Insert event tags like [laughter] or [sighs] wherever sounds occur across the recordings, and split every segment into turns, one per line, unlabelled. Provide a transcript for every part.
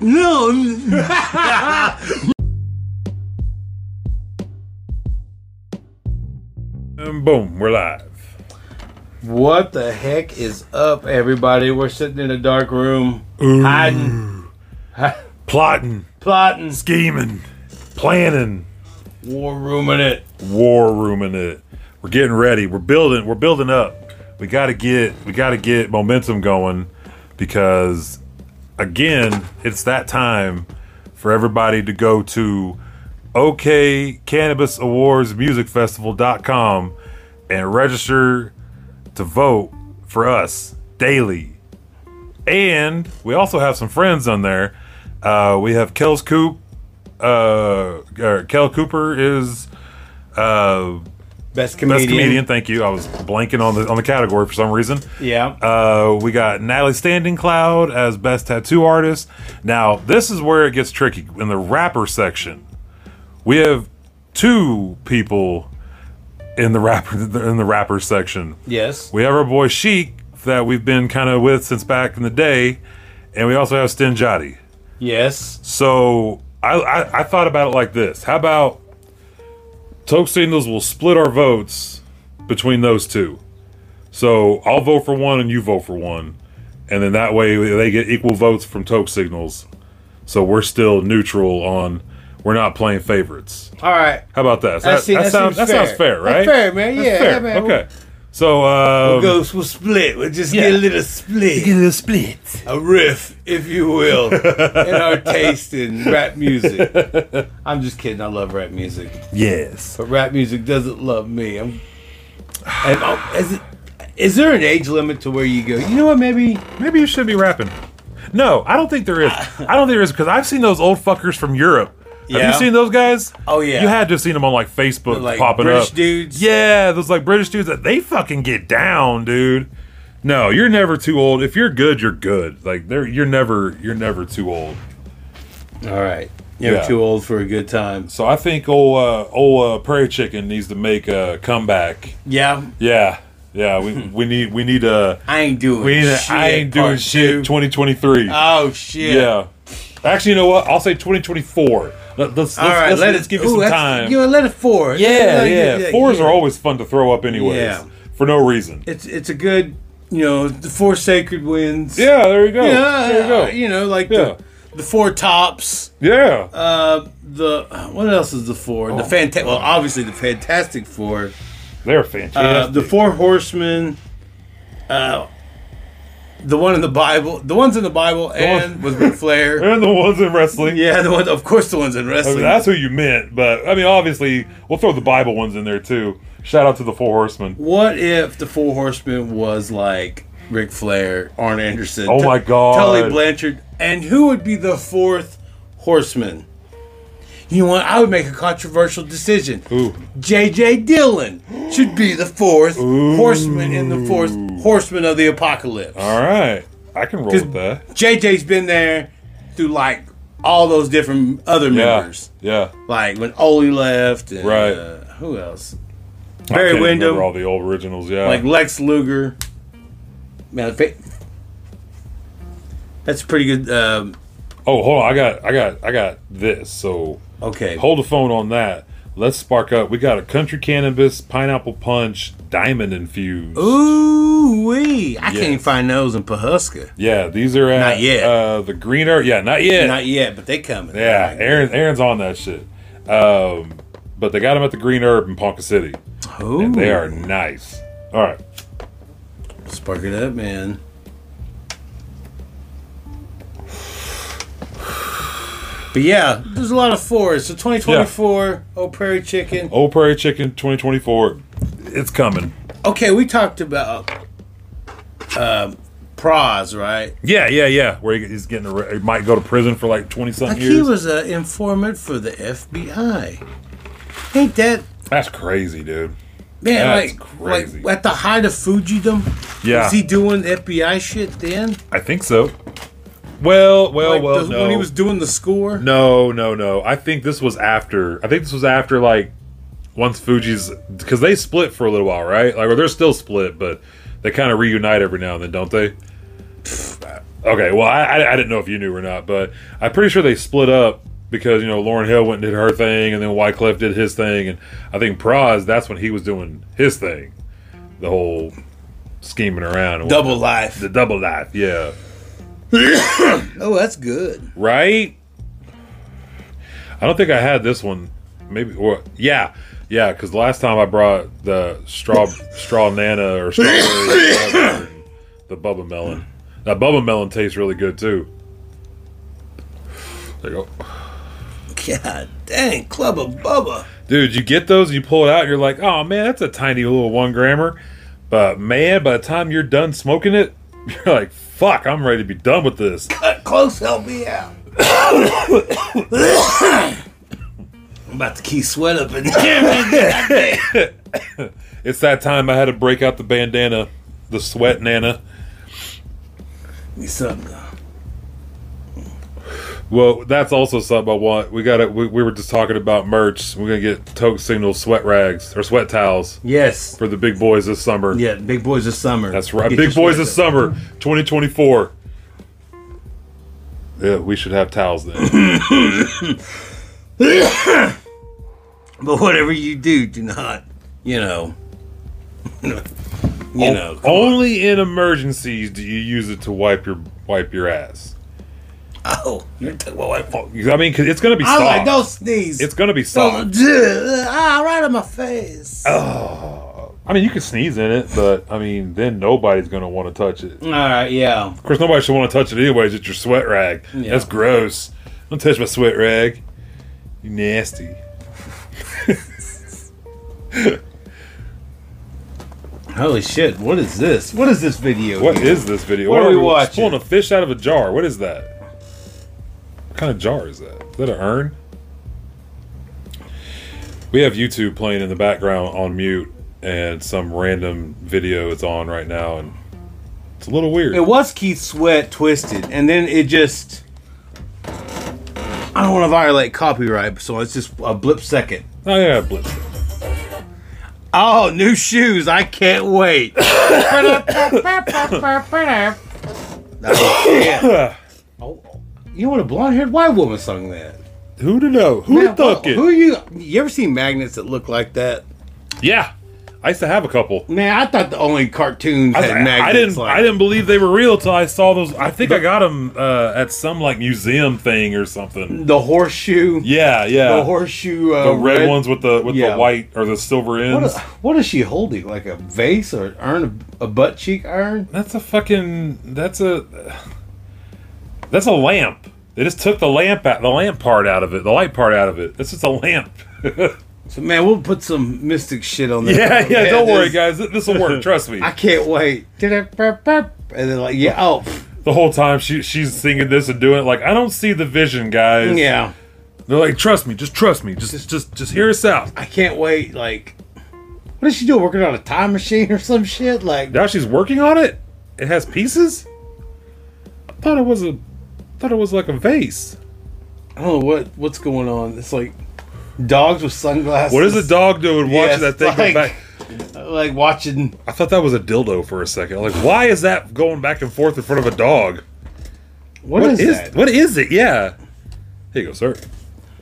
No.
And boom, we're live.
What the heck is up, everybody? We're sitting in a dark room, hiding,
Plotting,
plotting,
scheming, planning,
war rooming it.
war rooming it. We're getting ready. We're building. We're building up. We gotta get. We gotta get momentum going because, again, it's that time for everybody to go to OKCannabisAwardsMusicFestival.com and register to vote for us daily. And we also have some friends on there. Uh, we have Kels Coop. Uh, or Kel Cooper is uh,
Best
best
comedian.
comedian. Thank you. I was blanking on the on the category for some reason.
Yeah.
Uh, we got Natalie Standing Cloud as best tattoo artist. Now this is where it gets tricky in the rapper section. We have two people in the rapper [laughs] in the rapper section.
yes.
We have our boy Sheik that we've been kind of with since back in the day, and we also have Sten Jotty.
Yes.
So I, I I thought about it like this: How about Toke Signals will split our votes between those two? So I'll vote for one and you vote for one, and then that way they get equal votes from Toke Signals. So we're still neutral on. We're not playing favorites.
All right.
How about that? So
That
that
seems-
that
that
sounds
seems
that sounds
fair.
fair,
That's
right?
fair, man. Yeah, yeah, man.
Okay. So um,
Ghosts will split. We'll just get a
yeah.
little split.
little split.
A riff, if you will, in
[laughs]
our taste in rap music. I'm just kidding. I love rap music.
Yes.
But rap music doesn't love me. I'm, I'm- oh, is, it, is there an age limit to where you go? You know what? Maybe
Maybe you should be rapping. No, I don't think there is. I don't think there is because I've seen those old fuckers from Europe. Have
Yeah.
you seen those guys?
Oh, yeah.
You had to have seen them on like Facebook
like
popping
British
up.
dudes.
Yeah, those like British dudes that they fucking get down, dude. No, you're never too old. If you're good, you're good. Like they're you're never you're never too old.
All right. You're
Yeah.
too old for a good time.
So I think old uh, old uh, prairie chicken needs to make a comeback.
Yeah,
Yeah, yeah. We we need we need a
I ain't doing
we need a,
Hmm. shit.
I ain't doing
part
shit.
two.
2023.
Oh shit.
Yeah. Actually, you know what? I'll say 2024. Let, us let's,
All right,
let's,
let
let's
it
give
ooh,
you some
that's-
time.
You know, let it four.
yeah, yeah, Fours are always fun to throw up, anyways,
Yeah.
for no reason.
It's it's a good, you know, the four sacred winds.
Yeah, there you go.
Yeah, uh,
there you go.
You know, like
Yeah.
the, the four tops.
yeah.
Uh, the what else is the four?
Oh.
the fanta- well, obviously the Fantastic Four.
They're
Uh,
fantastic. [laughs]
the Four Horsemen. Uh, the one in the Bible, the ones in the Bible, and with Ric
[laughs]
Flair.
and the ones in
[laughs]
wrestling.
Yeah, the one, of course, the ones in
I mean,
wrestling.
that's who you meant, but I mean, obviously, we'll throw the Bible ones in there too. Shout out to the Four Horsemen.
What if the Four Horsemen was like Ric Flair, Arn Anderson?
Oh
Tu-
my God.
Tully Blanchard, and who would be the fourth horseman? You know what? I would make a controversial decision.
Ooh.
J.J. Dillon should be the fourth horseman in the fourth horseman of the apocalypse.
All right, I can roll with that.
JJ's been there through like all those different other
Yeah,
members,
yeah.
like when Oli left, and,
Right.
Uh, who else?
I
Barry
can't remember
Windham.
all the old originals. Yeah,
Like Lex Luger. Man, if it- that's a pretty good. Um,
oh, hold on, I got, I got, I got this. So
okay,
Hold the phone on that. Let's spark up. We got a country cannabis pineapple punch diamond infused.
Ooh wee! I
Yeah.
can't even find those in Pahuska.
Yeah, these are at
Not yet.
Uh, the green earth. Yeah, not yet.
Not yet, but they coming.
yeah, Aaron, Aaron's on that shit. Um, but they got them at the green herb in Ponca City,
Ooh.
and they are nice. All right,
Spark it up, man. But yeah, there's a lot of fours. So 2024, Oh Prairie Chicken.
Old Prairie Chicken 2024. It's coming.
Okay, we talked about uh, Praz, right?
Yeah, yeah, yeah. Where he- he's getting, arre- he might go to prison for like 20
Like
something
he
years.
was an informant for the FBI. Ain't that
That's crazy, dude.
man?
That's
like,
crazy.
like at the height of Fujidom,
Yeah.
was he doing FBI shit then?
I think so. Well, well,
Like
well.
the-
no.
when he was doing the score.
No, no, no. I think this was after. I think this was after like once Fuji's because they split for a little while, right? Like, or they're still split, but they kind of reunite every now and then, don't they? Okay, well, I, I, I didn't know if you knew or not, but I'm pretty sure they split up because you know Lauren Hill went and did her thing, and then Wyclef did his thing, and I think Proz that's when he was doing his thing, the whole scheming around, and
Double
whatnot.
life.
the double life, yeah,
Oh, that's good.
right. I don't think I had this one, maybe or yeah, yeah, because last time I brought the straw straw nana or strawberry, whatever, and the bubba melon. That bubba melon tastes really good too. There you go.
God dang, Club of Bubba.
dude, you get those, you pull it out, and you're like, oh man, that's a tiny little one grammer. But man, by the time you're done smoking it, [laughs] you're like, fuck, I'm ready to be done with this.
Cut close, help me out. [coughs] I'm about to keep sweat up in here, man.
It's that time I had to break out the bandana, the sweat nana.
Need something.
Well, that's also something I want. We got it. We, we were just talking about merch. We're gonna get Toke Signal sweat rags or sweat towels
Yes.
for the big boys this summer.
Yeah, big boys this summer.
That's right.
Get
Big
your
Boys of
sweat up.
Summer 2024. Yeah, we should have towels then.
[laughs] But whatever you do, do not, you know, [coughs] [laughs]
Oh.
you know.
only in emergencies do you use it to wipe your wipe your ass.
Oh, you're talking about white folk.
'Cause, I mean, 'cause it's gonna be
I
soft.
was like, don't sneeze.
It's gonna be
Don't
soft.
do- [laughs] ah, right on my face.
Oh. I mean, you can sneeze in it, but I mean, then nobody's gonna want to touch it.
All right, yeah.
Of course, nobody should want to touch it anyways. It's your sweat rag.
Yeah.
That's gross. Don't touch my sweat rag. You nasty.
Holy shit! What is this? What is this video?
What is this video?
What are we
it's
watching?
Pulling a fish out of a jar. What is that? What kind of jar is that? Is that an urn? We have YouTube playing in the background on mute, and some random video is on right now, and it's a little weird.
It was Keith Sweat twisted, and then it just. I don't want to violate copyright, so it's just a blip second.
oh yeah, blitz.
Oh, new shoes! I can't
[laughs]
wait. Oh, you know what? A blonde-haired white woman sung that.
Who to know? Who
Man,
to thunk
wha-
it?
Who you? You ever seen magnets that look like that?
Yeah, I used to have a couple.
Man, I thought the only cartoons
I,
had
I-
magnets.
I didn't.
Like,
I didn't believe they were real till I saw those. I think I got them uh, at some like museum thing or something.
The horseshoe.
Yeah, yeah.
The horseshoe. Uh,
the red, ones with the with
yeah.
the white or the silver
What,
ends.
is- what is she holding? Like a vase or an urn? A butt cheek urn?
that's a fucking that's a that's a lamp. They just took the lamp out, the lamp part out of it, the light part out of it. That's just a
[laughs]
lamp.
So man, we'll put some mystic shit on there.
yeah, yeah. Don't worry,
this-
guys. This will work. Trust me.
[laughs] I can't wait. And then like, yeah, oh, pff,
The whole time she she's singing this and doing it, like I don't see the vision, guys.
yeah,
They're like, trust me, just trust me, just just just hear us out.
I can't wait. Like, what is she doing? Working on a time machine or some shit? Like,
Now she's working on it. It has pieces. I thought it was a thought it was like a vase.
I don't know what what's going on. It's like dogs with sunglasses.
What is a
[laughs]
dog doing
Yes,
watching that thing go
like-
back?
Like watching.
I thought that was a dildo for a second. Like, why is that going back and forth in front of a dog?
what is, that?
What is it? Yeah. Here you go, sir.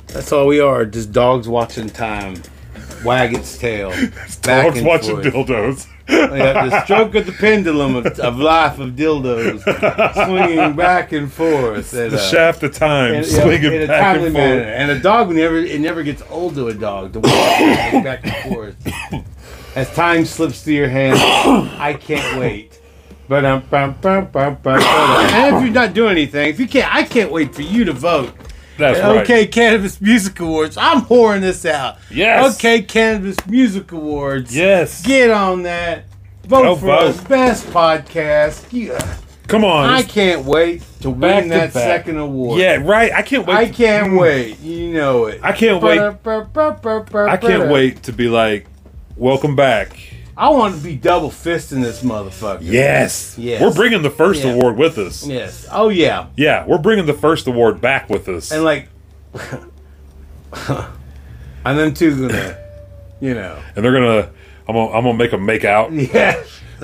That's all we are. Just dogs watching time. Wag its
[laughs]
tail. back
Dog's
and
watching
forth.
[laughs] dildos.
Yeah, the stroke of the pendulum of, of life of dildos
[laughs]
swinging back and forth. and,
the
uh,
shaft of time
and, yeah,
swinging
in a
back
timely
and forth.
manner. And a dog we never it never gets old to a dog. The way it goes back and forth
[coughs]
as time slips through your hands. I can't wait. But um, bum, bum, bum, bum, bum. and if you're not doing anything, if you can't, I can't wait for you to vote.
That's right.
Okay, Cannabis Music Awards. I'm pouring this out.
Yes.
Okay, Cannabis Music Awards.
Yes.
Get on that. Vote
Go
for
vote.
us. Best podcast. Yeah.
Come on.
I
It's-
can't wait to
back
win
to
that
back.
second award.
Yeah, right. I can't wait.
I can't wait. You know it.
I can't wait. I
I
can't wait to be like, welcome back.
I want to be double fisting this motherfucker.
Yes.
Yes.
We're bringing the first
Yeah.
award with us. Yeah.
Yes. Oh yeah.
we're bringing the first award back with us.
And like, [laughs] and then two gonna, you know.
And they're gonna, I'm gonna, I'm gonna make them make out. [laughs]
Yeah.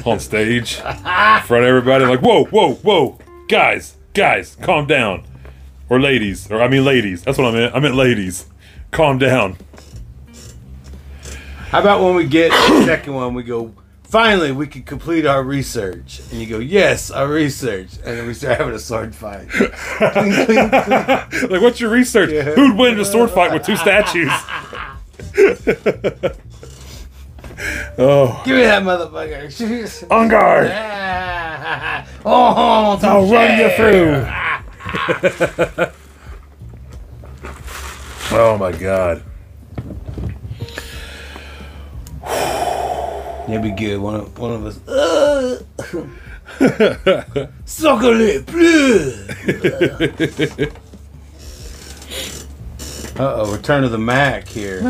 on stage in front of everybody. Like, whoa, whoa, whoa, guys, guys, calm down. Or ladies. Or I mean ladies. That's what I meant. I meant ladies. Calm down. [laughs]
How about when we get the [coughs] second one, we go, finally, we can complete our research. And you go, yes, our research. And then we start having a sword
[laughs]
fight. Cling, cling, cling.
Like what's your research?
Yeah.
Who'd win in a sword fight with
[laughs]
two statues? oh.
Give me that motherfucker. [laughs]
On guard.
Ah, [laughs] oh,
I'll run you through.
[laughs]
[laughs] oh my god. [laughs]
That'd be good. One of one of us. Uh, [laughs] Soccer bleu. Uh oh, Return of the Mac here.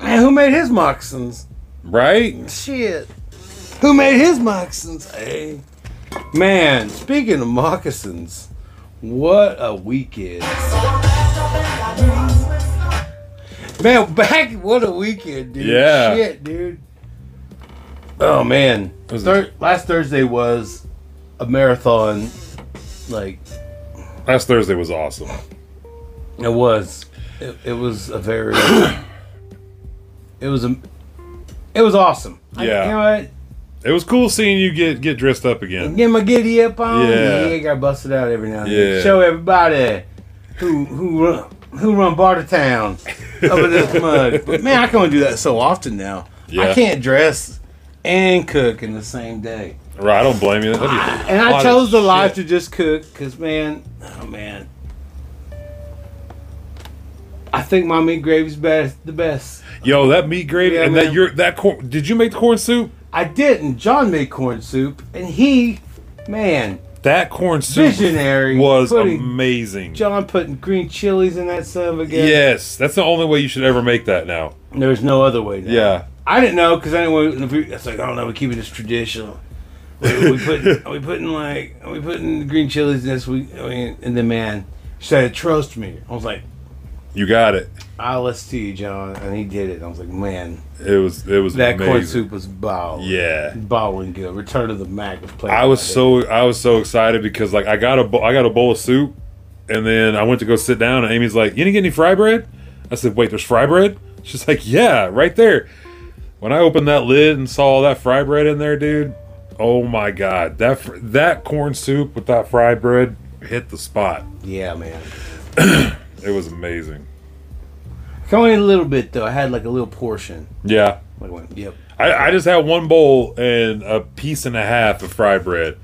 Man, who made his moccasins?
Right?
Shit. Who made his moccasins? Hey. Man, speaking of moccasins, what a weekend. Man, back what a weekend, dude.
Yeah.
Shit, dude. Oh man.
Was
Thir- last Thursday was a marathon like
Last Thursday was awesome.
it was. It, it was a very. [coughs] it was a. It was awesome. I-
Yeah.
you know what?
It was cool seeing you get get dressed up again.
Get my giddy up on.
Yeah.
Yeah. I got busted out every now and then.
Yeah.
Show everybody who who run who run Bartertown up in
[laughs]
this mug. But man, I can only do that so often now.
Yeah.
I can't dress and cook in the same day.
[sighs] Right, I don't blame you. That'd be a
[sighs] And I
lot
chose
of
the life
shit.
to just cook because, man, oh man, I think my meat gravy's best, the best.
Yo, that meat gravy
Yeah,
and that
man.
your that corn did you make the corn soup?
I didn't. John made corn soup, and he, man,
That corn soup
visionary
was
putting
amazing.
John putting green chilies in that son of a gun.
Yes, that's the only way you should ever make that now.
there's no other way. Now.
Yeah.
I didn't know because I didn't. Want, if we, it's like I don't know. We keep it as traditional. We,
[laughs]
we put. are we putting like? Are we putting green chilies in this? We I mean, and the man said, "Trust me." I was like.
You got it.
I'll listen to you, John. And he did it. I was like, man,
It was it was
that
amazing.
corn soup was ball.
Yeah.
Ball and good. Return of the Mac was playing.
I was
by
so I was so excited because like I got a bo- I got a bowl of soup, and then I went to go sit down, and Amy's like, "You didn't get any fry bread?" I said, "Wait, there's fry bread?" She's like, "Yeah, right there." When I opened that lid and saw all that fry bread in there, dude, oh my god, that fr- that corn soup with that fry bread hit the spot.
then. Yeah, man.
It was amazing.
Come in a little bit, though. I had like a little portion.
Yeah,
Like, went, yep.
I, I just had one bowl and a piece and a half of fry bread.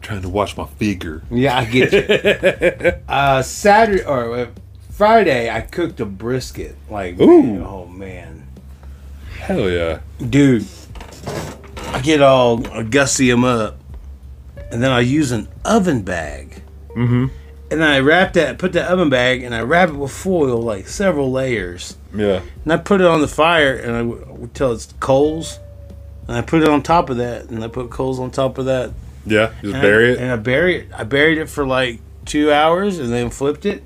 trying to watch my figure.
Yeah, I get you. [laughs] uh, Saturday or uh, Friday, I cooked a brisket. Like, man,
Ooh.
oh, man.
Hell yeah.
Dude, I get all I gussy them up, and then I use an oven bag. Mm-hmm. And I wrap that, put that oven bag, and I wrap it with foil, like several layers.
Yeah.
And I put it on the fire, and I w- till it's coals. And I put it on top of that, and I put coals on top of that.
Yeah. Just
And
bury
I,
it.
And I bury it. I buried it for like two hours, and then flipped it,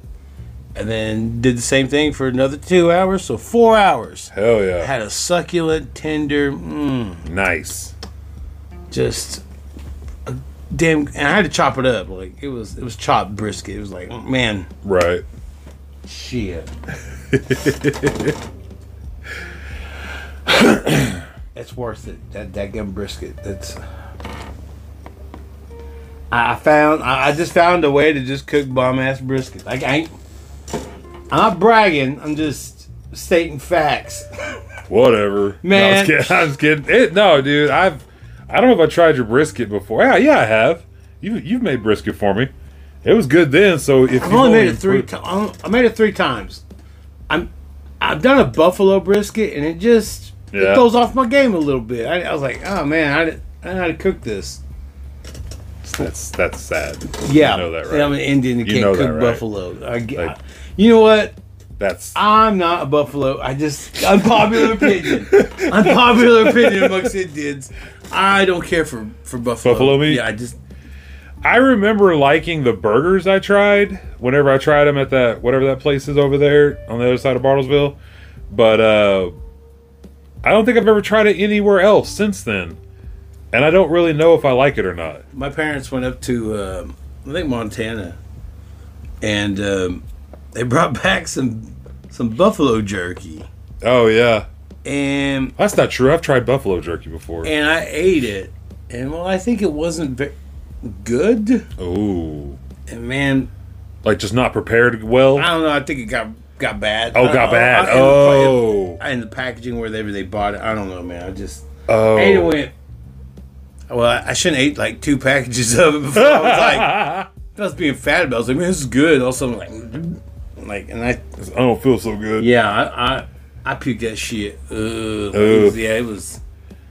and then did the same thing for another two hours. So four hours.
Hell yeah.
Had a succulent, tender. Mm,
Nice.
just a damn and I had to chop it up. Like it was it was chopped brisket. It was like man
Right.
shit. it's worth it. That that gun brisket. That's I I found I I just found a way to just cook bomb ass brisket. Like I ain't I'm not bragging, I'm just stating facts.
Whatever.
Man.
No, I was kidding. [laughs] I was kidding. It, no, dude. I've. I don't know if I tried your brisket before. Yeah, yeah, I have. You you've made brisket for me. It was good then. So if
I've
you
only made it three. To- I I made it three times. I'm. I've done a buffalo brisket, and it just
Yeah.
it throws off my game a little bit. I, I was like, oh man, I didn't, I didn't know how to cook this.
that's that's sad.
Yeah,
you know that
And I'm
right.
an Indian that
You
can't
know that,
cook
right?
buffalo. I, get-
Like-
you know what?
That's
I'm not a buffalo. I just unpopular
[laughs]
opinion. Unpopular opinion amongst Indians. I don't care for for buffalo.
Buffalo meat?
Yeah, I just
I remember liking the burgers I tried whenever I tried them at that whatever that place is over there on the other side of Bartlesville, but uh, I don't think I've ever tried it anywhere else since then. and I don't really know if I like it or not.
my parents went up to um, I think Montana, and um, they brought back some some buffalo jerky,
Oh yeah,
and
that's not true. I've tried buffalo jerky before.
and I ate it, and well, I think it wasn't ve- good,
Ooh,
and man,
like just not prepared well.
I don't know. I think it got got bad.
Oh,
I-
got
I-
bad.
I- in the-
Oh.
in the packaging wherever they bought it, I don't know, man. I just
Oh,
ate it went. Well, I- I shouldn't have ate like two packages of it before. I was
[laughs]
like, I was being fat about. it. I was like, man, this is good. Also, I'm like, like, and I,
I don't feel so good.
yeah, I, I, I puked that shit. Ugh.
Ugh.
Yeah, it was.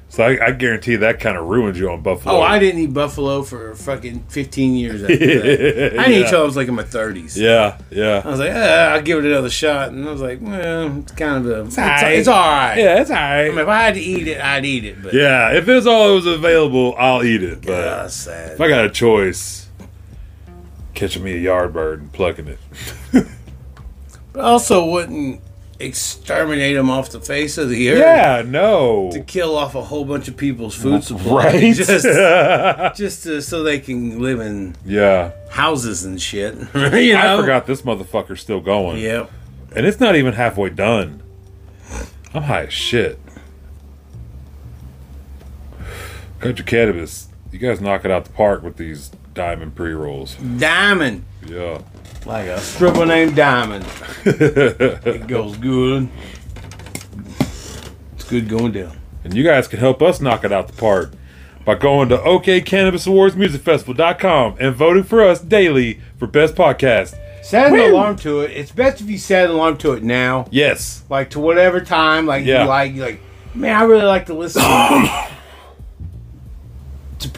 So I, I guarantee that kind of ruins you on buffalo.
Oh,
[laughs]
I didn't eat buffalo for fucking 15 years. After
[laughs]
that. I didn't eat till I was like in my 30s.
Yeah, yeah,
I was like, ah, I'll give it another shot, and I was like, well, it's kind of a, it's,
alright.
it's all right.
yeah. That's all
I mean,
right.
if I had to eat it, I'd eat it, but
Yeah, if it's all that was available, I'll eat it. But
Ah, sad.
if I got a choice, catching me a yard bird and plucking it.
But I also wouldn't exterminate them off the face of the earth.
Yeah, no.
to kill off a whole bunch of people's food supply, [laughs]
Right?
Just, just to, so they can live in
[laughs] yeah.
houses and shit. [laughs] you know?
I forgot this motherfucker's still going.
Yep.
And it's not even halfway done. I'm high as shit. Country Cannabis, you guys knock it out the park with these diamond pre rolls.
Diamond,
Yeah.
Like a
stripper named [laughs] Diamond. it goes good. It's good going down.
And you guys can help us knock it out the park by going to okcannabisawardsmusicfestival.com and voting for us daily for best podcast.
Set an
Woo!
alarm to it. It's best if you set an alarm to it now,
Yes.
like to whatever time, like
Yeah.
you like, you like, man, I really like to listen
[coughs]
to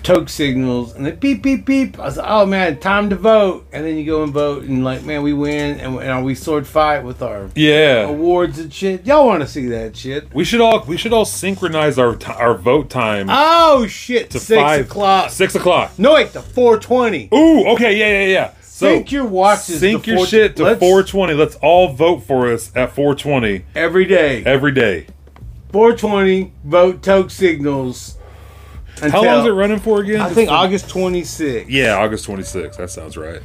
toke signals, and then beep, beep, beep. I was like, oh man, time to vote, and then you go and vote, and like, man, we win, and, and we sword fight with our
Yeah.
awards and shit. Y'all want to see that shit?
We should all we should all synchronize our t- our vote time
Oh shit!
to
six
five
o'clock.
Six o'clock.
No, wait, to four twenty.
Ooh, okay, yeah, yeah, yeah. So
Sync your watches.
Sync
to
your
4
shit to
Let's-
420. Let's all vote for us at 420
every day.
every day.
420 vote toke signals.
How
until-
long is it running for again?
I think August 26th.
Yeah, August 26th. That sounds right.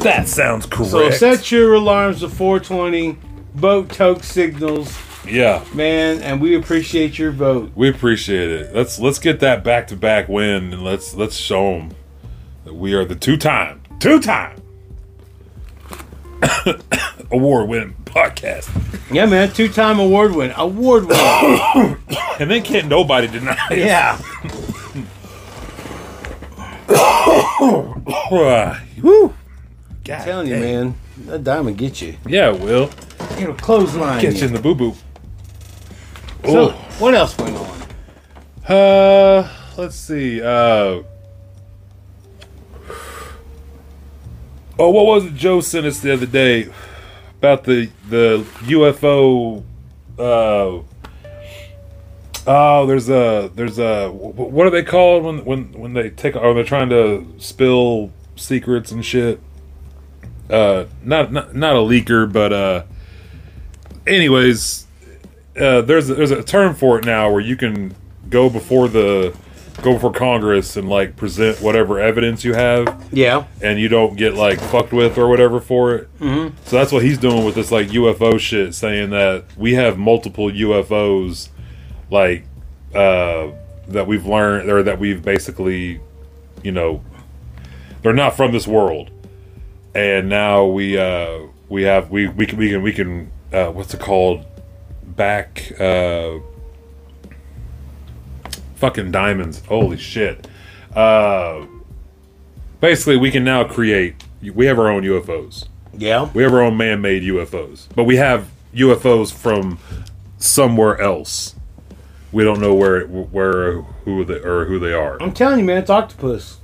That sounds correct.
So set your alarms to 420 vote toke signals,
yeah,
man, and we appreciate your vote.
we appreciate it. Let's let's get that back to back win and let's let's show them that we are the two time two time [coughs] award winning podcast.
Yeah, man, two-time award win, award win.
And then can't nobody deny
[coughs]
it.
yeah.
Woo.
I'm telling you, man, that diamond get you.
Yeah, it will.
Get a clothesline.
Catch in the boo boo.
So, what else went on?
Uh, let's see. Uh, oh, what was it? Joe sent us the other day about the the UFO. Uh, oh, there's a there's a wh- wh- what are they called when when when they take? Are they trying to spill secrets and shit? Uh, not not not a leaker, but uh, anyways, uh, there's there's a term for it now where you can go before the go before Congress and like present whatever evidence you have,
Yeah.
and you don't get like fucked with or whatever for it. Mm-hmm. So that's what he's doing with this like UFO shit, saying that we have multiple UFOs, like uh, that we've learned or that we've basically, you know, they're not from this world, and now we uh, we have we we can we can we can uh, what's it called back uh fucking diamonds holy shit uh basically we can now create we have our own ufos
Yeah.
we have our own man-made ufos but we have ufos from somewhere else we don't know where where who they or who they are
I'm telling you, man, it's octopus.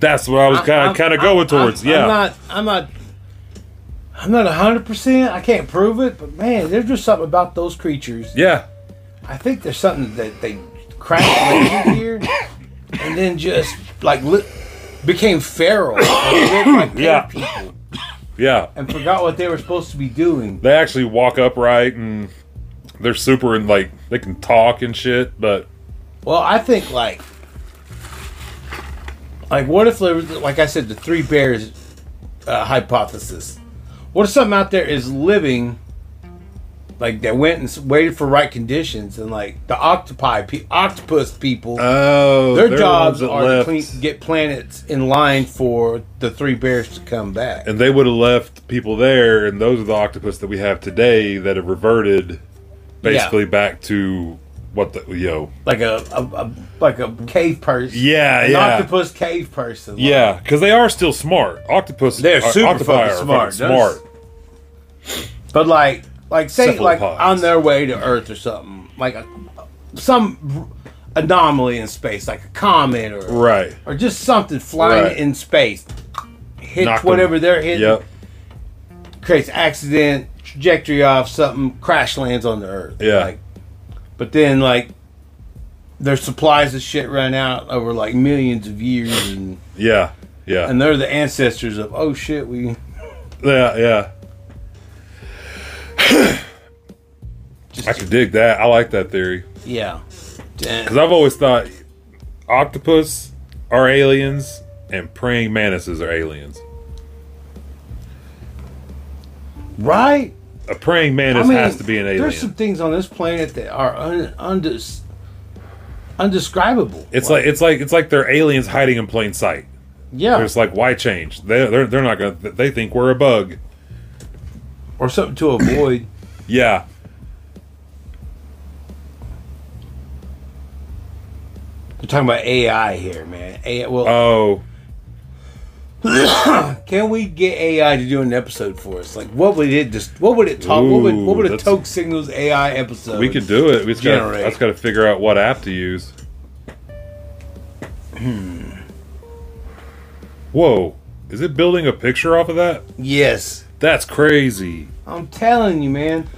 that's what i was kind
I'm-
of kind of
I'm-
going
I'm-
towards
I'm,
yeah
not. I'm not. I'm not hundred percent. I can't prove it, but man, there's just something about those creatures.
yeah
I think there's something that they crashed [coughs] land here, and then just like li- became feral, like, [coughs] lived like cave
Yeah.
people,
yeah
and forgot what they were supposed to be doing.
they actually walk upright and they're super and like they can talk and shit but
Well, I think like, like what if there was, like I said, the three bears uh, hypothesis? What if something out there is living, like that went and s- waited for right conditions, and like the octopi, pe- octopus people,
Oh,
their
they're the
jobs
ones that
are to
left.
clean, get planets in line for the three bears to come back.
and they would have left people there, and those are the octopus that we have today that have reverted basically back to what the you know
like a, a, a like a cave person.
Yeah,
an
yeah.
octopus cave person. like-
yeah because they are still smart octopus
They're
are-
super
octopi
fucking
are
smart.
fucking smart
But like, like say like
Cephalopods.
on their way to Earth or something, like a, some r- anomaly in space, like a comet or
right
or just something flying
Right.
in space, hits
Knock 'em.
whatever they're hitting,
yep
creates accident, trajectory off something, crash lands on the Earth.
Yeah.
Like, but then like their supplies of shit run out over like millions of years, and
yeah yeah
and they're the ancestors of oh shit we.
yeah
[sighs]
yeah I could dig that I like that theory
Yeah.
because I've always thought octopus are aliens and praying mantises are aliens
Right?
a praying mantis has to be an alien
There's some things on this planet that are un, undis, undescribable.
It's like, it's like it's like they're aliens hiding in plain sight.
yeah,
They're just like, why change? They they're, they're not gonna. They think we're a bug.
or something to avoid.
Yeah,
We're talking about AI here, man. AI, well,
Oh,
can we get AI to do an episode for us? Like, what would it just? What would it talk? what would what would
Ooh,
a
that's-
Toke Signals AI episode?
we could do it. We just got.
Generate.
I just got to figure out what app to use. Hmm. Whoa! Is it building a picture off of that?
Yes,
That's crazy.
I'm telling you, man.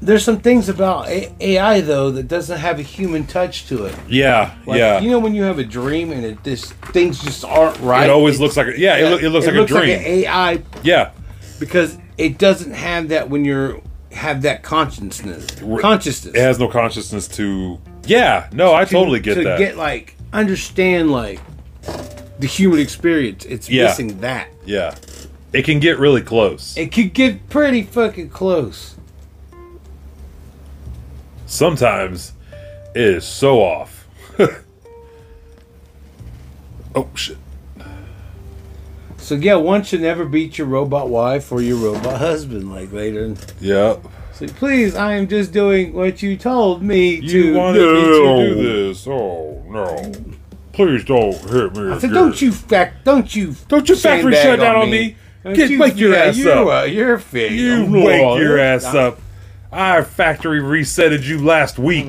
There's some things about A- AI though that doesn't have a human touch to it.
Yeah,
Like,
yeah.
You know when you have a dream and it just things just aren't right.
it always
It's-
looks like. A, yeah, it, look, it looks like a dream.
an AI
yeah,
because it doesn't have that when you're have that consciousness. Consciousness.
it has no consciousness to. Yeah, no, I
To-
totally get
to
that.
get like understand like the human experience. It's
Yeah.
missing that.
yeah, it can get really close.
It could get pretty fucking close.
sometimes it is so off. [laughs] oh shit.
So yeah, one should never beat your robot wife or your robot husband like later.
Yeah.
So please, I am just doing what you told me
You
to
wanted
do.
me to do this. Oh no. Please don't hit me.
I said, don't you fact, don't you,
Don't you factory
sandbag
shut down
on
on
me.
me.
Don't
Get wake your
yeah,
ass
you,
up.
Uh, you're fake.
you
I'm
wake
wrong.
your ass
I-
up. Our factory resetted you last week.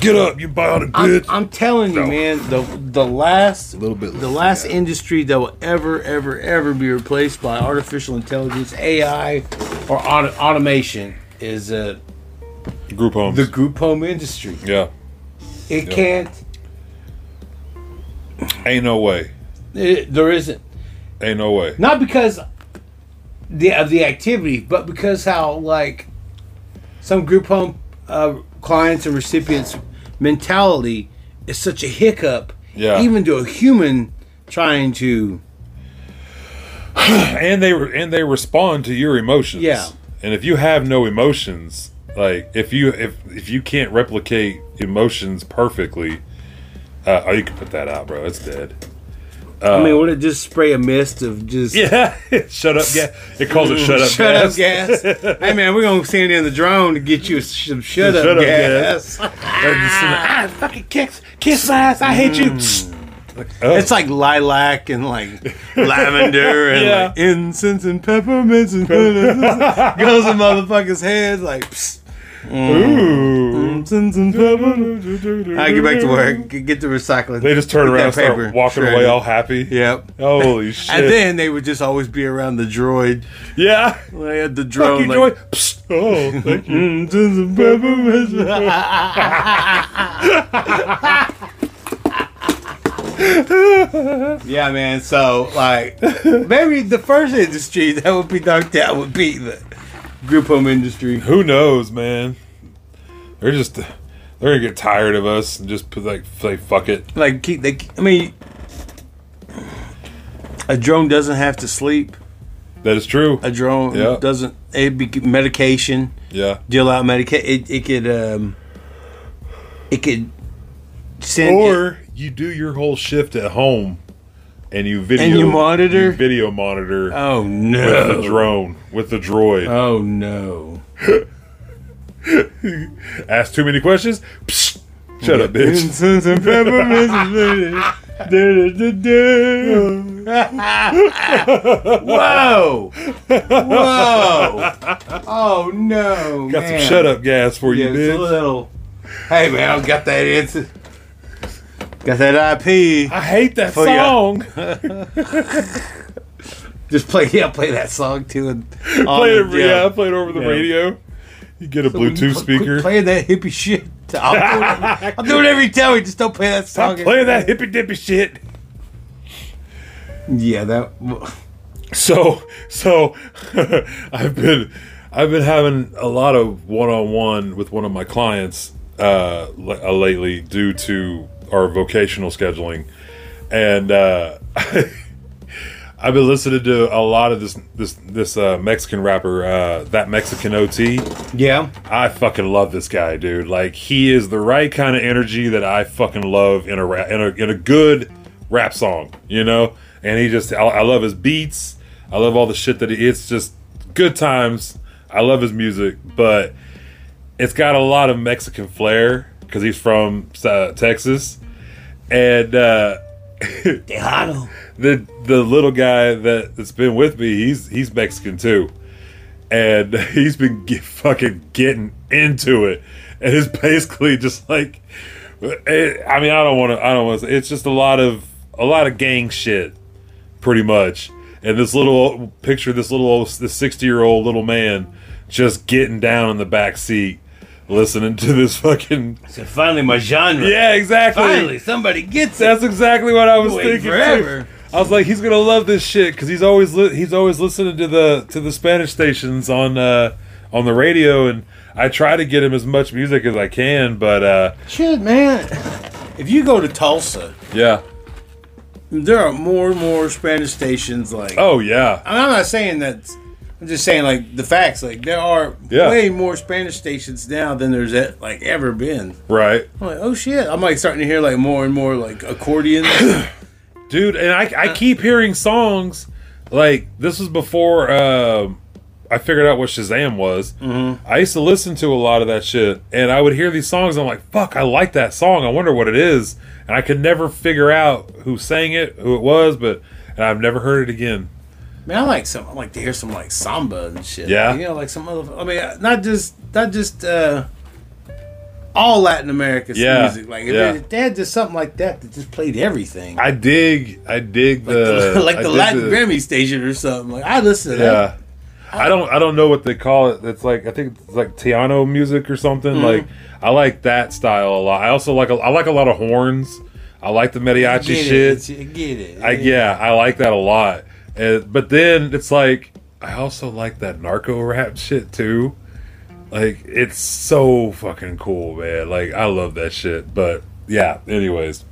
Get up, you bionic
I'm,
bitch.
I'm telling you,
No.
man. The the last
little bit
the last
less,
industry that will ever ever ever be replaced by artificial intelligence, AI, or auto- automation is uh,
Group homes.
the group home industry.
yeah.
It can't.
Ain't no way.
It, there isn't
Ain't no way.
not because the of the activity, but because how like some group home uh, clients and recipients mentality is such a hiccup,
Yeah.
even to a human trying to.
and they re- and they respond to your emotions.
Yeah.
And if you have no emotions, like if you if if you can't replicate emotions perfectly, uh, oh, you can put that out, bro. It's dead. [laughs]
I mean, would it just spray a mist of just
Yeah. shut up. Yeah. It calls it shut
[laughs]
up.
shut
gas.
up gas? hey man, we're gonna send in the drone to get you some shut up
Shut
[laughs]
up
gas.
And just send it,
I "Ah, fucking kiss, kiss my ass. I hate you.
oh.
It's like lilac and [laughs] like lavender and
Yeah.
like incense and peppermints and [laughs] goes in motherfuckers' heads like. Psst. Mm.
ooh.
Incense and peppermints. I get back to work. Get get the recycling.
They just turn
Get
around and
that
start
paper
walking
shredded.
away all happy.
Yep. [laughs]
Holy shit.
And then they would just always be around the droid.
yeah.
They had the
Fuck
drone.
you,
like,
Joy. Psst. Oh, thank you.
Incense and peppermints. yeah, man. So, [laughs] like, maybe the first industry that would be knocked out would be the group home industry.
Who knows, man? They're just They're gonna get tired of us and just put like say fuck it.
Like keep they. I mean, a drone doesn't have to sleep.
That is true.
A drone
Yeah.
doesn't. It be medication.
Yeah.
Deal out medication. It, it could. Um, it could. Send
Or you do your whole shift at home and you video
And you monitor?
you video monitor
oh
with the
no!
drone with the droid.
Oh no!
Ask too many questions. Psh, shut up, bitch.
Incense and peppermints is lit. Da-da-da-da. Whoa! Whoa! Oh no!
Got
man.
some shut up gas for
Yeah,
you,
it's a
bitch.
little. Hey man, I got that answer. Got that IP.
I hate that
For ya.
song.
[laughs] Just play, yeah, play that song too.
[laughs]
And
play it, yeah. I play it over the
Yeah.
radio. You get a Bluetooth speaker.
Play that hippie shit. I'll do it
[laughs]
every, I'll do it every time. We just don't play that song.
Stop playing that hippy dippy shit.
Yeah, that.
So so [laughs] I've been I've been having a lot of one on one with one of my clients uh, l- uh, lately due to our vocational scheduling, and uh, [laughs] I've been listening to a lot of this this this uh, Mexican rapper uh, that Mexican OT.
Yeah.
I fucking love this guy, dude. Like he is the right kind of energy that I fucking love in a rap, in a in a good rap song, you know. And he just, I, I love his beats. I love all the shit that he. It's just good times. I love his music, but it's got a lot of Mexican flair because he's from uh, Texas, and. uh
Tejano.
the the little guy that that's been with me, he's he's Mexican too, and [laughs] he's been get, fucking getting into it, and it's basically just like, it, I mean, I don't want to, I don't want to. It's just a lot of a lot of gang shit, pretty much. And this little old- picture, this little old, this sixty year old little man just getting down in the back seat, listening to this fucking
So finally, my genre.
yeah, exactly.
Finally, somebody gets it.
That's exactly what I was
Waiting
thinking.
forever.
too. I was like, he's gonna love this shit because he's always li- he's always listening to the to the Spanish stations on uh, on the radio, and I try to get him as much music as I can, but uh,
Shit, man. If you go to Tulsa,
yeah,
there are more and more Spanish stations. Like,
oh yeah,
I'm not saying that. I'm just saying, like, the facts. Like, there are
Yeah.
way more Spanish stations now than there's e- like ever been.
right,
I'm like, oh shit. I'm like starting to hear like more and more like accordions.
dude. And I
Uh,
I keep hearing songs like this was before um, I figured out what Shazam was.
Mm-hmm.
I used to listen to a lot of that shit, and I would hear these songs. And I'm like, fuck, I like that song. I wonder what it is, and I could never figure out who sang it, who it was, but and I've never heard it again.
Man, I like some. I like to hear some like samba and shit.
Yeah.
you know, like some other. I mean, not just not just uh, all Latin America's
Yeah,
music. Like if,
yeah.
they, if they had just something like that that just played everything,
I dig, I dig the
[laughs] like
I
the
dig
Latin Grammy station or something. Like I listen to that.
Yeah. I don't I don't know what they call it. It's like I think it's like Tiano music or something. Like I like that style a lot. I also like a, I like a lot of horns. I like the
I
mariachi
get
shit.
It, I get it.
I yeah, I like that a lot. And, but then it's like I also like that narco rap [laughs] shit too. Like it's so fucking cool, man. Like I love that shit. But yeah, anyways.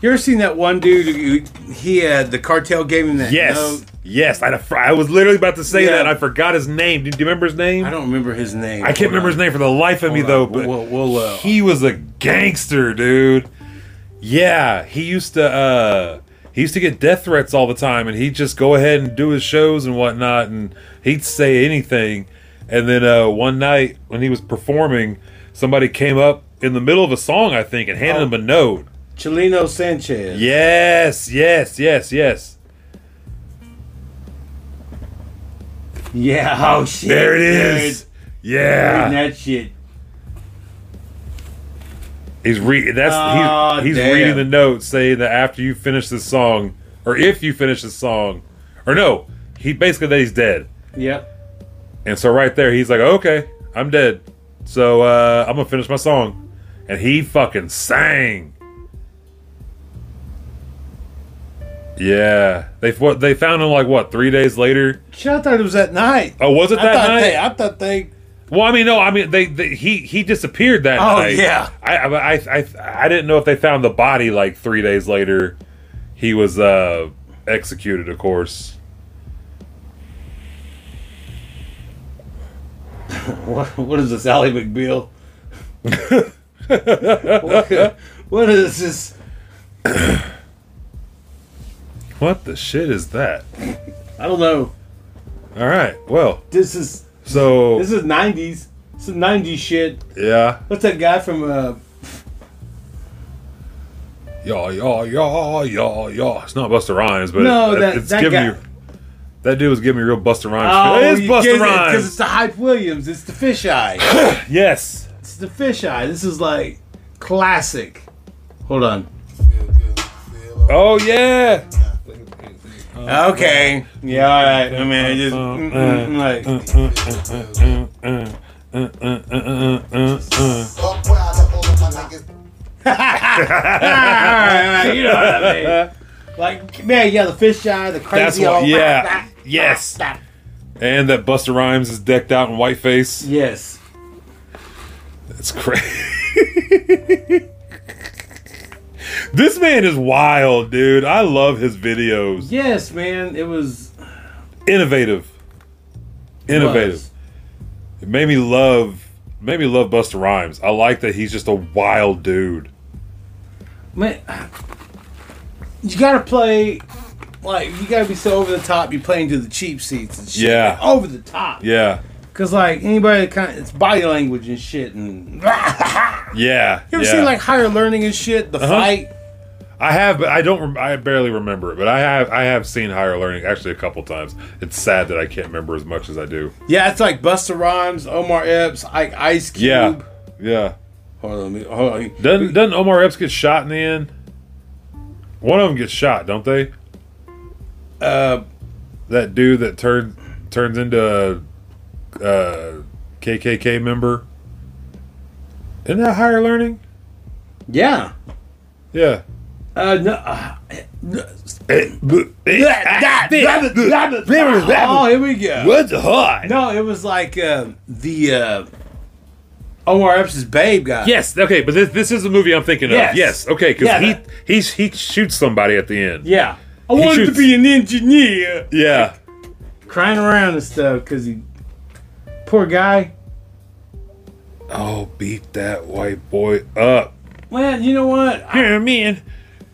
You ever seen that one dude? Who, he had the cartel gave him that.
Yes.
note?
Yes, I, I was literally about to say
Yeah.
that. I forgot his name. Do you remember his name?
I don't remember his name.
I can't remember his name for the life of me
Hold
though.
on.
But
We'll- we'll, uh,
he was a gangster, dude. Yeah, he used to uh, he used to get death threats all the time, and he'd just go ahead and do his shows and whatnot, and he'd say anything. And then uh, one night when he was performing, somebody came up in the middle of a song, I think, and handed
Oh.
him a note.
Chelino Sanchez.
Yes, yes, yes, yes.
Yeah. Oh shit.
There it
dude.
is. Yeah,
Reading that shit.
He's re that's
Aw,
he's, he's
Ah, damn.
reading the note saying that after you finish this song, or if you finish this song, or no, he basically that he's dead.
Yep.
And so right there, he's like, okay, I'm dead. So uh, I'm gonna finish my song, and he fucking sang. Yeah, they what they found him like what three days later?
Shit, I thought it was that night.
Oh, was it
I
that
thought
night?
They, I thought they
Well, I mean, no, I mean, they, they he he disappeared that
Oh,
night.
yeah.
I, I I I- I didn't know if they found the body like three days later. He was uh executed, of course. [laughs]
What, what is this, Ally
[laughs]
[laughs]
McBeal? what, what is this?
What the shit is that?
I don't know.
All right, well,
This is
so
this is '90s. Some '90s shit.
yeah,
What's that guy from? Uh,
y'all, y'all, y'all, y'all, y'all. It's not Buster Rhymes, but
No,
it-
that-
it's
that
giving
guy-
you. That dude was giving me real Buster Rhymes. it is
Oh, you
Buster
get Because it's
Oh, Rhymes.
the Hype Williams. It's the fisheye.
yes.
It's the fisheye. This is like classic. Hold on.
Oh yeah. Oh,
okay.
Yeah, all right. I mean, I just
mm,
like [laughs] Ah, you know what
[laughs]
I mean. Like man, yeah, the fisheye, the crazy.
That's what.
old- [laughs]
Yeah. Yes. And that Buster Rhymes is decked out in whiteface.
Yes.
It's crazy. [laughs] this man is wild, dude. I love his videos.
Yes, man. It was
Innovative. Innovative.
was.
It made me love made me love Buster Rhymes. I like that he's just a wild dude.
Man, you gotta play like you gotta be so over the top. You're playing to the cheap seats and shit.
Yeah.
over the top.
Yeah.
Cause like anybody that kind, of, it's body language and shit. And [laughs] you
Yeah.
ever
yeah. Uh-huh.
seen like higher learning and shit? The fight.
I have, but I don't. rem- I barely remember it, but I have. I have seen Higher Learning actually a couple times. It's sad that I can't remember as much as I do.
Yeah, it's like Busta Rhymes, Omar Epps, like Ice Cube.
Yeah, yeah.
Hold on, let me- hold on.
Doesn't doesn't Omar Epps get shot in the end? One of them gets shot, don't they?
Uh,
That dude that turns turns into a, uh KKK member. Isn't that Higher Learning?
yeah.
Yeah.
Uh, no,
[laughs]
uh, oh,
What's
here we go.
hot?
No, it was like uh, the uh, Omar Epps' babe guy.
Yes. Okay, but this this is the movie I'm thinking
Yes.
of. Yes. Okay, because
Yeah,
he
that-
he's he shoots somebody at the end.
Yeah. I
He
wanted
shoots-
to be an engineer.
Yeah.
Crying around and stuff because he. Poor guy.
Oh, beat that white boy up.
Man, you know what? I-
Here, man.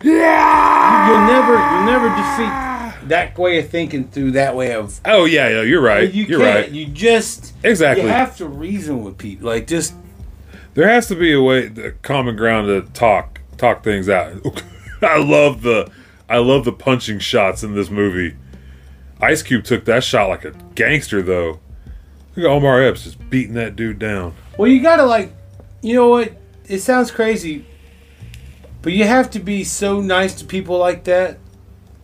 You'll never, you'll never defeat that way of thinking through that way of.
Oh yeah, yeah. You're right.
You
You are
can't.
right.
You just.
Exactly.
You have to reason with people. Like, just.
there has to be a way, the common ground to talk talk things out. [laughs] I love the I love the punching shots in this movie. Ice Cube took that shot like a gangster though. Look at Omar Epps just beating that dude down.
Well, you gotta, like. You know what? It sounds crazy, but you have to be so nice to people like that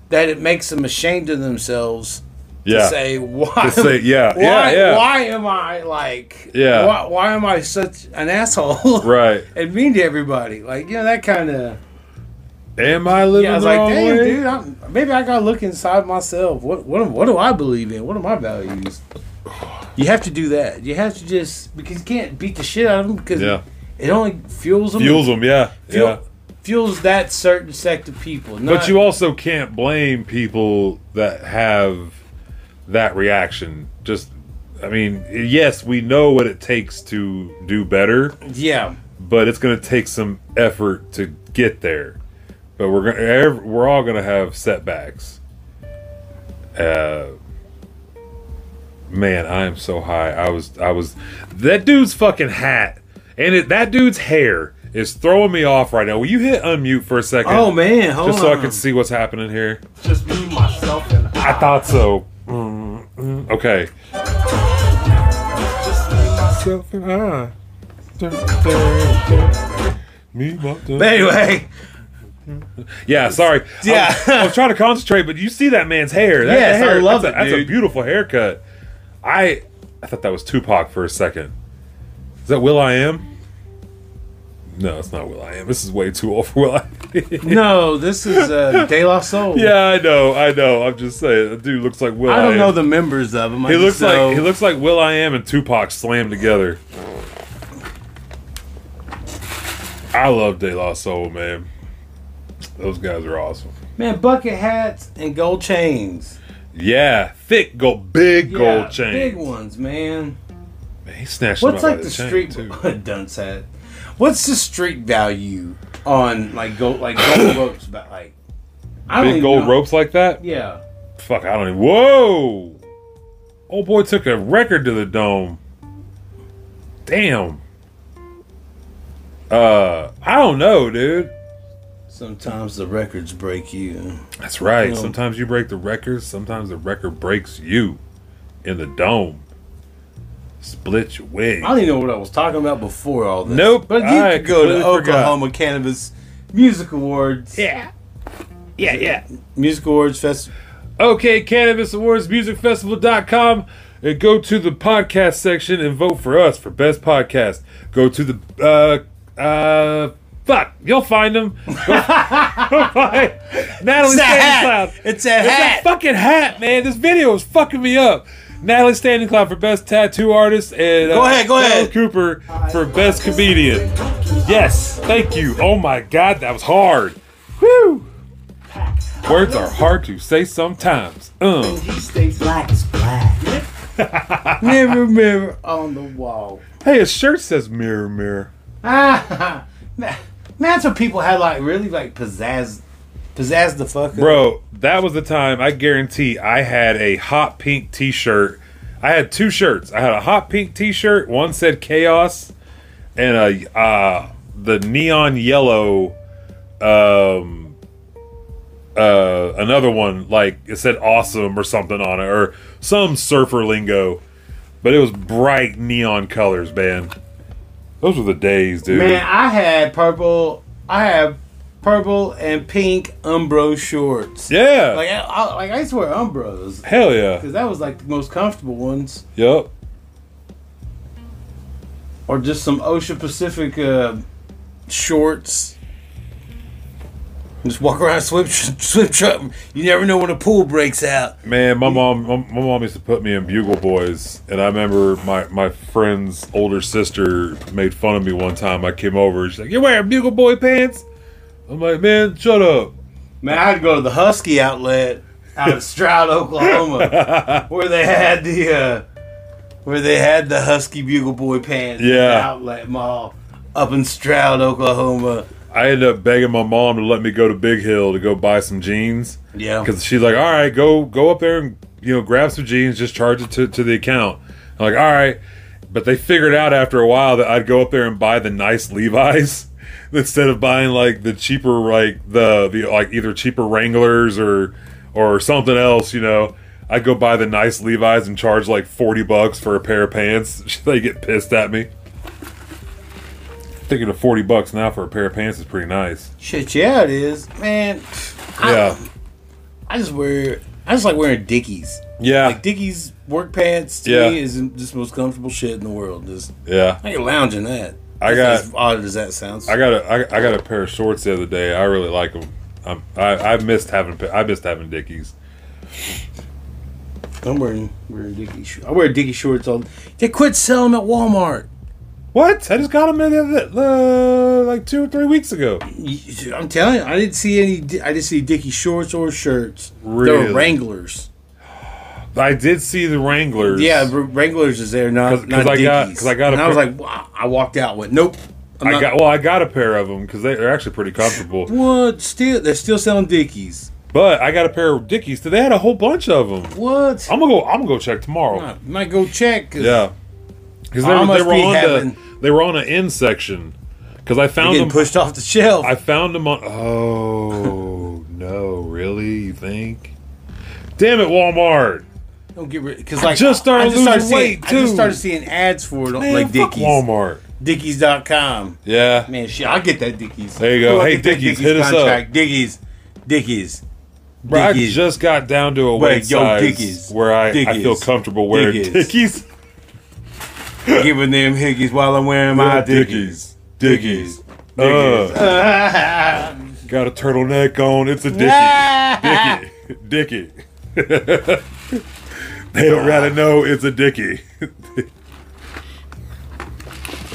that it makes them ashamed of themselves.
Yeah.
say why [laughs]
To say- yeah,
why,
yeah, yeah.
why am I like
Yeah.
why, why am I such an asshole [laughs]
Right.
and mean to everybody like you know that kind of
Am I living
yeah I was
the
like
wrong
damn
way?
dude I'm, maybe I gotta look inside myself what what what do I believe in what are my values you have to do that you have to just because you can't beat the shit out of them because
Yeah.
it only fuels them
Fuels him. Yeah.
fuel-
yeah.
fuels that certain sect of people
But
not-
you also can't blame people that have that reaction. Just, I mean, yes, we know what it takes to do better,
yeah
but it's going to take some effort to get there. But we're gonna, ev- we're all going to have setbacks. Uh, man, I am so high. I was, I was, that dude's fucking hat and it, that dude's hair is throwing me off right now. Will you hit unmute for a second?
oh man hold
just so I
on.
could see what's happening here.
Just me, myself, and I.
I thought so. Mm, mm, Okay.
Just me, myself.
but
[laughs]
anyway
Yeah, sorry.
Yeah.
I was, I was trying to concentrate, but you see that man's hair. That,
Yes,
that hair,
I love
that's
it,
A, that's
dude.
a beautiful haircut. I I thought that was Tupac for a second. Is that Will I Am? No, it's not Will I Am. This is way too old for Will I Am.
No, this is uh, De La Soul.
Yeah, I know, I know. I'm just saying, the dude looks like Will.
I don't
Am.
know the members of them. I
He looks
just know-
like he looks like Will I Am and Tupac slammed together. I love De La Soul, man. Those guys are awesome.
man bucket hats and gold chains.
Yeah, thick gold, big
Yeah,
gold chain.
big ones, man.
Man, he snatched them
What's
out by
like the street
chain,
[laughs]
too.
dunce hat? What's the street value on like gold like
[coughs]
gold ropes? But like, I don't
Big
even
gold
know.
ropes like that?
Yeah,
Fuck, I don't even. Whoa! Old boy took a record to the dome. Damn. Uh, I don't know, dude.
sometimes the records break you.
That's right.
Yeah.
Sometimes you break the records. Sometimes the record breaks you in the dome. Split your wig.
I don't even know what I was talking about before all this.
Nope,
But you
I
could go to
completely forgot.
Oklahoma Cannabis Music Awards.
Yeah. Yeah, yeah.
Music Awards Fest.
Okay, Cannabis Awards Music Festival.com. And go to the podcast section and vote for us for best podcast. Go to the uh uh fuck, you'll find them. Go [laughs] find Natalie
It's a
Standing
hat.
Cloud.
It's a
It's a
hat.
fucking hat, man. This video is fucking me up. Natalie Standing Cloud for best tattoo artist, and uh,
Go ahead, go ahead.
Cooper for best comedian. Yes, thank you. Oh my god, that was hard. Whew. Words are hard to say sometimes. Um,
He stays black as black.
Never, never.
On the wall.
hey, his shirt says mirror, mirror.
Ah, [laughs] man, that's what people had like really like pizzazz, pizzazz the fuck. up.
Bro, that was the time I guarantee I had a hot pink t shirt. I had two shirts. I had a hot pink t shirt. One said chaos and a uh the neon yellow um uh another one like it said awesome or something on it or some surfer lingo. But it was bright neon colors, man. Those were the days, dude.
Man, I had purple. I had purple and pink Umbro shorts.
yeah.
Like I, I like I used to wear Umbros
Hell yeah.
because that was like the most comfortable ones,
Yup.
or just some Ocean Pacific uh, shorts. Just walk around swim [laughs] swim truck. You never know when a pool breaks out.
Man, my mom, my my mom used to put me in Bugle Boys, and I remember my my friend's older sister made fun of me one time. I came over, she's like, "You're wearing Bugle Boy pants." I'm like, "Man, shut up."
Man, I had to go to the Husky outlet out of Stroud,
[laughs]
Oklahoma, where they had the uh, where they had the Husky Bugle Boy pants. at the
Yeah.
outlet mall up in Stroud, Oklahoma.
I ended up begging my mom to let me go to Big Hill to go buy some jeans
Yeah,
because she's like, "All right, go go up there and you know grab some jeans, just charge it to to the account." I'm like, "All right," but they figured out after a while that I'd go up there and buy the nice Levi's [laughs] instead of buying like the cheaper like the the like either cheaper Wranglers or or something else, you know. I'd go buy the nice Levi's and charge like forty bucks for a pair of pants. [laughs] they get pissed at me. Thinking of forty bucks now for a pair of pants is pretty nice.
shit, yeah, it is, man. I,
Yeah,
I just wear I just like wearing Dickies.
yeah,
Like Dickies work pants to
Ah. Yeah.
me is just the most comfortable shit in the world. Just
yeah.
I can lounge in that.
I got-
as odd as that sounds.
I got a I, I got a pair of shorts the other day. I really like them. I'm, I I missed having pa- I missed having Dickies.
I'm wearing wearing Dickie shorts. I wear Dickie shorts all. They quit selling them at Walmart.
What? I just got them in the, other- uh, like two or three weeks ago.
You- I'm telling you, I didn't see any. I didn't see Dickie shorts or shirts.
Really?
They're Wranglers.
I did see the Wranglers.
Yeah, Wr- Wranglers is there, not
'Cause- 'cause
not
I got-
Dickies.
'cause I got a
and I was
pair-
like, wow, I walked out with nope. I'm
I
not-
got well, I got a pair of them because they're actually pretty comfortable.
what? Still, they're still selling Dickies.
but I got a pair of Dickies. So they had a whole bunch of them.
What?
I'm gonna go. I'm gonna go check tomorrow.
I might go check. 'cause
Yeah, because they,
I
were- they
must
were
be
on
having-
the they were on an end section. Because I
they're
found
Getting
them.
pushed off the shelf.
I found them on. Oh no! Really? You think? Damn it, Walmart!
Don't get rid because like
just started losing
seeing,
weight,
I just
too.
started seeing ads for it on
Man,
like
fuck
Dickies.
Walmart.
Dickies.com.
Yeah.
Man, shit, I get that Dickies.
There you go.
I'll
Hey,
get that
Dickies, hit us up.
Dickies, Dickies.
Bro, I
Dickies.
just got down to a
Wait,
weight
yo,
size
Dickies.
where I, I
Dickies.
feel comfortable wearing Dickies.
Dickies. [laughs] giving them hickeys while I'm wearing [laughs]
My
my Ah, dickies.
Dickies. Dickies. Uh, [laughs] Got a turtleneck on. It's a dicky. [laughs] Dicky. Dicky. they don't rather know it's a [laughs] dicky.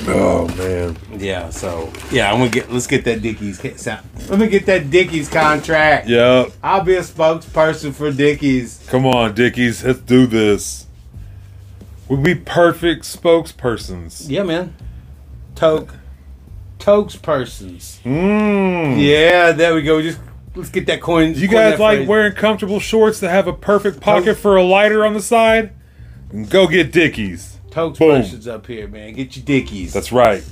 oh man.
Yeah, so yeah, I'm gonna get let's get that Dickies ca- sound. Let me get that Dickies contract.
Yep.
I'll be a spokesperson for Dickies.
Come on, Dickies. Let's do this. We'd be perfect spokespersons.
Yeah, man. Toke. Tokes persons.
Mmm.
Hmm. Yeah, there we go. Just let's get that coin.
You
coin
guys
that
like
phrase.
wearing comfortable shorts that have a perfect pocket for a lighter on the side? Go get Dickies.
Tokes
Boom.
persons up here, man. Get your Dickies.
That's right.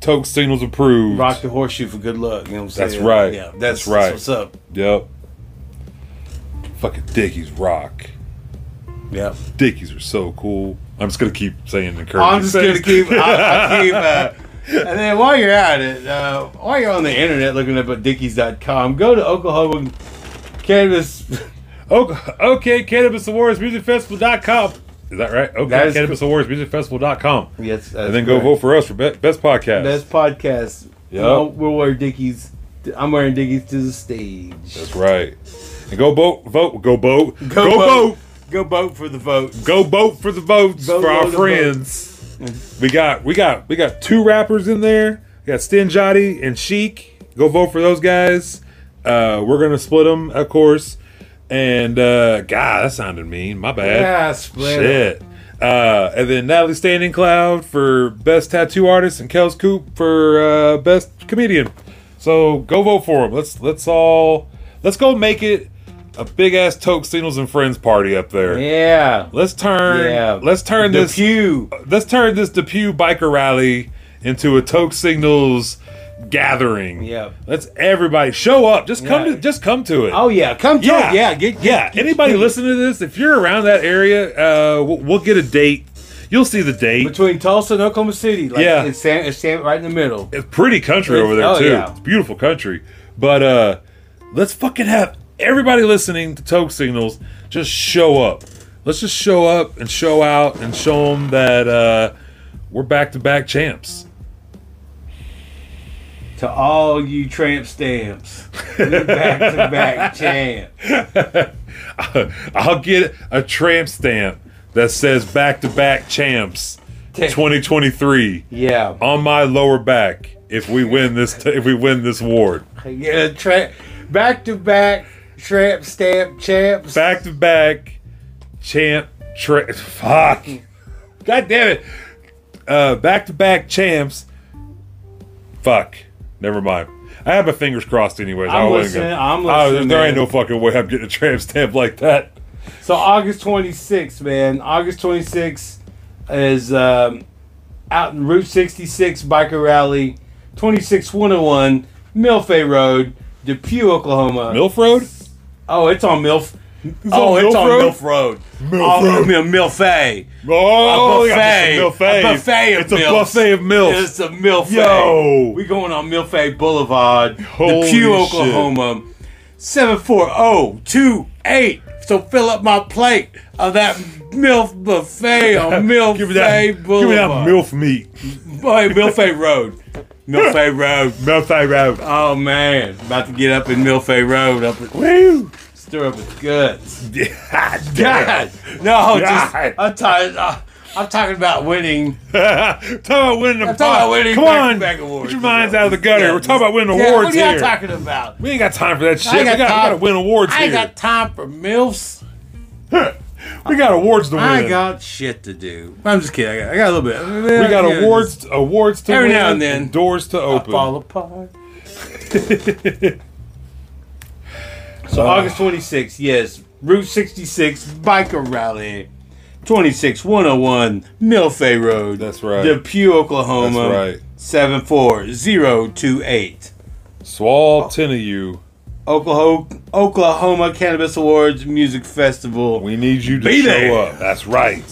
Toke signals approved.
rock the horseshoe for good luck. You know what I'm saying?
That's right.
Yeah, that's,
That's right.
right. What's up?
Yep. Fucking Dickies rock.
Yeah.
Dickies are so cool. I'm just gonna keep saying encouraging.
I'm just gonna
things.
keep. I, I keep. Uh, and then while you're at it, uh, while you're on the internet looking up at Dickies.com, go to Oklahoma Cannabis.
[laughs]
[laughs]
okay, okay, Cannabis Awards Music Festival.com. Is that right? Okay,
That is
Cannabis Awards Music Festival.com.
yes, that's
And then go
correct.
vote for us for be- Best Podcast.
Best podcast.
Yep.
We'll, we'll wear Dickies. I'm wearing Dickies to the stage.
That's right. And go vote, vote, go vote, go, vote.
Go vote for the vote.
Go vote for the votes
Vote
for our
for the
friends. We got we got we got two rappers in there. We got Stin Jotty and Chic. Go vote for those guys. Uh, we're gonna split them, of course. And uh, God, that sounded mean. My bad.
Yeah, split 'em.
Shit. Uh, and then Natalie Standing Cloud for best tattoo artist, and Kels Coop for uh, best comedian. So go vote for them. Let's let's all let's go make it a big ass Toke Signals and Friends party up there.
Yeah.
Let's turn.
Yeah.
Let's turn
The
this.
pew.
Let's turn this Depew biker rally into a Toke Signals gathering.
Yeah.
Let's everybody show up. Just come
Yeah.
to. Just come to it.
Oh yeah, come to
yeah.
it. Yeah, get, get
yeah. Anybody listening to this? If you're around that area, uh, we'll, we'll get a date. You'll see the date.
between Tulsa and Oklahoma City. Like,
Yeah.
it's, Sam, it's Sam right in the middle.
it's pretty country
It's-
over there
oh,
too.
yeah.
It's beautiful country. But uh let's fucking have everybody listening to Toke Signals just show up. Let's just show up and show out and show them that uh we're back to back champs. [laughs]
To all you tramp stamps, you back to back champ.
I'll get a tramp stamp that says back to back champs 2023
Yeah,
on my lower back if we win this if we win this award.
yeah, tramp, back to back tramp stamp champs.
back to back champ tra- fuck god damn it uh back to back champs fuck never mind i have my fingers crossed anyways
I'm
wasn't
listening,
gonna-
I'm
I was-
listening,
there
man.
ain't no fucking way i'm getting a tramp stamp like that
So August 26th, man. August 26th is um, out in Route 66 biker rally, 26101 Milfay Road, Depew, Oklahoma.
milf road
Oh, it's on Milf. oh,
on
it's
Milf
on
Road?
Milf Road.
Milf
oh,
Road.
I mean, Milfay.
oh
a
we got
buffet.
some milfs.
A buffet of
it's a
milfs.
buffet of milfs
It's a Milfay.
Yo.
we going on Milfay Boulevard,
Holy
Depew,
shit.
Oklahoma, 74028. So fill up my plate of that Milf buffet on Milfay
[laughs] give me that give me that
Boulevard.
milf meat
Boy, Milfay
[laughs]
Road. Milfay Road.
milfay road
Oh man, about to get up in Milfay Road, up at,
Woo! [laughs]
stir up its guts.
God damn.
God, no, just
God.
I'm talking. Uh, I'm talking about winning.
[laughs] talking about winning the
I'm talking about winning
Come on,
back-to-back awards.
get your minds out of the gutter.
Yeah.
We're talking about winning
Yeah,
awards
what are
here.
you talking about?
we ain't got time for that shit.
I
We
ain't
got,
got
we
time.
gotta win awards
I
here.
ain't got time for milfs.
we got awards to win.
I got shit to do. I'm just kidding. I got, I got a little bit.
we got
Yeah,
awards, awards to
Every
win.
now and then,
doors to
just Fall
open.
apart. [laughs] so August 26th, yes, Route 66 biker rally, 26101 Milfay Road.
That's right.
Depew, Oklahoma.
That's right.
74028.
So all ten of you,
Oklahoma, Oklahoma Cannabis Awards Music Festival.
we need you to
Be
show
there.
up. That's right.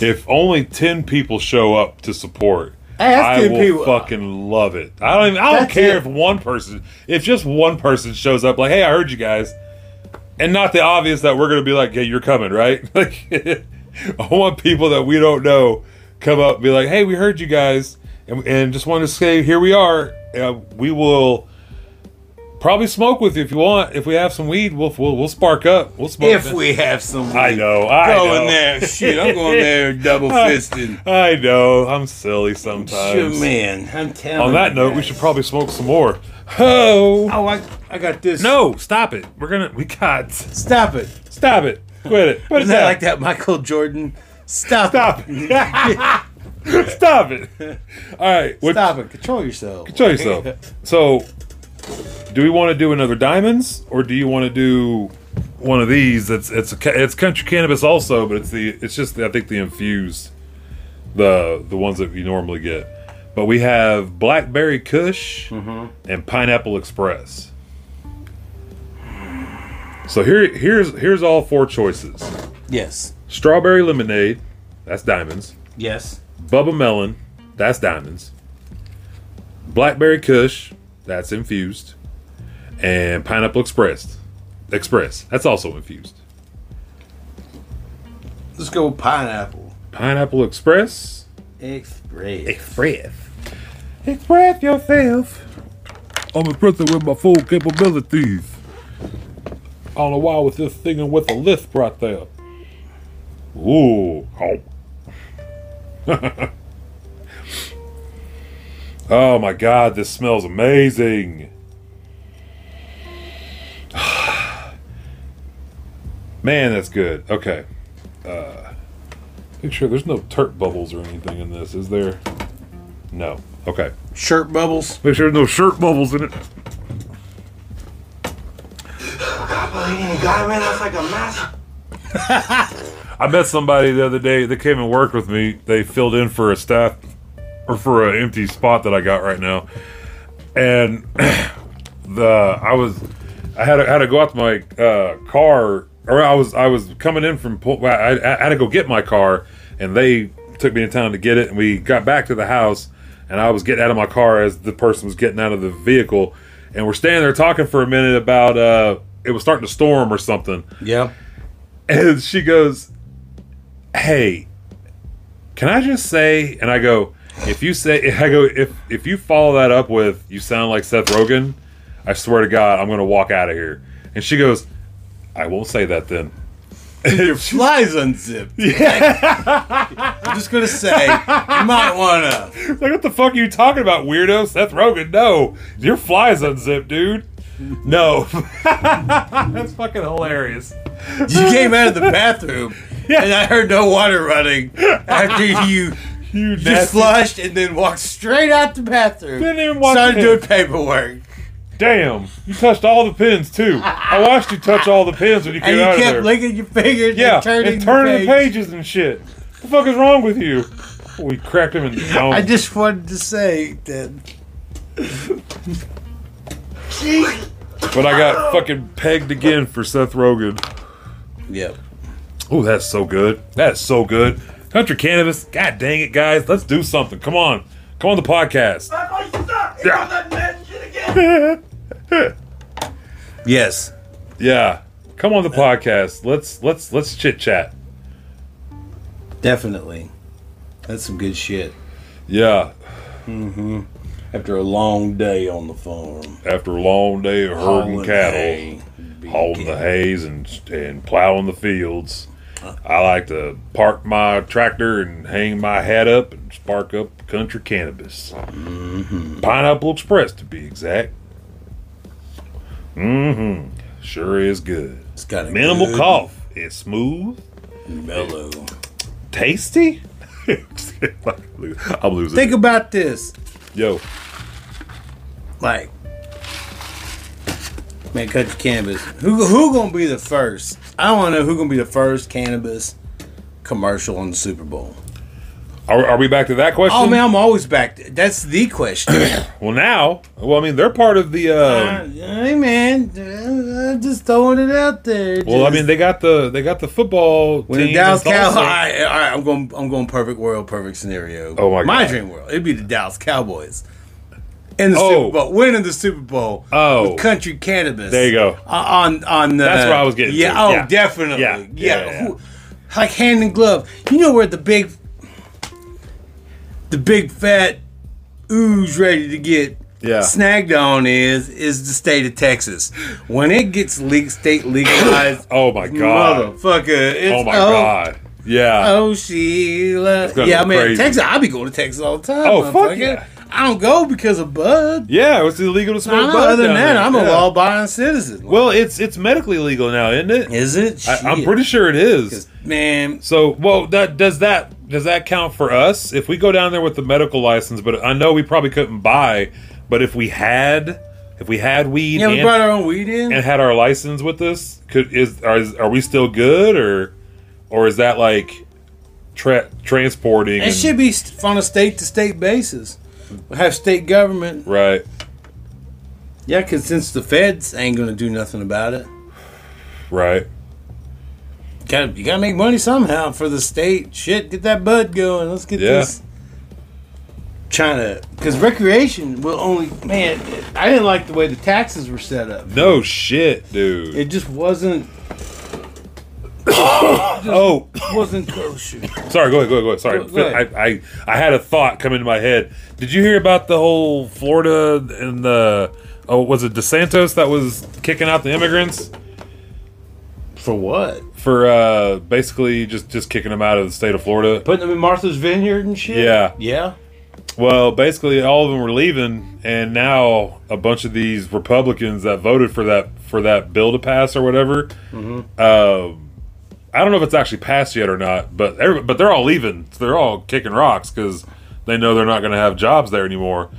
If only ten people show up to support.
Hey, that's
I
10
will
people.
fucking love it. I don't. Even, I don't
That's
care
it.
if one person, if just one person shows up, like, hey, I heard you guys, and not the obvious that we're gonna be like, hey, you're coming, right? [laughs] Like, I want people that we don't know come up, and be like, hey, we heard you guys, and, and just wanted to say, here we are. uh, we will probably smoke with you if you want. If we have some weed, we'll we'll, we'll spark up. We'll smoke.
If we have some,
I
weed.
know, I
Go in
know.
there, shit. I'm
[laughs]
going there, double fisted.
I know I'm silly sometimes.
Shit, man.
I'm telling
On that
you
note, we
guys.
should probably smoke some more. Oh
Oh, I, I got this.
no! Stop it. We're gonna. We got.
stop
[laughs]
it.
Stop it. Quit it. Put it
Isn't that
down.
like that Michael Jordan? Stop,
Stop it. [laughs] Stop it. All right.
it.
What,
Stop it. Control yourself.
Show yourself. So, do we want to do another diamonds, or do you want to do one of these? That's it's a, ca- it's country cannabis also, but it's the it's just I think the infused the the ones that you normally get. But we have blackberry Kush and pineapple express. So here here's here's all four choices:
Yes.
strawberry lemonade, that's diamonds.
Yes.
Bubba Melon, that's diamonds. Blackberry Kush, that's infused. And Pineapple Express, Express, that's also infused.
Let's go with pineapple.
Pineapple Express,
Express.
Express, Express yourself. I'm impressed with my full capabilities. I don't know why with this singing with a lisp right there. Ooh. Oh. [laughs] oh my god, this smells amazing. [sighs] Man, that's good. Okay. Uh, make sure there's no turp bubbles or anything in this, is there? No. Okay.
Shirt bubbles.
Make sure there's no shirt bubbles in it.
Bleeding guy, man, that's like a massive.
I met somebody the other day that came and worked with me. They filled in for a staff or for an empty spot that I got right now. And [clears throat] the I was I had to, had to go out to my uh, car or I was I was coming in from Pul- I, I had to go get my car and they took me in town to get it and we got back to the house and I was getting out of my car as the person was getting out of the vehicle and we're standing there talking for a minute about uh it was starting to storm or something
Yep.
and she goes, "Hey, can I just say?" And I go, "If you say, [laughs] I go if if you follow that up with you sound like Seth Rogen, I swear to God, I'm gonna walk out of here." And she goes, "I won't say that then." [laughs]
Your flies unzipped. Yeah. I'm just gonna say, you might wanna.
Like what the fuck are you talking about, weirdo? Seth Rogen? No, your fly's unzipped, dude. No, [laughs] that's fucking hilarious.
You came out of the
[laughs]
bathroom, and I heard no water running after you.
You
You
nasty-
flushed and then walked straight out the bathroom.
Didn't even wash
Started
your
doing paperwork,
Damn, you touched all the pins too. I watched you touch all the pins when you came
and you
out of
kept
there.
licking your fingers
Yeah,
and turning,
and turning the,
the page.
pages and shit. What the fuck is wrong with you? We cracked him in the dome.
I just wanted to say that
but I got fucking pegged again for Seth Rogen.
Yep.
Oh, that's so good. That's so good. Country cannabis. God dang it, guys. Let's do something. Come on. Come on the podcast.
I suck!
Yeah.
Yeah. that mad shit again!
Yes.
Yeah. Come on the podcast. Let's let's let's chit chat.
Definitely. That's some good shit.
Yeah.
After a long day on the farm,
After a long day of herding
hauling
cattle,
hay, being
hauling the
killed.
hays and and plowing the fields. I like to park my tractor and hang my hat up and spark up country cannabis.
Mm-hmm.
Pineapple Express, to be exact. Mm-hmm. Sure is good.
It's got a
Minimal
good
cough. It's smooth,
Mellow.
tasty. [laughs] I'm losing.
Think
it.
about this.
Yo,
Like, man, country cannabis. Who who gonna be the first? I want to know who gonna be the first cannabis commercial on the Super Bowl.
are, are we back to that question?
Oh man, I'm always back. To, that's the
[coughs]
question.
Well, now, well, I mean, they're part of the. Uh,
hey man, uh, I'm just throwing it out there.
well, I
Just-
mean, they got the they got the football.
When the
team
Dallas
that's
Cowboys,
also-
all right, all right, I'm going. I'm going perfect world, perfect scenario.
Oh, my
my
God.
dream world, it'd be the Dallas Cowboys in the
Oh.
Super Bowl, winning the Super Bowl.
Oh.
with country cannabis.
There you go.
Uh, On on the,
That's where I was getting
Yeah.
to.
Oh,
Yeah.
definitely.
Yeah.
Yeah.
Yeah, yeah,
Who- like hand in glove. You know where the big, the big fat ooze ready to get
Yeah.
snagged on is is the state of Texas. When it gets legal, state legalized,
Oh my god.
motherfucker! It's,
Oh my god. Yeah.
Oh Sheila,
gonna
yeah, I
be
mean
crazy.
Texas. I be going to Texas all the time.
Oh, fuck
motherfucker.
yeah.
I don't go because of Bud.
yeah, it's illegal
I
to smoke
know,
bud
other than
down
that,
there.
I'm a
Yeah.
law-abiding citizen.
Well, it's it's medically legal now, isn't it?
is it?
I, I'm
Shit.
pretty sure it is.
man.
So, well, that does that does that count for us if we go down there with the medical license? But I know we probably couldn't buy. But if we had, if we had weed
Yeah, we
and,
brought our own weed in.
and had our license with us, could is are, is- are we still good or or is that like tra- transporting?
It
and-
should be st- on a state to state basis. We'll have state government.
[laughs] right.
Yeah, because since the feds ain't gonna do nothing about it,
Right.
gotta, you gotta make money somehow for the state. Shit, get that bud going. Let's get
Yeah.
this. Trying to, because recreation will only man.
I didn't like the way the taxes were set up.
No shit, dude.
It just wasn't
oh, [coughs]
wasn't kosher.
sorry. Go ahead. Go ahead. Go ahead. Sorry.
Go- go ahead.
I, I I had a thought come into my head. Did you hear about the whole Florida and the oh was it DeSantis that was kicking out the immigrants
For what?
for uh basically just just kicking them out of the state of Florida?
Putting them in Martha's Vineyard and shit.
Yeah.
Yeah.
Well, basically, all of them were leaving, and now a bunch of these Republicans that voted for that for that bill to pass or whatever. Um, I don't know if it's actually passed yet or not, but every, but they're all leaving. So they're all kicking rocks because they know they're not going to have jobs there anymore.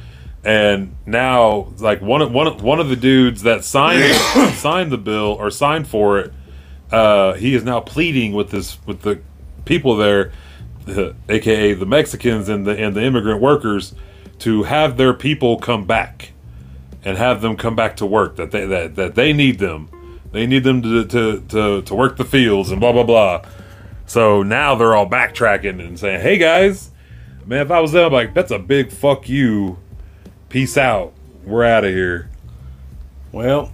And now, like one of- one of- one of the dudes that signed signed the bill or signed for it, uh, he is now pleading with this with the people there, [laughs] aka the Mexicans and the and the immigrant workers, to have their people come back, and have them come back to work. That they that, that they need them, they need them to, to to to work the fields and blah blah blah. So now they're all backtracking and saying, "Hey guys, man, if I was them, I'm like that's a big fuck you, peace out, we're out of here."
Well,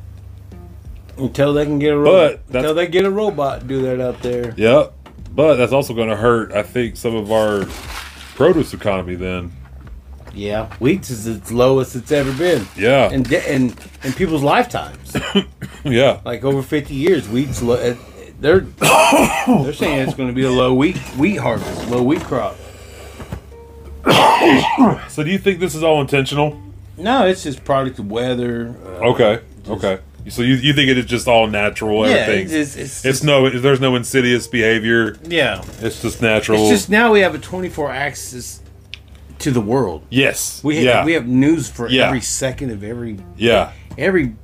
until they can get a
But
robot,
that's-
until they get a robot to do that out there.
Yep. But that's also going to hurt, I think, some of our produce economy then.
Yeah, wheat is its lowest it's ever been,
Yeah.
and de- and in people's lifetimes,
[laughs] yeah.
like over fifty years, wheat's low. it- [coughs] They're they're saying it's going to be a low wheat wheat harvest, low wheat crop.
So do you think this is all intentional?
No, it's just product of weather. Uh,
Okay. Okay. So you, you think it is just all natural?
Yeah,
everything?
it's, it's, it's,
It's no, there's no insidious behavior.
yeah.
It's just natural.
it's just now we have a twenty four axis to the world.
yes.
We have,
yeah.
we have news for
Yeah.
every second of every
yeah.
every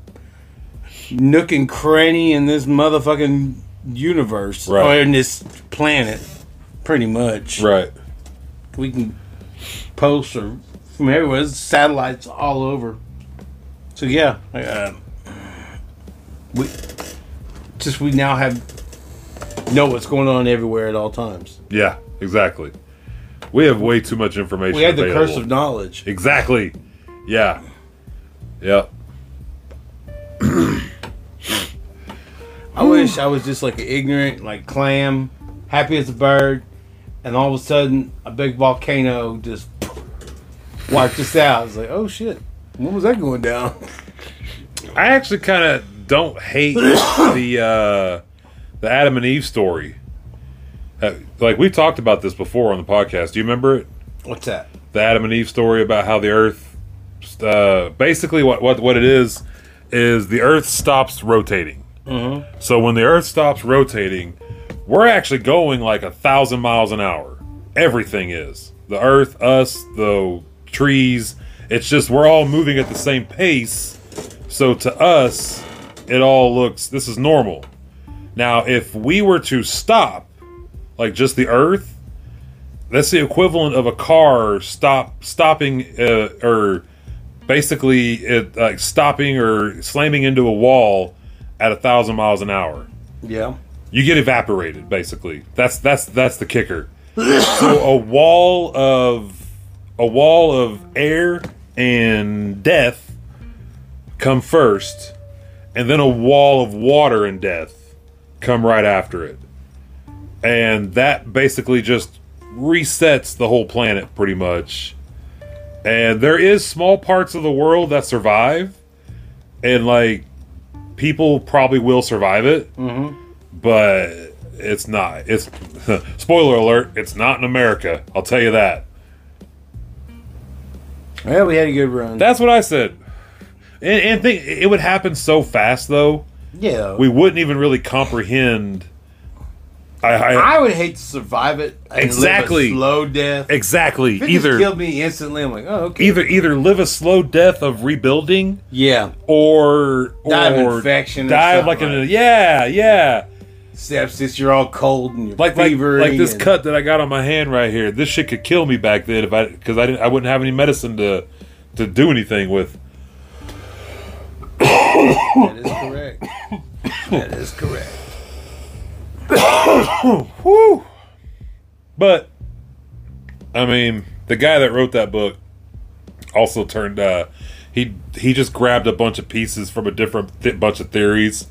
nook and cranny in this motherfucking universe
Right.
or in this planet, pretty much.
Right.
We can post or from everywhere. There's satellites all over. So yeah, uh, we just we now have know what's going on everywhere at all times.
Yeah. Exactly. We have way too much information.
We had the
available.
curse of knowledge.
Exactly. Yeah. Yeah.
I wish I was just like an ignorant, like clam, happy as a bird, and all of a sudden a big volcano just wiped us out. It's like, oh shit, when was that going down?
I actually kind of don't hate [coughs] the uh, the Adam and Eve story. Uh, like we talked about this before on the podcast. Do you remember it?
What's that?
The Adam and Eve story about how the Earth, uh, basically, what what what it is, is the Earth stops rotating. So when the Earth stops rotating, we're actually going like a thousand miles an hour. Everything is the Earth, us, the trees. It's just we're all moving at the same pace. So to us, it all looks this is normal. Now, if we were to stop, like just the Earth, that's the equivalent of a car stop stopping uh, or basically it like stopping or slamming into a wall at a thousand miles an hour
Yeah.
you get evaporated basically that's that's that's the kicker [coughs] so a wall of a wall of air and death come first and then a wall of water and death come right after it and that basically just resets the whole planet pretty much And there is small parts of the world that survive, and like people probably will survive it, mm-hmm. but it's not. It's [laughs] spoiler alert. It's not in America. I'll tell you that.
Yeah, we had a good run.
That's what I said. And, and think it would happen so fast though.
yeah.
We wouldn't even really comprehend. I, I,
I would hate to survive it. and live a
Exactly.
slow death.
exactly
If it just
either
killed me instantly. I'm like, oh, okay.
either either live a slow death of rebuilding
yeah.
or
Die of
or
infection or
die of
something
like an
like-
yeah yeah
Sepsis, you're all cold and you're
like like,
fevery
like this
and-
cut that I got on my hand right here. This shit could kill me back then if I because I didn't I wouldn't have any medicine to to do anything with.
That is correct. that is correct.
Whew. But I mean, the guy that wrote that book also turned uh he he just grabbed a bunch of pieces from a different th- bunch of theories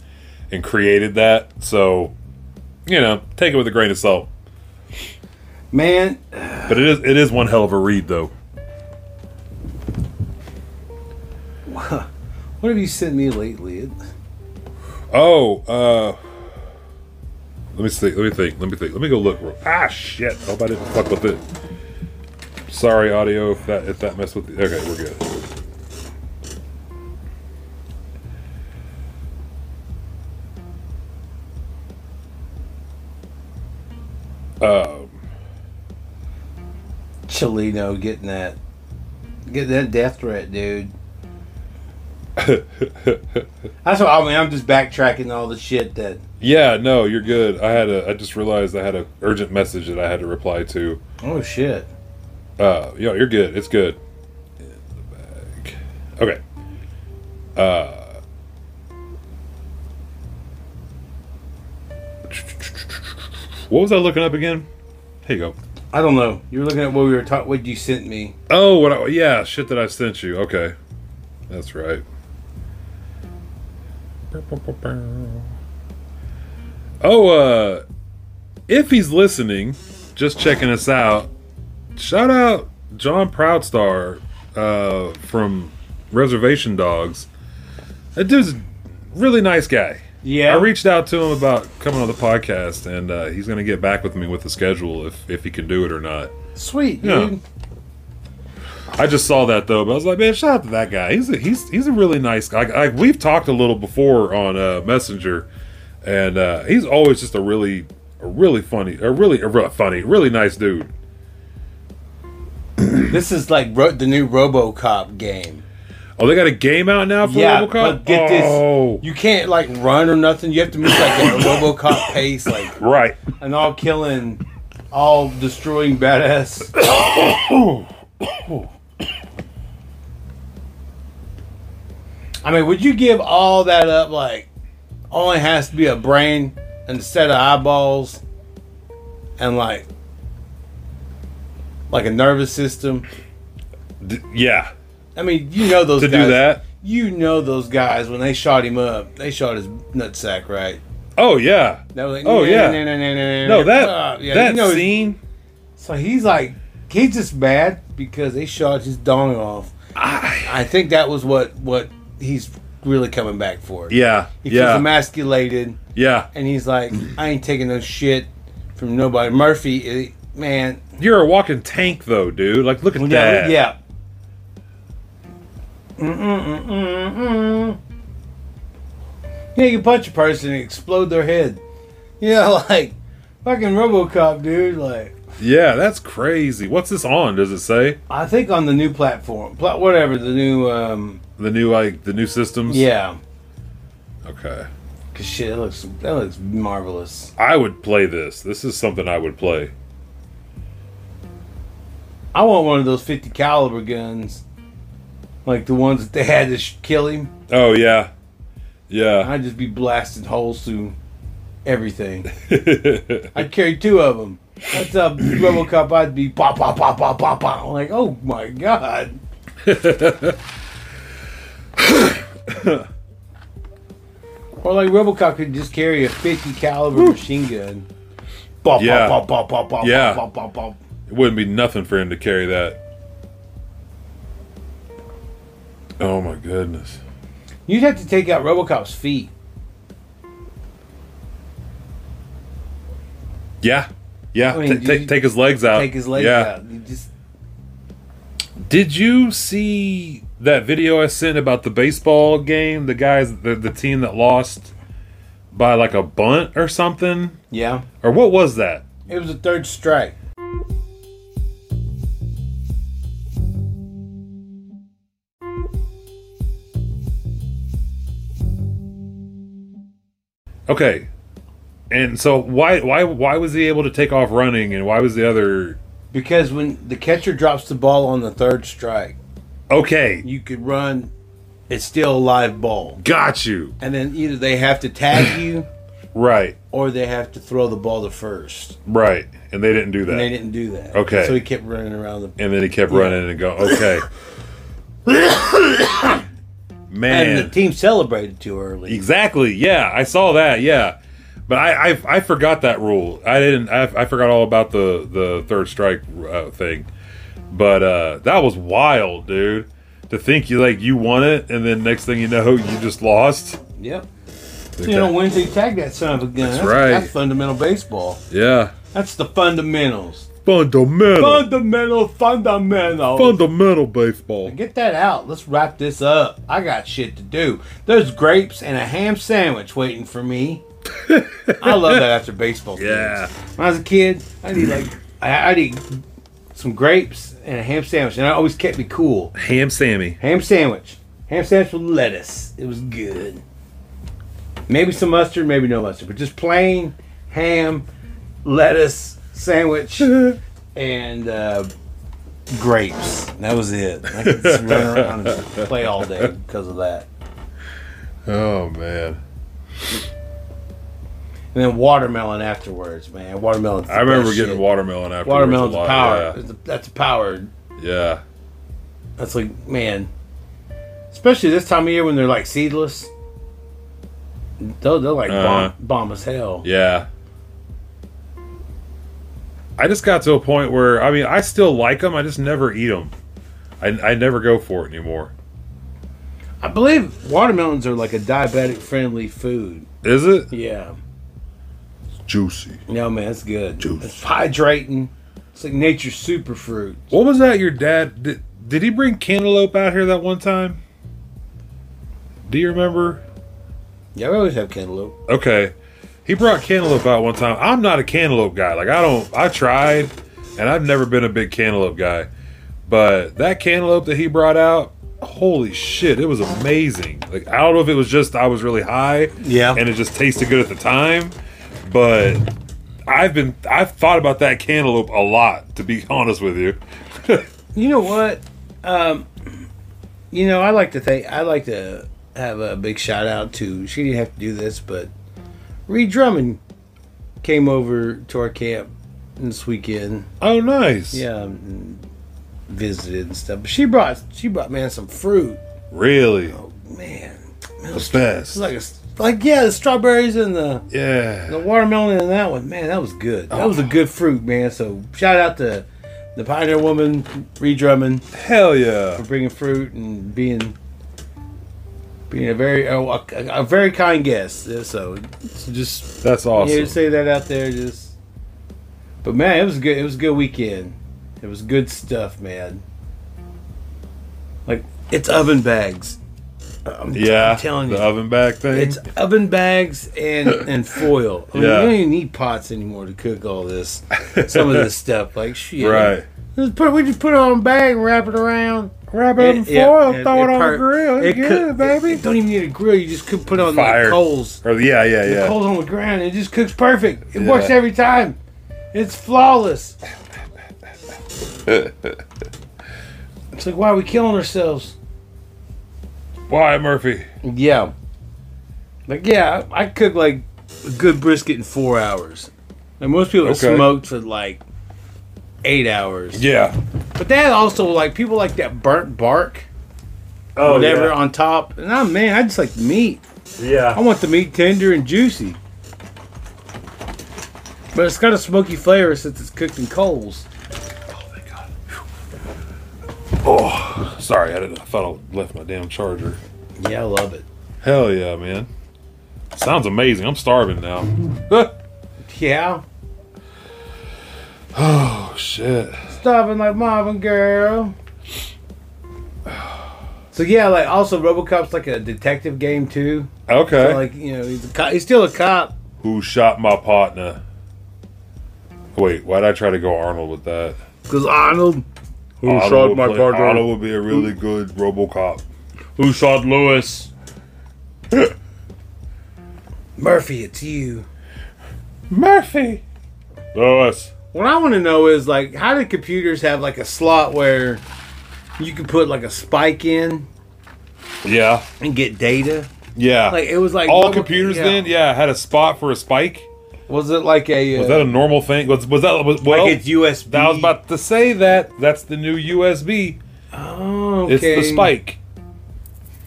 and created that. So, you know, take it with a grain of salt.
Man,
But it is it is one hell of a read though.
what have you sent me lately? It-
Oh, uh let me think. Let me think. Let me think. Let me go look. real- Ah, shit! I hope I didn't fuck with it. Sorry, audio. If that if that messed with the okay, we're good.
Chilino getting that. Getting that death threat,
[laughs]
dude. That's what I mean. I'm just backtracking all the shit that.
Yeah, no, you're good. I had a. I just realized I had a urgent message that I had to reply to.
Oh, shit.
Uh, yo, you're good. It's good. In the bag. Okay. Uh. What was I looking up again? Here you go.
I don't know. You were looking at what we were talking. What you sent me.
Oh, what? I, yeah, shit that I sent you. Okay, that's right. Oh, uh, if he's listening, just checking us out. Shout out John Proudstar uh, from Reservation Dogs. That dude's a really nice guy.
Yeah.
I reached out to him about coming on the podcast, and uh, he's going to get back with me with the schedule if if he can do it or not.
Sweet,
Yeah.
dude.
I just saw that though, but I was like, man, shout out to that guy. He's a, he's he's a really nice guy. I, I, we've talked a little before on uh, Messenger, and uh, he's always just a really a really funny, a really a real funny, really nice dude.
This is like ro- the new RoboCop game.
Oh, they got a game out now for
yeah,
RoboCop.
but get
oh,
this. You can't like run or nothing. You have to move like
[coughs]
at a RoboCop pace, like
right.
an all killing, all destroying badass. [coughs] I mean, would you give all that up? Like, only has to be a brain and a set of eyeballs, and like, like a nervous system.
D- yeah,
I mean, you know those
to
guys,
do that.
You know those guys when they shot him up, they shot his nutsack, right?
Oh yeah.
They were like,
Oh,
"Nah,
yeah.
nah, nah, nah, nah, nah,
No, that
nah." Yeah,
that
you know-
scene.
So he's like, he's just mad because they shot his dong off. I think that was what what he's really coming back for.
Yeah,
he feels
yeah,
emasculated,
yeah.
and he's like, I ain't taking no shit from nobody. Murphy, eh, man,
You're a walking tank though, dude. Like, look at
yeah,
that.
yeah. Mm-mm-mm-mm-mm. Yeah, you punch a person and explode their head. Yeah, [laughs] like fucking RoboCop, dude. Like,
yeah. That's crazy. What's this on? Does it say?
I think on the new platform, pla- whatever the new, um,
The new like the new systems.
yeah,
Okay.
cause shit, it looks that looks marvelous.
I would play this. This is something I would play.
I want one of those fifty caliber guns, like the ones that they had to sh- kill him.
Oh yeah, [laughs] yeah.
I'd just be blasting holes through everything.
yeah,
I'd carry two of them. That's
[clears throat]
a RoboCop. I'd be pop, pop, pop, pop, pop, pop. I'm like, oh my
[laughs]
god. or like RoboCop could just carry a 50 caliber machine gun. Bop,
Yeah.
bop, bop, bop, bop, bop,
Yeah.
bop, bop, bop.
it wouldn't be nothing for him to carry that. Oh my goodness.
You'd have to take out Robocop's feet.
Yeah. Yeah.
I mean,
Ta-
you-
take, take his legs out.
Take his legs
Uh, yeah.
out. You just
Did you see that video I sent about the baseball game? The guys, the, the team that lost by like a bunt or something?
yeah.
Or what was that?
It was a third strike.
Okay. And so why why why was he able to take off running and why was the other
Because when the catcher drops the ball on the third strike,
Okay,
you could run. It's still a live ball.
got you.
And then either they have to tag you
Right.
or they have to throw the ball to first.
Right. And they didn't do that.
And they didn't do that.
Okay.
So he kept running around the.
and then he kept running and going,
[coughs]
okay. Man.
And the team celebrated too early.
Exactly. Yeah, I saw that. Yeah, but I I, I forgot that rule. I didn't. I, I forgot all about the the third strike uh, thing. But uh, that was wild, dude. To think you like you won it, and then next thing you know, you just lost.
Yep. You know, Wednesday tag that son of a gun. That's,
right.
That's fundamental baseball.
Yeah.
That's the fundamentals.
Fundamental.
Fundamental, fundamental.
Fundamental baseball.
Get that out. Let's wrap this up. I got shit to do. There's grapes and a ham sandwich waiting for
[laughs]
me. I love that after baseball. games.
Yeah.
When I was a kid, I'd eat
[clears throat]
like I- I'd eat some grapes and a ham sandwich, and I always kept me cool.
Ham Sammy.
Ham sandwich, ham sandwich with lettuce. It was good. Maybe some mustard, maybe no mustard, but just plain ham, lettuce
[laughs]
sandwich, and uh, grapes. That was it. I could
[laughs]
just run around and play all day because of that.
Oh man.
And then watermelon afterwards, man. Watermelon.
I remember getting watermelon after
watermelon's
a
a
lot.
power. It's a- That's a power
Yeah. yeah.
That's like, man, especially this time of year when they're like seedless. They're, they're like
Uh-huh.
bomb, bomb as hell.
Yeah. I just got to a point where I mean I still like them. I just never eat them. I, I never go for it anymore.
I believe watermelons are like a diabetic friendly food.
Is it
Yeah.
juicy?
No, man, it's good. It's hydrating. It's like nature's superfruit.
What was that? Your dad did, did he bring cantaloupe out here that one time? Do you remember?
Yeah, we always have cantaloupe.
Okay, he brought cantaloupe out one time. I'm not a cantaloupe guy. Like I don't. I tried, and I've never been a big cantaloupe guy. But that cantaloupe that he brought out, holy shit, it was amazing. Like I don't know if it was just I was really high,
Yeah.
and it just tasted good at the time. But I've been I've thought about that cantaloupe a lot, to be [laughs] honest with you.
You know what? Um, you know, I like to think I like to have a big shout out to. She didn't have to do this, but Reed Drummond came over to our camp this weekend.
Oh, nice.
Yeah, and visited and stuff. But she brought she brought man some fruit.
really,
Man,
the best.
it's Oh, like a s- like yeah, the strawberries and the the
yeah,
watermelon and that one. Man, that was good. That was a good fruit, man. So shout out to the pioneer woman Reed Drummond.
hell yeah.
for bringing fruit and being being a very a, a very kind guest. Yeah, So, so just
That's awesome.
here to say that out there, just. But man, it was good. It was a good weekend. It was good stuff, man. Like it's oven bags. I'm,
Yeah,
I'm telling you,
the oven bag thing.
it's oven bags and and foil. I mean,
Yeah.
You don't even need pots anymore to cook all this. Some of [laughs] this stuff, like shit.
right.
Just put, we just put it on a bag and wrap it around.
Wrap
Yeah,
it in
yeah,
foil,
yeah,
throw it, on
per-
the grill. It's
it
good,
cook-
baby.
It, it don't even need a grill. You just could put it on like
Fire.
coals.
or yeah, yeah, yeah.
Coals on the ground. It just cooks perfect. It
Yeah.
works every time. It's
[laughs]
flawless. it's like, why are we killing ourselves?
Why, Murphy?
Yeah. Like, yeah, I I cook like a good brisket in four hours. Like, most people
Okay.
smoked for like eight hours.
Yeah.
But that also, like, people like that burnt bark.
Oh,
whatever on top. And I man, I just like the meat. I
Yeah.
want the meat tender and juicy. But it's got a smoky flavor since it's cooked in coals.
Oh, Sorry, I, didn't, I thought I left my damn charger.
Yeah, I love it.
Hell yeah, man. Sounds amazing. I'm starving now.
Yeah.
oh, shit.
Stopping like mom and girl. So yeah, like also RoboCop's like a detective game too.
Okay.
So, like you know, he's a cop. He's still a cop.
Who shot my partner? Wait, why'd I try to go Arnold with that?
Cause Arnold.
Who
shot my partner?
Arnold would be a really good Robocop.
Who shot Lewis?
Murphy, it's you.
Murphy! Lewis.
What I want to know is like, how did computers have like a slot where you could put like a spike in
Yeah.
and get data?
Yeah.
Like it was like
All
Robo-
computers
yeah.
then? Yeah, had a spot for a spike.
Was it like a?
Was
uh,
that a normal thing? Was, was that was, well?
like it's USB?
I was about to say that. That's the new USB.
Oh,
It's
okay.
the spike.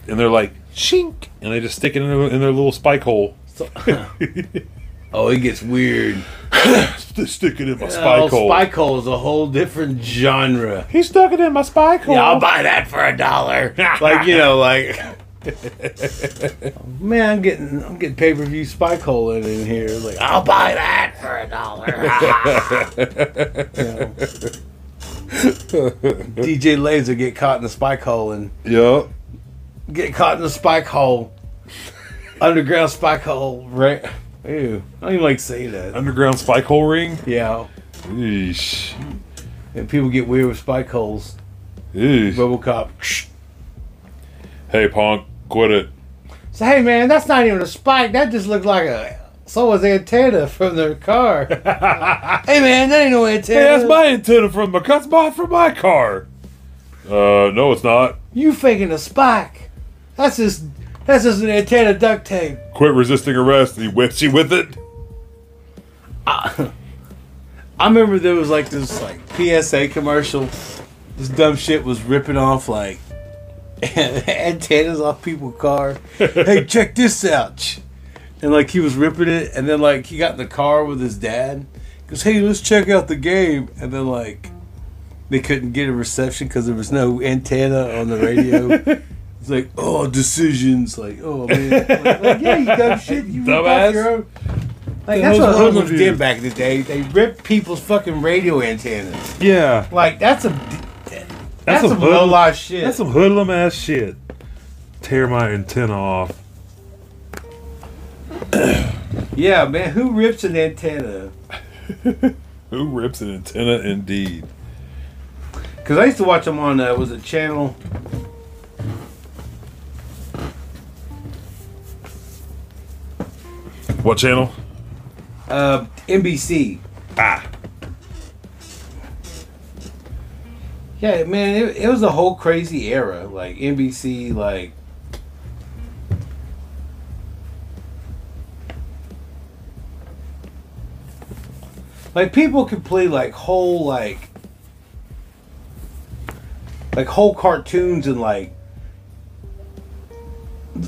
And they're like shink, and they just stick it in their, in their little spike hole. [laughs]
Oh, it gets weird.
St- stick it in my
oh,
spike hole.
Spike hole is a whole different genre.
He stuck it in my spike hole.
Yeah, I'll buy that for a dollar. [laughs] like you know, [laughs] like man, I'm getting I'm getting pay per view spike hole in, in here. Like I'll buy that for a dollar. [laughs] You know. DJ Laser get caught in the spike hole and
yeah.
get caught in the spike hole, underground spike hole. Right? Ew, I don't even like saying that.
Underground spike hole ring.
Yeah,
Eesh.
and people get weird with spike holes.
Eesh.
RoboCop.
Hey, punk, quit it.
So hey man, that's not even a spike. That just looked like a someone's antenna from their
[laughs]
car. hey man, that ain't no antenna.
Hey, that's my antenna from my that's my from my car. Uh, no, it's not.
You faking a spike? That's just that's just an antenna duct tape.
Quit resisting arrest. He whips you with it.
I remember there was like this like PSA commercial. This dumb shit was ripping off like [laughs] antennas off people's car. hey, check this out. Ch- And like he was ripping it, and then like he got in the car with his dad. Goes, hey, let's check out the game. And then like they couldn't get a reception because there was no antenna on the radio. it's like oh decisions, like oh man, like, like, yeah, you dumb shit, you rip
Dumbass.
off your own. Like
hell's
that's what
wrong with
hoodlums
you?
did back in the day. They ripped people's fucking radio antennas.
Yeah,
Like that's a that's,
That's
some
a
low
hood-
life shit.
that's some hoodlum ass shit. Tear my antenna off.
yeah, man. Who rips an antenna?
Who rips an antenna? Indeed.
Because I used to watch them on uh, was it channel?
What channel?
Uh, NBC.
Ah,
Yeah, man. It, it was a whole crazy era. Like NBC, like. Like people could play like whole like like whole cartoons and like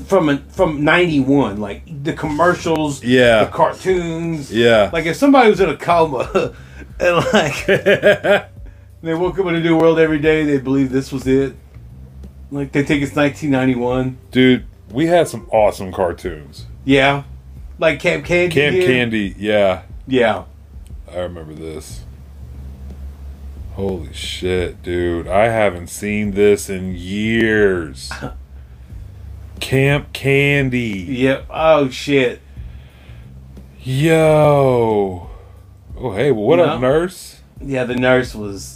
from a, from 91 like the commercials
Yeah.
the cartoons
yeah.
like if somebody was in a coma [laughs] and like they woke up in a new world every day, they believe this was it. Like they think it's 1991.
[laughs] dude, we had some awesome cartoons.
Yeah, like Camp Candy.
Camp
here.
Candy. Yeah,
Yeah,
I remember this. Holy shit, dude! I haven't seen this
[laughs]
in years. Camp Candy.
yep. Oh shit.
Yo. Oh hey, well, what up,
No.
nurse?
Yeah, the nurse was.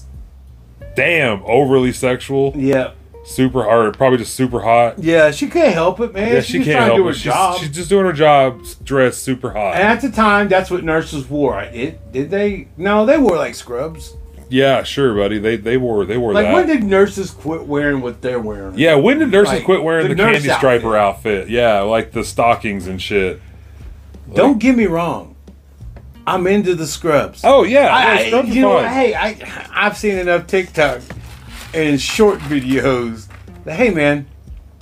Damn, overly sexual,
Yeah,
super or probably just super hot.
yeah. She can't help it, man.
Yeah,
she,
she
was
can't
trying
help
to do
it.
her
She's,
job.
she's just doing her job, dressed super hot.
and at the time, that's what nurses wore. I- It, did they? No, they wore like scrubs.
yeah, sure, buddy. They they wore they wore
Like
that.
when did nurses quit wearing what they're wearing?
Yeah, when did nurses
Like,
quit wearing the,
the nurse
candy striper outfit? Yeah, like the stockings and shit.
Don't get me wrong. I'm into the scrubs.
Oh
I,
yeah, yeah,
I,
scrubs are
you know,
fun.
hey, I I've seen enough TikTok and short videos. That, hey, man,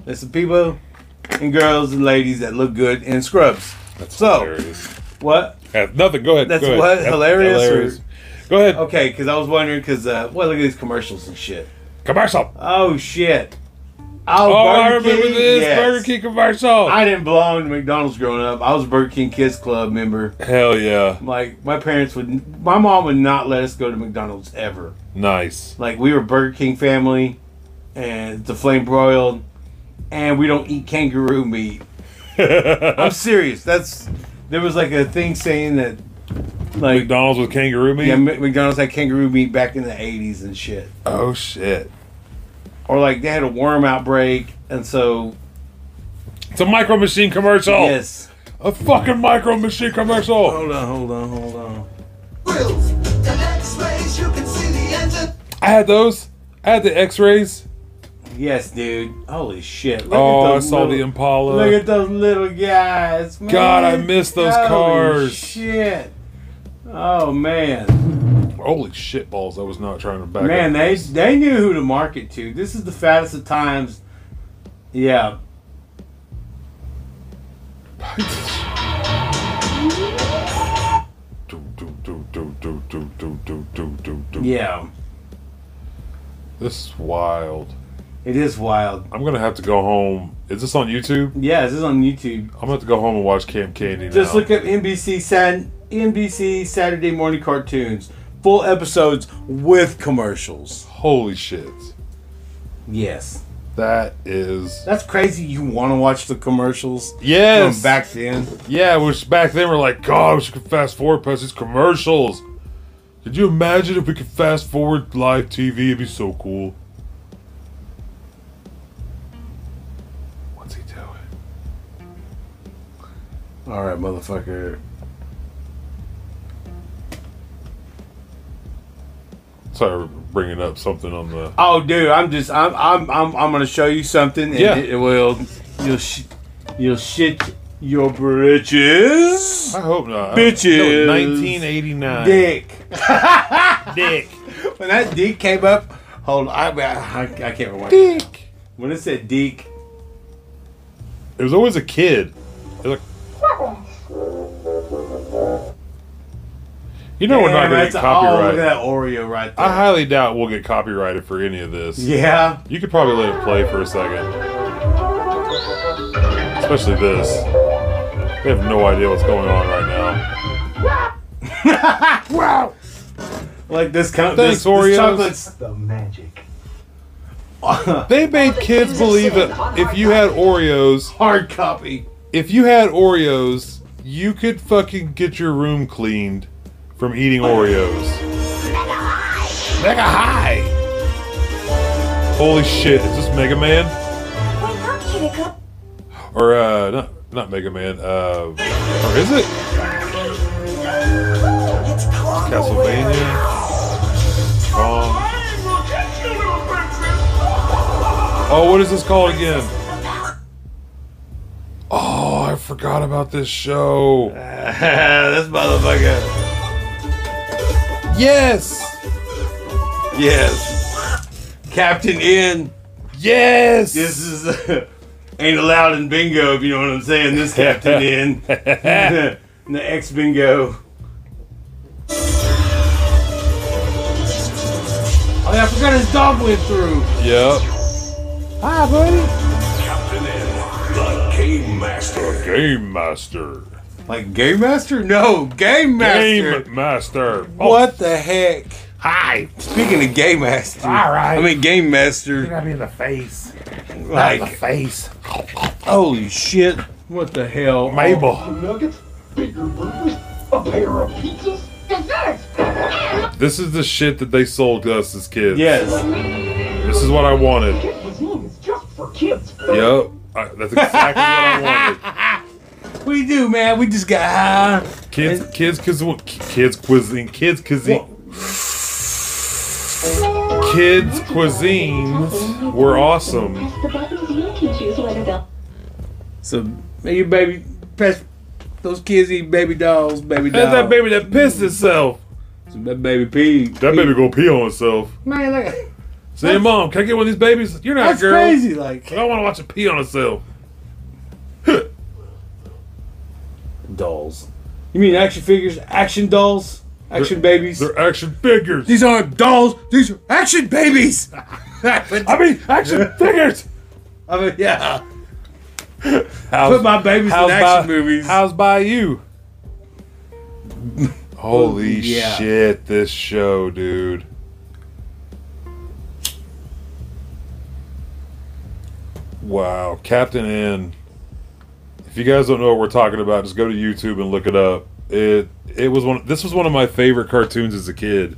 there's some people and girls and ladies that look good in scrubs.
That's
so
hilarious.
what?
Uh, nothing. Go ahead.
That's
go ahead.
what? Hilarious or-
Go ahead.
Okay, because I was wondering because uh, well, look at these commercials and shit.
Commercial.
Oh shit! Oh,
Oh,
Burger
I remember
King?
this
Yes.
Burger King commercial.
I didn't belong to McDonald's growing up. I was a Burger King Kids Club member.
Hell yeah.
Like my parents would, my mom would not let us go to McDonald's ever.
[laughs] Nice.
Like we were Burger King family, and the flame broiled, and we don't eat kangaroo meat. I'm serious. That's there was like a thing saying that, like
McDonald's with kangaroo meat?
yeah, Mc- McDonald's had kangaroo meat back in the '80s and shit.
oh, shit.
Or like they had a worm outbreak, and so
It's a micro machine commercial.
yes. Oh.
A fucking micro machine commercial.
Hold on, hold on, hold on.
Wheels. The next race, you can see the engine.
I had those. I had the x rays.
Yes, dude. Holy shit. Look
Oh, I
those
saw the
little-
Impala.
Look at those little guys. Man.
God, I miss those
Holy
cars.
Shit. Oh man,
Holy shit balls! I was not trying to back
man,
up.
they they knew who to market to. This is the fattest of times. Yeah.
Do, do, do, do, do, do, do, do, do, do, do.
Yeah.
This is wild.
It is wild.
I'm gonna have to go home. Is this on YouTube?
Yeah, this is on YouTube.
I'm gonna have to go home and watch Camp Candy now.
Just look up NBC Sat NBC Saturday morning cartoons. Full episodes with commercials.
Holy shit!
Yes.
That is
That's crazy. You want to watch the commercials?
yes.
From back then.
Yeah, which back then we're like, God, we should fast forward past these commercials. Could you imagine if we could fast forward live TV? It'd be so cool. What's he doing?
All right, motherfucker.
Sorry, for bringing up something on the.
Oh, dude, I'm just I'm I'm I'm, I'm gonna show you something, and
Yeah.
it, it will you'll sh- you'll shit your britches,
I hope not.
Bitches.
That was 1989.
dick. [laughs]
Dick.
When that dick came up, hold on, I I, I can't remember
Dick.
when it said dick.
It was always a kid. It was like. You know we're not
Damn,
going to
that's-
get Uh-huh.
Oh, look at
copyrighted.
that Oreo right there.
I highly doubt we'll get copyrighted for any of this. [laughs]
yeah,
You could probably let it play for a second. Especially this. They have no idea what's going on right now.
like this. Com-
Thanks,
this,
Oreos.
This chocolate's [laughs]
The magic.
They made kids believe that if you had Oreos,
hard copy. [laughs]
if you had Oreos, you could fucking get your room cleaned from eating Oreos. Mega high! Holy shit, is this Mega Man?
Wake up, Kitty
Or, uh, not, not Mega Man, uh, or is it?
It's Clover.
Castlevania? Kong. Oh, what is this called again? Oh, I forgot about this show.
this motherfucker.
Yes!
Yes. Captain in.
Yes!
This
[laughs]
is ain't allowed in bingo if you know what I'm saying. This
[laughs]
Captain in.
[laughs] the ex bingo. Oh yeah, I forgot his dog went through.
Yep.
Hi, buddy.
Game Master.
Like Game Master? No, Game Master.
Game Master. Oh,
What the heck?
Hi.
Speaking of Game Master,
right.
I mean Game Master.
got me in the face.
Like,
Face.
holy shit! What the hell? Oh,
Mabel.
Nuggets, bigger burgers, a pair of pizzas, desserts.
This is the shit that they sold us as kids.
Yes.
This is what I wanted.
Cuisine is just for kids.
Yep. I, that's exactly what I wanted.
[laughs] We do, man. We just got high.
Kids, kids, kids, kids cuisine, kids cuisine. Kids cuisines were awesome.
The buttons you can choose whether they'll
So, man, you baby, press those kids eat baby dolls, baby dolls.
That's that baby that pissed itself.
That baby pee.
That baby go pee on itself.
Man, like,
[laughs] Say, mom, can I get one of these babies? You're not
that's
a girl.
crazy. Like,
I don't want to watch it pee on itself.
dolls. You mean action figures? Action dolls? Action babies?
They're action figures. [laughs]
These aren't dolls. These are action babies.
I mean, [laughs] action figures.
I mean, yeah.
How's,
Put my babies in
how's
action
by-
movies.
How's
[laughs]
by you? Holy
Oh, Yeah.
shit! This show, dude. Wow, Captain N. If you guys don't know what we're talking about, just go to YouTube and look it up. It it was one. This was one of my favorite cartoons as a kid,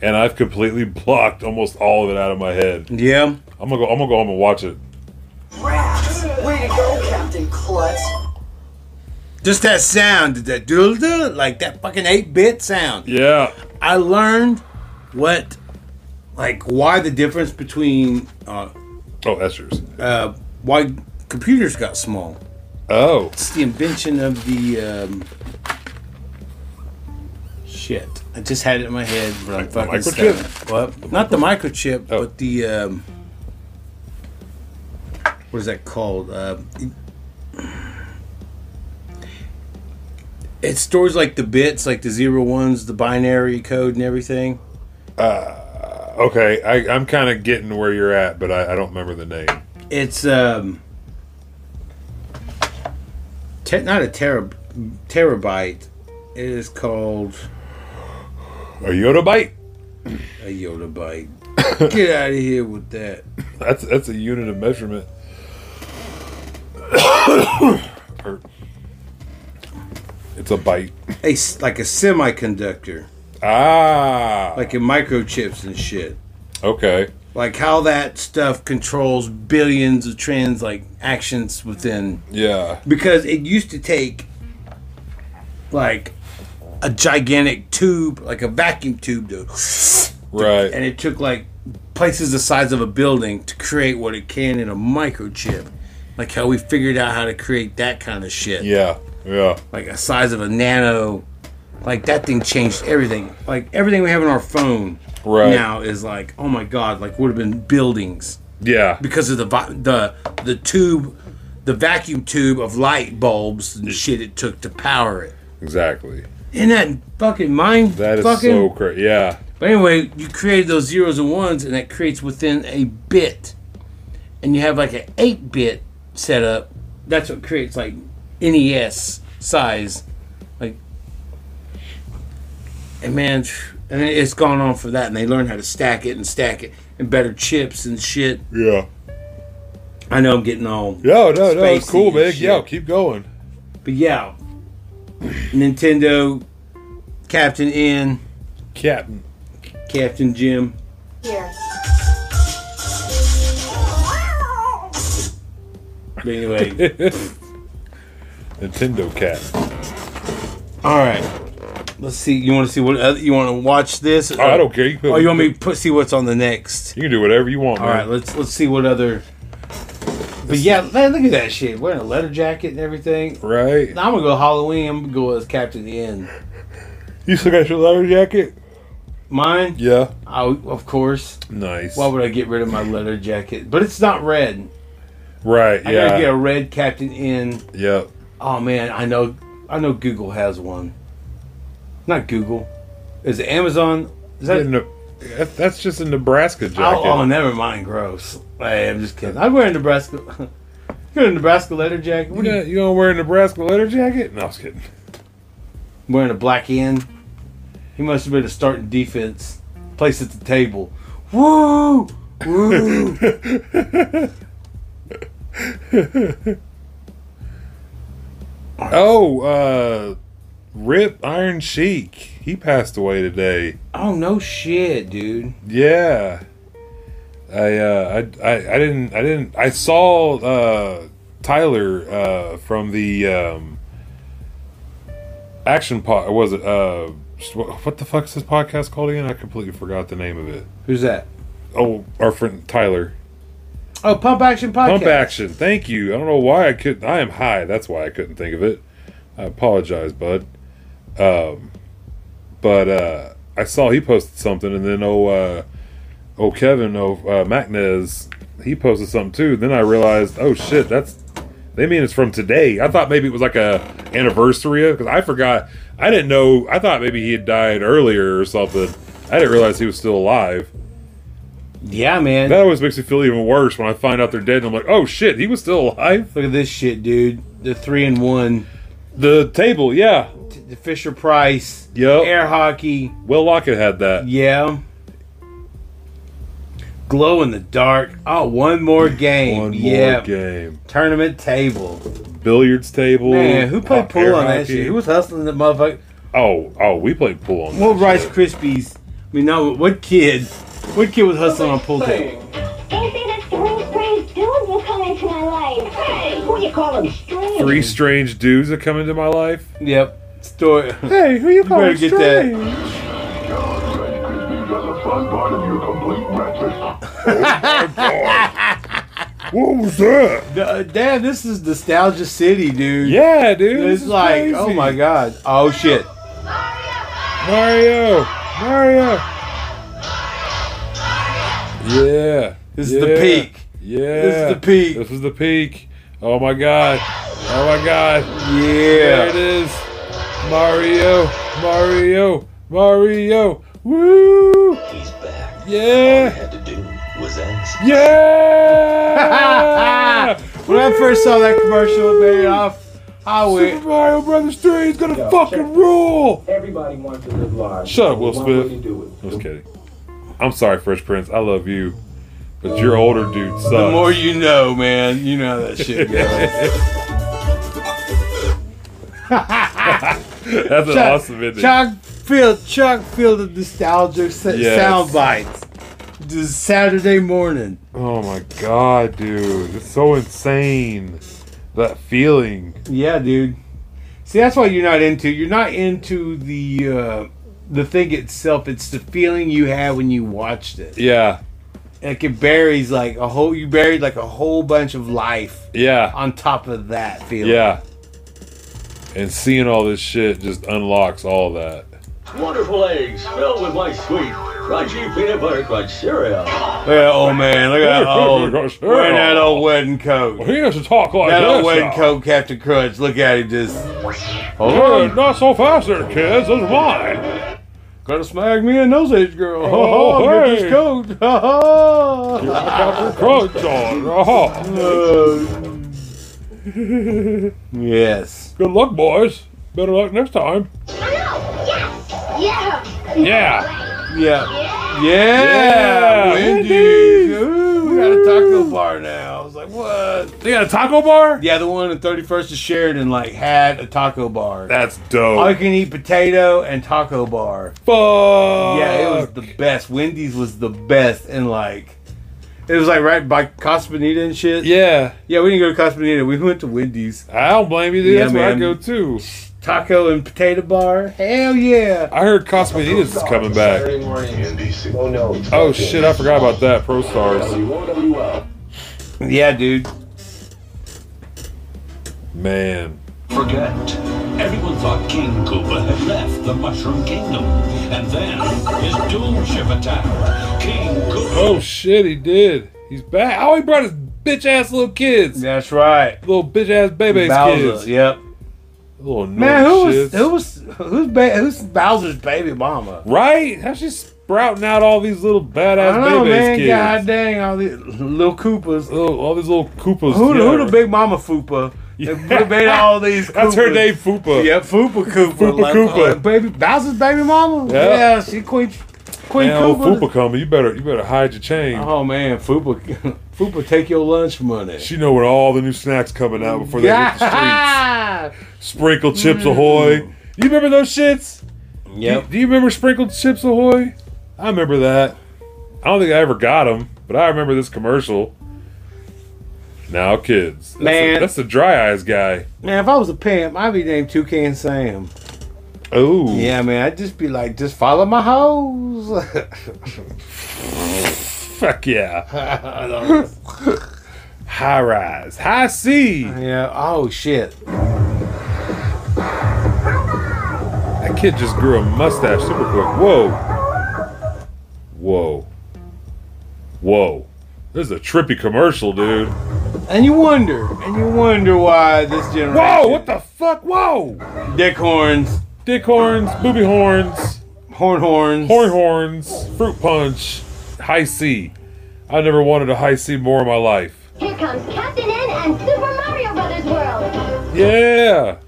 and I've completely [laughs] blocked almost all of it out of my head.
Yeah.
I'm gonna go. I'm gonna go home and watch it.
Rats! Way to go, Captain Klutz!
Just that sound, that doodle doodle, like that fucking 8 bit sound.
Yeah,
I learned what, like, why the difference between uh,
Oh, that's yours.
uh, why computers got small.
Oh,
It's the invention of the um, shit. I just had it in my head, but I'm
The
fucking
microchip?
stuck. What? Not the microchip,
Oh.
but the um, what is that called? Uh, it, it stores like the bits, like the zero ones, the binary code, and everything.
okay. I, I'm kind of getting where you're at, but I, I don't remember the name.
It's um, te- not a terab- terabyte. It is called.
A Yoda bite?
A Yoda bite. Get out of here with that.
That's that's a unit of measurement. [coughs] Or- it's a bite.
A s like a semiconductor,
Ah.
like in microchips and shit.
okay.
Like how that stuff controls billions of trends, like actions within.
Yeah.
Because it used to take like a gigantic tube, like a vacuum tube, to,
Right.
and it took like places the size of a building to create what it can in a microchip. Like how we figured out how to create that kind of shit.
yeah. Yeah.
like a size of a nano. Like that thing changed everything. Like everything we have in our phone
Right.
now is like, oh my god, like would have been buildings
Yeah.
because of the vi- the the tube, the vacuum tube of light bulbs and shit it took to power it.
Exactly.
Isn't that fucking mind?
That is
fucking?
so crazy. Yeah.
But anyway, you created those zeros and ones, and that creates within a bit, and you have like an eight bit setup. That's what creates like NES size, like. And man, and it's gone on for that, and they learn how to stack it and stack it, and better chips and shit.
Yeah.
I know I'm getting all
No, no, no. It's
Spacey
cool,
and
big. Yeah.
shit.
Keep going.
But yeah, Nintendo, Captain N,
Captain.
Captain Jim.
Here.
But anyway,
Nintendo cat.
all right. Let's see. You want to see what other, you want to watch this?
Oh, I don't care. You can, put-
Oh, you want me to put, see what's on the next?
You can do whatever you want,
All
man.
right, let's let's see what other. But yeah, man, look at that shit. Wearing a leather jacket and everything.
Right.
Now I'm gonna go Halloween. I'm gonna go as Captain N.
You still got your leather jacket?
Mine,
Yeah.
I, of course.
Nice.
Why would I get rid of my leather jacket? But it's not red.
right.
I gotta get a
Yeah.
red Captain N.
Yeah.
Oh man, I know, I know. Google has one. Not Google. Is it Amazon? Is that?
Yeah, no- that- that's just a Nebraska
oh,
jacket.
oh, never mind. Gross. Hey, I'm just kidding. I'd wear a Nebraska. [laughs] You're a Nebraska leather jacket.
you,
What are you
gonna, you gonna wear a Nebraska leather jacket? No, I was kidding.
wearing a black end? He must have been a starting defense. Place at the table. Woo! Woo!
[laughs] Oh, uh, Rip Iron Sheik. He passed away today.
oh no shit, dude.
Yeah. I uh I, I, I didn't I didn't I saw uh Tyler uh from the um action pod was it uh what what the fuck's this podcast called again? I completely forgot the name of it.
Who's that?
Oh, our friend Tyler.
Oh, Pump Action Podcast.
Pump action. Thank you. I don't know why I couldn't. I am high. That's why I couldn't think of it. I apologize, bud. Um, but uh, I saw he posted something, and then oh, uh, oh Kevin, oh uh, Macnez, he posted something too. Then I realized, oh shit, that's they mean it's from today. I thought maybe it was like a anniversary because I forgot. I didn't know. I thought maybe he had died earlier or something. I didn't realize he was still alive.
Yeah, man.
That always makes me feel even worse when I find out they're dead and I'm like, oh shit, he was still alive.
Look at this shit, dude. The three and one,
The table, yeah.
the Fisher Price,
Yep.
air hockey.
Will Lockett had that.
Yeah. Glow in the dark. Oh, one more game.
One more
yeah.
game.
Tournament table.
Billiards table.
Man, who played
hot
pool
air
on that
hockey.
shit? Who was hustling the motherfucker?
Oh, oh, we played pool on
What Rice Krispies? I mean, no, what kid? What kid was hustling on a pool table?
Anything that three strange dudes will come into my life. Hey, who you calling strange?
Three strange dudes that come into my life.
Yep. [laughs] Story.
Hey, who you
calling get that.
What was that?
Uh, Damn, this is Nostalgia City, dude.
Yeah, dude. this
It's
is
like,
crazy.
oh my god. Oh shit.
Mario, Mario. Yeah.
This is the peak.
Yeah.
This is the peak.
This is the peak. Oh my god. Oh my god. There it
Yeah.
is. Mario, Mario, Mario. Woo!
He's back. All
Yeah.
had to do was ask.
[laughs]
Yeah!
When I first saw that commercial, it made it off. I
Super
went.
Mario Brothers 3 is gonna fucking rule!
Everybody wants to live large.
Shut up, Will
One way
Smith.
to do it.
Just kidding. I'm sorry, Fresh Prince. I love you. But
Oh.
your older dude sucks.
The more you know, man. You know how that shit [laughs] goes.
[laughs] That's an awesome ending.
Chuck filled, Chuck filled the nostalgia sa-
Yes.
sound bites. Just Saturday morning.
Oh my god, dude. It's so insane. That feeling.
Yeah, dude. See, that's why you're not into. You're not into the uh, the thing itself. It's the feeling you had when you watched it.
Yeah.
Like it buries like a whole. You buried like a whole bunch of life
Yeah.
on top of that feeling.
Yeah. And seeing all this shit just unlocks all that.
Wonderful eggs filled with my sweet, crunchy peanut butter crunch cereal.
Look at that old man. Look
[laughs]
at that old. Wearing that old wedding coat.
Oh, He doesn't talk like
That old
this,
wedding
now.
coat, Captain Crunch. Look at him just.
Hey, not so fast there, kids. This is mine.
Gotta smack me and those age girl.
Oh,
[laughs] Oh, get
hey.
this coat. [laughs] Ha, ha.
Got the crunch on. Uh-huh.
Uh, yes.
Good luck, boys. Better luck next time. Yeah.
Yeah. Yeah.
Yeah,
Wendy's.
Wendy's.
Ooh, we got a taco bar now. I was like, what?
They got a taco bar?
Yeah, the one on 31st of Sheridan like had a taco bar.
That's
All you
dope.
can eat potato and taco bar.
Fuck.
Yeah, it was the best. Wendy's was the best, and like, it was like right by Casa Bonita and shit.
Yeah.
yeah, we didn't go to Casa Bonita. We went to Wendy's.
I don't blame you, dude.
Yeah,
That's where I
man.
go too.
Taco and potato bar. Hell yeah.
I heard Cosmetitas is coming back.
Saturday morning.
Oh no.
Oh shit, I forgot about that. Pro Stars.
WOWL.
Yeah, dude.
Man.
Forget. Everyone thought King Koopa had left the Mushroom Kingdom. And then his doom ship attacked. King Koopa.
Oh shit, he did. He's back. Oh, he brought his bitch ass little kids.
That's right.
Little bitch ass baby's
Bowser.
kids.
Yep.
Little
Man, who was
shits.
who was who's ba- who's Bowser's baby mama?
Right? How's she sprouting out all these little
I
badass
don't know,
baby's
man.
kids?
God dang, all these little Koopas.
Little- all these little Koopas.
Who, the who
together.
the big mama Fupa?
[laughs] Yeah.
That made all these. Koopas.
That's her name, Fupa.
Yeah, Fupa Koopa.
Fupa
Like,
Koopa.
uh, baby, Bowser's baby mama.
Yeah.
Yeah, she Queen Queen
Man, old
Koopa.
Fupa coming. You better, you better hide your chain.
Oh man, Fupa, [laughs] Fupa, take your lunch money.
She know when all the new snacks coming out before they
[laughs]
hit the streets.
Yeah.
Sprinkle Chips Ahoy. You remember those shits?
Yep.
Do you remember Sprinkled Chips Ahoy? I remember that. I don't think I ever got them, but I remember this commercial. Now, kids. That's
Man.
The, that's the dry eyes guy.
[laughs] Man, if I was a pimp, I'd be named Toucan Sam.
Oh.
Yeah, man, I'd just be like, just follow my hoes. [laughs]
Fuck yeah. High rise. High C.
yeah. Oh shit.
That kid just grew a mustache super quick. Whoa. Whoa. Whoa. This is a trippy commercial, dude.
And you wonder, and you wonder why this generation.
Whoa, what the fuck? Whoa.
Dick horns,
Dick horns, booby horns,
horn horns,
horn horns, fruit punch, high C. I never wanted a high C more in my life.
Here comes Captain N and Super Mario Brothers World.
Yeah.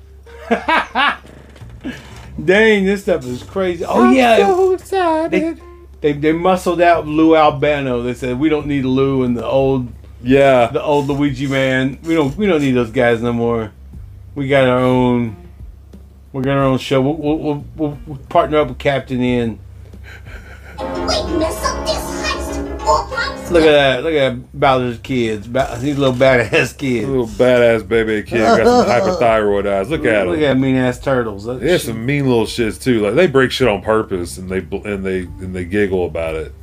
Dang, this stuff is crazy. Oh yeah,
so excited.
they, they they muscled out Lou Albano. They said we don't need Lou and the old
yeah.
the old Luigi man. We don't we don't need those guys no more. We got our own. We got our own show. We'll, we'll, we'll, we'll- we'll partner up with Captain N.
Weakness of this heist or perhaps
Look at that. Look at Bowser's kids. Bow- These little badass kids.
Little badass baby kid got some hyperthyroid eyes. Look at
Look
him.
at mean ass turtles. That
They have
shit-
some mean little shits too. Like they break shit on purpose and they bl- and they and they giggle about it.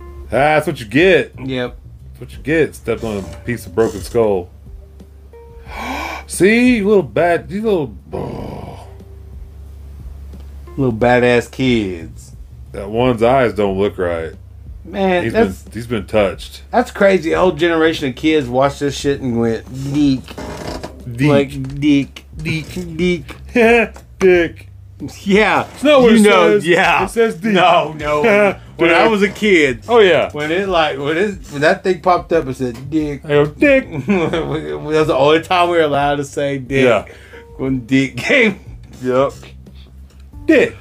Ah, that's what you get.
Yep.
That's what you get. Stepped on a piece of broken skull. [gasps] See, you little bad, you little. oh.
Little badass kids.
that one's eyes don't look right.
Man,
He's
that's
been he's been touched.
that's crazy. A whole generation of kids watched this shit and went geek, like geek, geek, geek.
[laughs] dick.
Yeah.
not what
you
it
know,
says.
Yeah. Oh,
It says dick.
No,
[laughs]
no. when I was a kid,
Oh yeah.
when it like when it when that thing popped up, it said dick. [laughs]
I go dick.
That's the only time we were allowed to say dick.
Yeah.
When dick came.
Yep. Dick.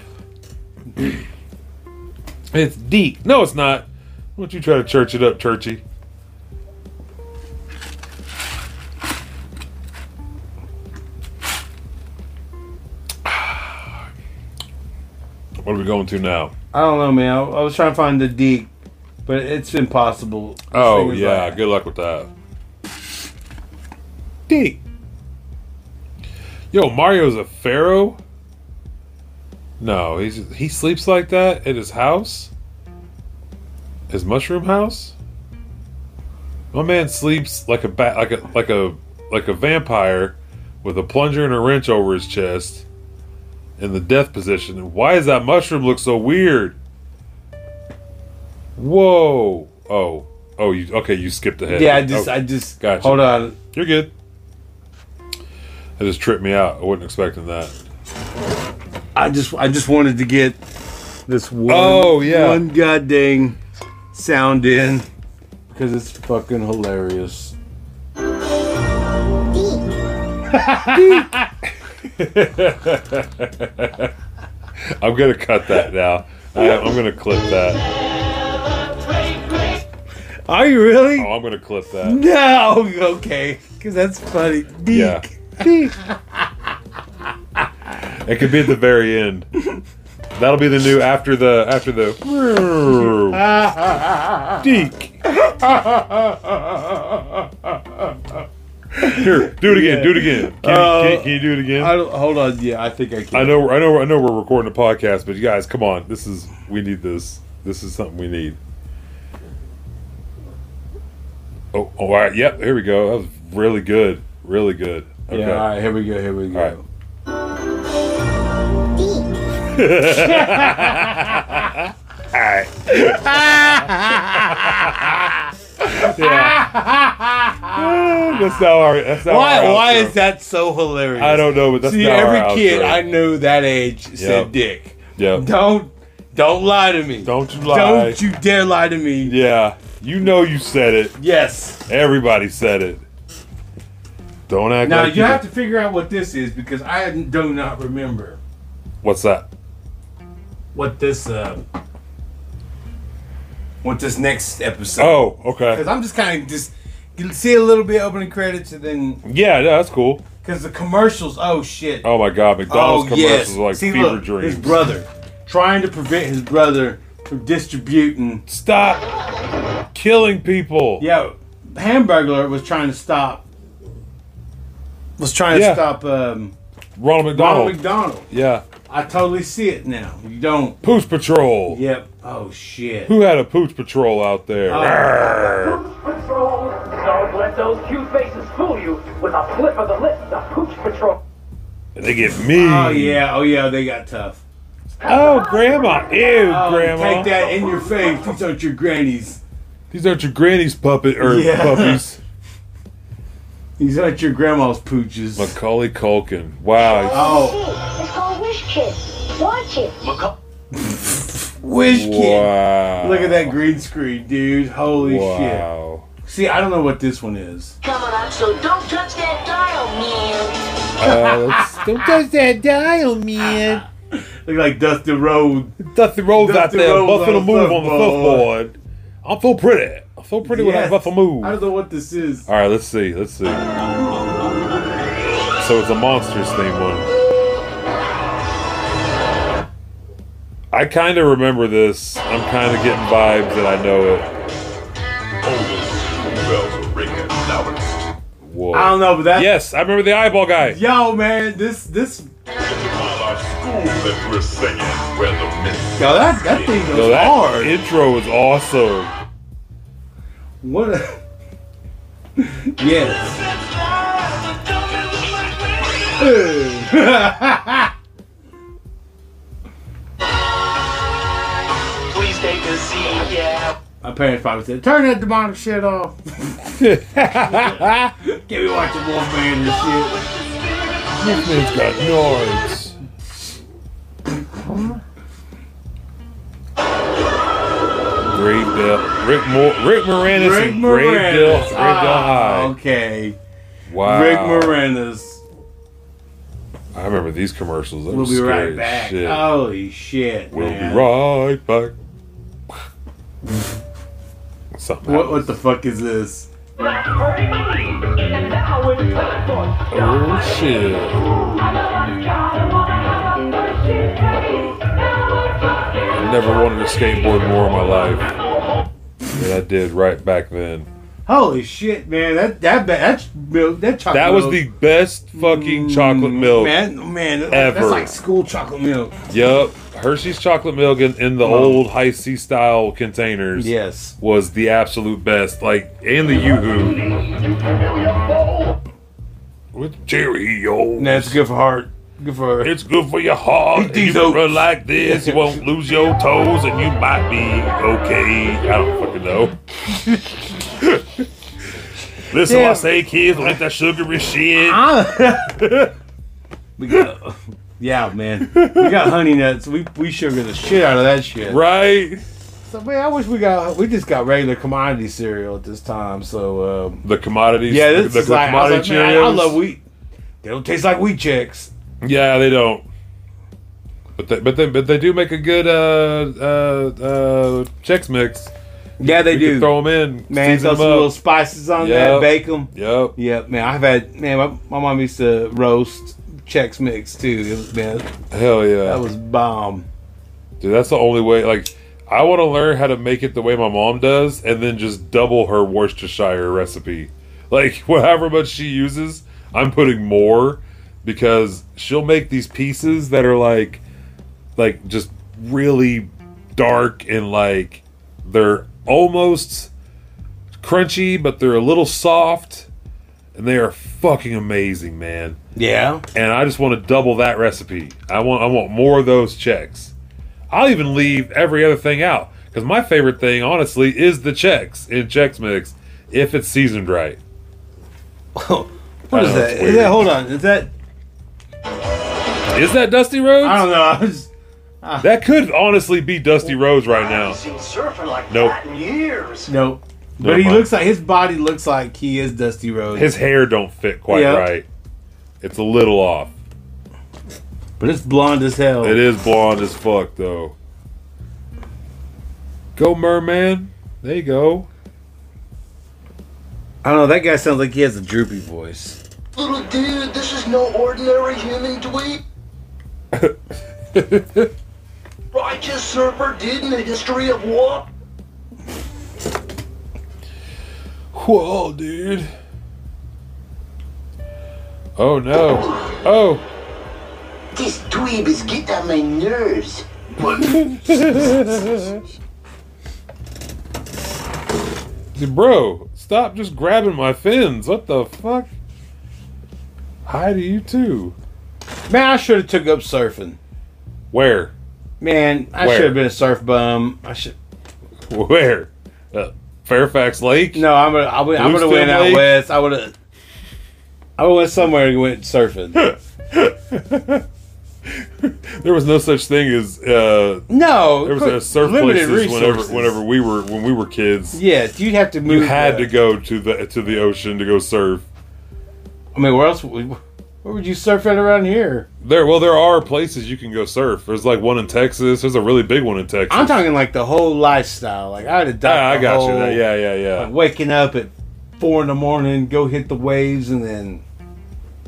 it's deep. No, it's not. Why don't you try to church it up, churchy? What are we going to now?
I don't know, man. I, I was trying to find the dick, but it's impossible. This
Oh
thing is
yeah,
like-
good luck with that. Dick. Yo, Mario's a pharaoh. No, he's he sleeps like that at his house. His mushroom house. My man sleeps like a bat, like a like a like a vampire, with a plunger and a wrench over his chest, in the death position. And why does that mushroom look so weird? Whoa! Oh, oh, you okay? You skipped ahead.
Yeah, I just,
Oh,
I just.
Gotcha.
Hold on.
you're good. That just tripped me out. I wasn't expecting that.
I just, I just wanted to get this one.
Oh, yeah.
One goddamn sound in because it's fucking hilarious.
[laughs] I'm gonna cut that now. I, I'm gonna clip that.
Are you really?
Oh, I'm gonna clip that.
No, [laughs] okay, because that's funny. Dick. [laughs]
Yeah. It could be at the very end. That'll be the new after the after the. Deek. Here, do it again. Do it again. Can, you, can, can you do it again?
Uh, I don't, hold on. Yeah, I think I can.
I know, I know, I know. We're recording a podcast, but you guys, come on. This is we need this. This is something we need. Oh, all right. Yep. Here we go. That was really good. Really good. Okay.
Yeah. All
[laughs]
right. Here we go. Here we go.
All right. That's not our. That's
[laughs]
not
Why?
our
Why
outro.
is that so hilarious?
I don't know, but that's
See,
not
every
our
kid
outro.
I know that age
Yep.
said "dick."
Yeah.
Don't, don't lie to me.
Don't you lie.
Don't you dare lie to me.
Yeah. You know you said it.
Yes.
Everybody said it. Don't act
Now
like
you have to figure out what this is because I do not remember
What's that?
what this, uh, what this next episode.
Oh, okay.
Because I'm just kind of just you see a little bit opening credits and then
Yeah, yeah, that's cool.
because the commercials. Oh shit.
Oh my God, McDonald's commercials are like
See,
fever
look,
dreams.
His brother trying to prevent his brother from distributing.
Stop killing people.
Yeah, Hamburglar was trying to stop. Was trying
Yeah.
to stop um,
Ronald
Ronald
McDonald.
McDonald.
yeah.
I totally see it now. You don't.
Pooch Patrol.
Yep. Oh shit.
Who had a Pooch Patrol out there?
Oh,
Patrol. Don't let those cute faces fool you with a flip of the lip, the Pooch Patrol.
They get me.
Oh yeah. Oh yeah. They got tough.
Oh, Grandma. Ew,
Oh,
Grandma.
Take that in your face. These aren't your grannies.
These aren't your granny's puppet or
Yeah. [laughs]
puppies.
These aren't your grandma's pooches.
Macaulay Culkin. Wow.
Oh.
Shit, It's called Wish Kids. Watch it.
Maca-
Whiz Kid.
Wow.
Look at that green screen, dude. Holy
Wow.
shit. See, I don't know what this one is.
Come on, so don't touch that dial, man.
Uh, let's- don't touch that dial, man.
Look like Dusty Road.
Dusty Rhodes
Dusty
out there
Rhodes
buffing
on the
a move on the
footboard.
footboard. I feel pretty. I feel pretty when I
Yes.
buff a move.
I don't know what this is.
All right, let's see. Let's see. So it's a monsters theme one. I kind of remember this. I'm kind of getting vibes that I know it.
Bells are ringing loud.
Whoa.
I don't know, but that.
Yes, I remember the eyeball guy.
Yo, man, this this.
All our Oh, school that we're singing, where the miss
Yo, that that thing goes
Yo, that
hard.
intro is awesome.
what? A, yes.
Please take a seat, yeah.
My parents probably said, "Turn that demonic shit off."
[laughs]
Get me watching Wolfman and shit.
This man's got yards. Great Dale. Rick, Mo- Rick Moranis
Rick
and Great Dale.
Moranis.
Great Dale
Ah,
High.
okay.
Wow.
Rick Moranis.
I remember these commercials. That
We'll
was
be
scary
right
as
back.
Shit.
Holy shit,
we'll
man.
be right back. Something
What what the fuck is this?
happened. Oh shit. I never wanted to skateboard more in my life than I did right back then.
Holy shit, man! That that ba- that's milk. That chocolate.
That was
milk. Mm,
the best fucking chocolate milk.
man. oh, Man, that-
ever.
that's like school chocolate milk.
Yup. Hershey's chocolate milk in, in the old high C style containers
Yes.
was the absolute best. Like, and the Yoo-Hoo. With Cheerios.
That's good for heart. Good for [laughs]
It's good for your heart.
Eat
You
these
can
oats.
run like this. You won't lose your toes, and you might be okay. I don't fucking know. [laughs] Listen, what I
Damn.
say, kids, don't eat that sugary shit.
Ah! [laughs] we got. yeah, man. We got honey nuts. We we sugar the shit out of that shit.
Right?
So man, I wish we got we just got regular commodity cereal at this time. So um,
The commodities.
yeah, this
the,
is like, I, was like, man, I- I
Cheerios.
love wheat. They don't taste like wheat checks.
Yeah, they don't. But they, but they, but they do make a good uh uh uh checks mix.
Yeah, they
You
do.
can throw them in,
man,
season
throw
them
some little
up.
spices on
Yep.
that, bake them.
Yep.
Yeah, man, I've had man, my, my mom used to roast Chex Mix too. It was, man,
Hell yeah.
that was bomb.
Dude, that's the only way. Like, I want to learn how to make it the way my mom does, and then just double her Worcestershire recipe. Like, [laughs] however much she uses, I'm putting more because she'll make these pieces that are like, like just really dark and like they're almost crunchy, but they're a little soft, and they are fucking amazing, man.
Yeah,
And I just want to double that recipe. I want I want more of those checks. I'll even leave every other thing out because my favorite thing, honestly, is the checks in Chex Mix if it's seasoned right.
[laughs] what is
know,
that?
it's
Is
weird.
that? Hold on, is that?
Is that Dusty Rhodes?
I don't know. [laughs] I was,
That could honestly be Dusty Rhodes right
I
now.
haven't seen surfing like
Nope.
that in years.
no, but
Never
he
mind.
looks like his body looks like he is Dusty Rhodes.
His hair don't fit quite
Yeah.
right. It's a little off.
but it's blonde as hell.
It is blonde as fuck though. Go merman. There you go.
I don't know. That guy sounds like he has a droopy voice.
Little dude, this is no ordinary human dweeb. [laughs] Righteous surfer did in the history of what?
Whoa, dude. Oh no. Oh. [laughs]
This dweeb is getting on my
[laughs]
nerves.
Bro, stop just grabbing my fins. What the fuck? Hi to you too.
Man, I should have took up surfing.
Where?
Man, I
Where?
should have been a surf bum. I should.
Where? Uh, Fairfax Lake?
No, I'm gonna. I would, I'm gonna
Bluestem
went out
Lake?
west. I would have. I would've went somewhere and went surfing.
there was no such thing as uh,
[laughs] No,
there was
but
a surf
limited
places whenever
resources.
whenever we were when we were kids.
Yes, you'd have to move.
You had
the-
to go to the to the ocean to go surf.
I mean, where else? Would, where would you surf at around here?
There, well, there are places you can go surf. There's like one in Texas. There's a really big one in Texas.
I'm talking like the whole lifestyle. Like I'd have done.
Yeah, Ah, I
the
got you.
whole-
That- Yeah, yeah, yeah.
like, waking up at four in the morning, go hit the waves, and then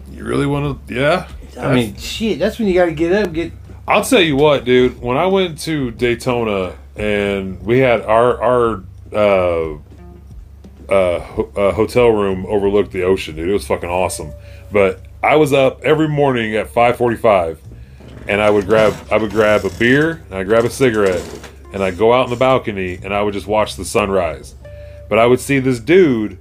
you really want to? Yeah.
I mean, shit. That's when you got to get up, get
I'll tell you what, dude. When I went to Daytona and we had our our uh, uh, ho- uh, hotel room overlooked the ocean, dude. It was fucking awesome. But I was up every morning at five forty five, and I would grab I would grab a beer and I grab a cigarette, and I'd go out on the balcony and I would just watch the sunrise. But I would see this dude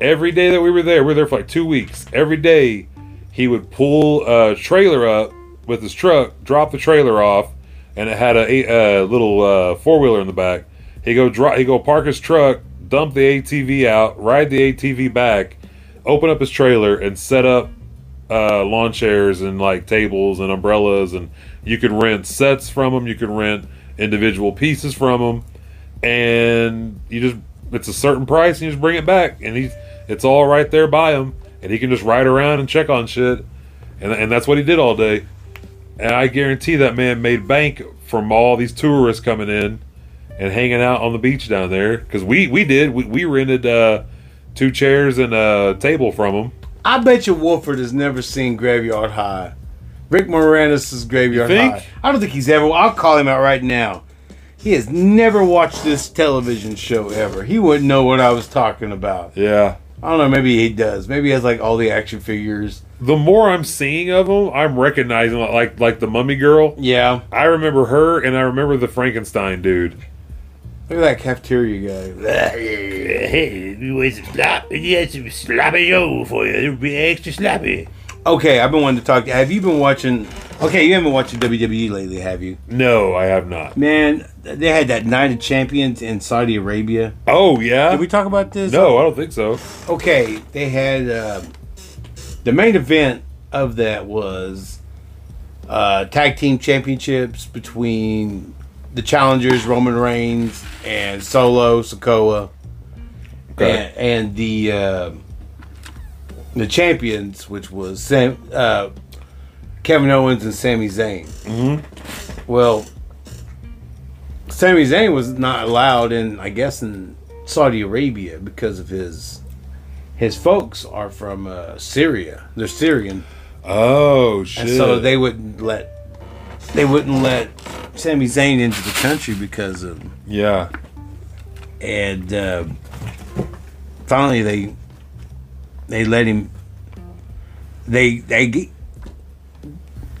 every day that we were there. We were there for like two weeks. Every day he would pull a trailer up with his truck, drop the trailer off, and it had a, a little uh, four wheeler in the back. He go dro- he go park his truck, dump the ATV out, ride the ATV back, open up his trailer, and set up uh, lawn chairs and like tables and umbrellas, and you could rent sets from them. You could rent individual pieces from them, and you just it's a certain price, and you just bring it back, and he's it's all right there by him, and he can just ride around and check on shit, and and that's what he did all day, and I guarantee that man made bank from all these tourists coming in and hanging out on the beach down there because we we did we, we rented uh two chairs and a table from him
I bet you Wolford has never seen Graveyard High. Rick Moranis' Graveyard
You think?
High. I don't think he's ever. I'll call him out right now. He has never watched this television show ever. He wouldn't know what I was talking about.
yeah
I don't know. Maybe he does. Maybe he has like all the action figures.
the more I'm seeing of them, I'm recognizing like like the mummy girl.
Yeah.
I remember her, and I remember the Frankenstein dude.
Look at that cafeteria guy.
Hey, you want some slop? Yeah, some sloppy Joe for you. It'll be extra sloppy.
Okay, I've been wanting to talk. to Have you been watching? Okay, you haven't been watching WWE E lately, have you?
No, I have not.
Man, they had that Night of Champions in Saudi Arabia.
Oh yeah.
Did we talk about this?
no, I don't think so.
okay, they had uh, the main event of that was uh, tag team championships between the challengers Roman Reigns and Solo Sokoa,
Okay.
and, and the uh, the champions, which was Sam, uh, Kevin Owens and Sami Zayn. Mm-hmm. Well, Sami Zayn was not allowed in, I guess, in Saudi Arabia because of his his folks are from uh, Syria. They're Syrian,
Oh shit.
and so they wouldn't let they wouldn't let Sami Zayn into the country because of
yeah.
and uh, finally they they let him they they g-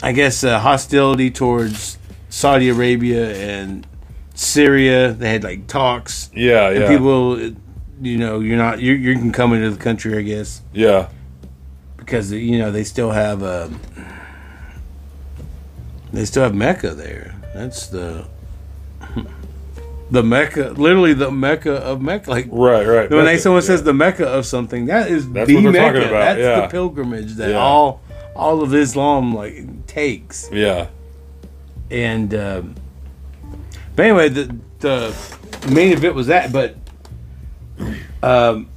I guess uh, hostility towards Saudi Arabia and Syria. They had like talks.
Yeah.
And
Yeah.
people, you know, you're not you you can come into the country, I guess,
yeah.
because you know they still have um, they still have Mecca there. That's the the Mecca, literally the Mecca of Mecca. Like
Right. Right.
when they,
Mecca,
someone
yeah.
says the Mecca of something, that is
That's
the
what they're
Mecca.
talking about,
That's
yeah.
the pilgrimage that
Yeah.
all all of Islam like takes.
Yeah.
And um, but anyway, the the main event was that, but um,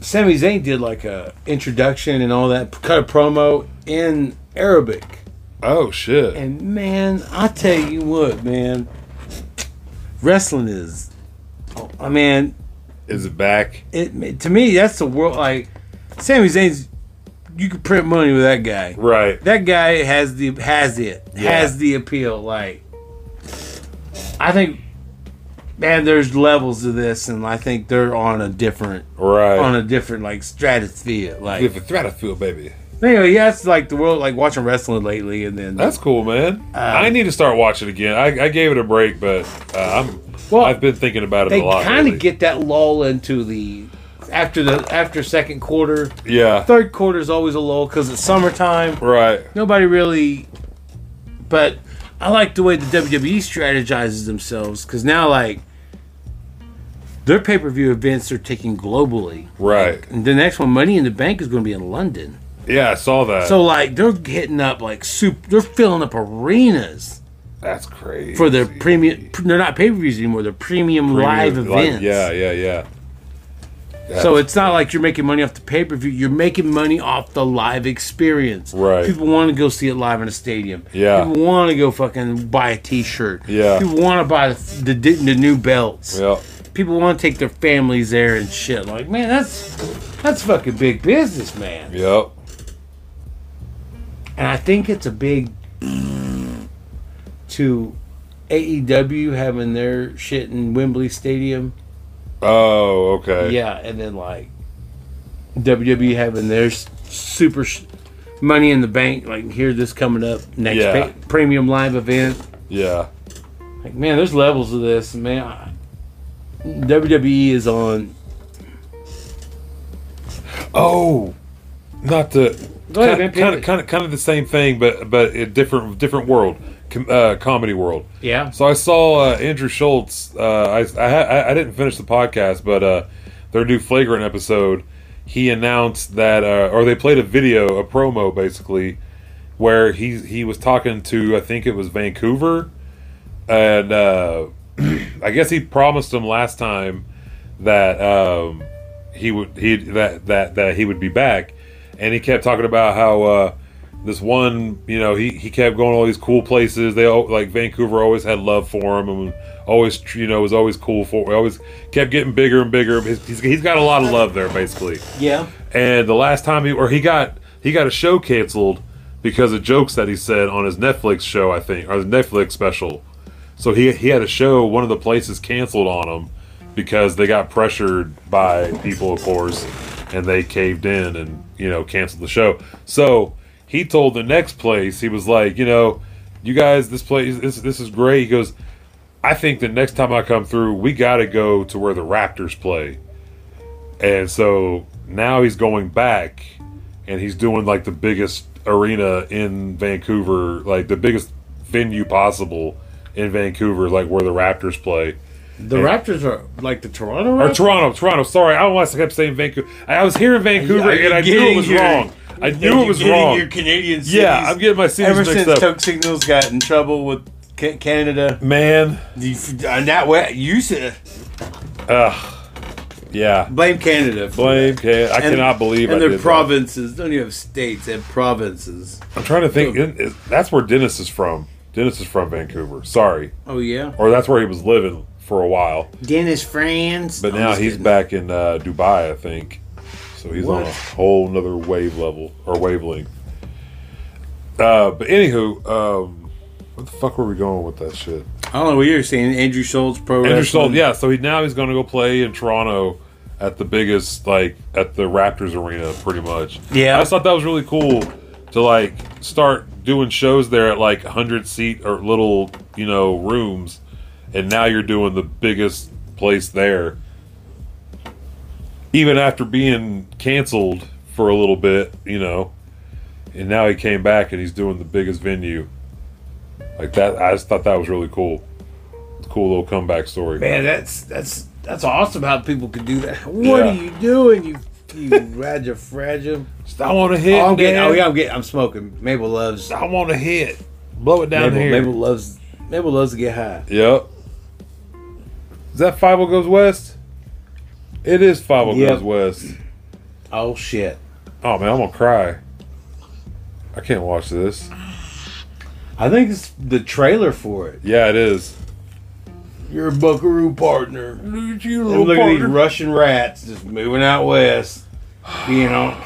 Sami Zayn did like a introduction and all that, cut a promo in Arabic,
Oh shit.
and man, I tell you what, man, wrestling is, I mean,
Is it back?
it to me that's the world. Like Sami Zayn's, you could print money with that guy
Right.
that guy has the has it
Yeah.
has the appeal like i think man there's levels to this and i think they're on a different
Right.
on a Mm. different like stratosphere
If
like
a threat, I feel, baby.
anyway yeah it's like the world like watching wrestling lately and then
That's cool, man.
Um,
I need to start watching again. I, I gave it a break, but uh, I'm.
Well,
I've been thinking about it
they
a lot.
kind
lately.
of get that lull into the after the after second quarter
Yeah.
third quarter is always a lull because it's summertime
Right.
nobody really but i like the way the
E
wwe strategizes themselves because now like their pay-per-view events are taking globally
Right.
and the next one money in the bank is going to be in london
Yeah, I saw that.
So like they're hitting up like soup. They're filling up arenas
That's crazy.
for their premium. They're not pay per views anymore. They're premium, live
Premium,
events.
yeah, yeah, yeah.
So
That's-
it's not like you're making money off the pay per view. You're making money off the live experience.
Right.
People want to go see it live in a stadium.
Yeah.
People want to go fucking buy a T-shirt.
Yeah.
People want to buy the, the the new belts.
yeah.
People want to take their families there and shit. Like man, that's that's fucking big business, man.
Yep.
And I think it's a big to AEW having their shit in Wembley Stadium.
Oh, okay.
Yeah, and then like WWE having their s- super sh- money in the bank. Like here, this coming up next
Yeah.
pa- premium live event.
Yeah.
Like man, there's levels of this, man. I- WWE is on.
Oh, not the
Go ahead, man,
kind
pimp
of
it.
kind of kind of the same thing, but but a different different world, com- uh, comedy world.
Yeah.
So I saw uh, Andrew Schultz. Uh, I I, ha- I I didn't finish the podcast, but uh, their new flagrant episode. He announced that, uh, or they played a video, a promo basically, where he he was talking to I think it was Vancouver, and uh, I guess he promised him last time that um, he would he that that that he would be back, and he kept talking about how uh, this one you know he he kept going to all these cool places. They all, like Vancouver always had love for him and always you know was always cool for. Always kept getting bigger and bigger. He's, he's, he's got a lot of love there basically.
Yeah.
And the last time he or he got he got a show canceled because of jokes that he said on his Netflix show, I think, or his Netflix special. So he he had a show one of the places canceled on him because they got pressured by people, of course, and they caved in and you know canceled the show. So he told the next place he was like, you know, you guys, this place this this is great. He goes, I think the next time I come through, we got to go to where the Raptors play. And so now he's going back and he's doing like the biggest arena in Vancouver, like the biggest venue possible in Vancouver, like where the Raptors play.
The Raptors are like the Toronto
Or
Raptors.
Toronto, Toronto. Sorry, I don't want to keep saying Vancouver. I was here in Vancouver
Are you
and I knew it
getting
was
your-
wrong. I knew it was
Getting
wrong.
Your Canadian cities.
Yeah, I'm getting my cities
Ever
mixed
since
up.
Toke Signals got in trouble with Ca- Canada,
Man,
you- and that way you should
yeah.
blame Canada. for
Blame.
that.
Can- I
And-
cannot believe
And
I
their
did that.
provinces don't even have states; they have provinces.
I'm trying to think. Isn't- is- That's where Dennis is from. Dennis is from Vancouver. Sorry,
Oh yeah.
or that's where he was living for a while.
Dennis Franz.
But
I'm
now
just
he's
kidding.
back in uh, Dubai, I think. So he's on
What?
a whole nother wave level or wavelength. Uh, but anywho, um, what the fuck were we going with that shit?
I don't know what you're saying. Andrew Schultz pro
Andrew
wrestling.
Schultz, yeah. So he now he's going to go play in Toronto at the biggest, like at the Raptors arena, pretty much.
Yeah.
I just thought that was really cool to like start doing shows there at like hundred seat or little, you know, rooms, and now you're doing the biggest place there. Even after being canceled for a little bit, you know, and now he came back and he's doing the biggest venue. Like that, I just thought that was really cool. Cool little comeback story.
Man, that's that's that's awesome how people could do that. What
Yeah.
are you doing, you you [laughs] raja fragile?
I want to hit.
Oh, I'm getting.
man.
Oh yeah, I'm getting. I'm smoking. Mabel loves.
I want to hit. Blow it down
Mabel,
here.
Mabel loves. Mabel loves to get high.
Yep. Is that Five O Goes West? It is Five O
Yep.
Goes West.
Oh shit!
Oh man, I'm gonna cry. I can't watch this.
I think it's the trailer for it.
Yeah, it is.
You're a buckaroo partner.
Look at you,
And look at these Russian rats just moving out west. You know,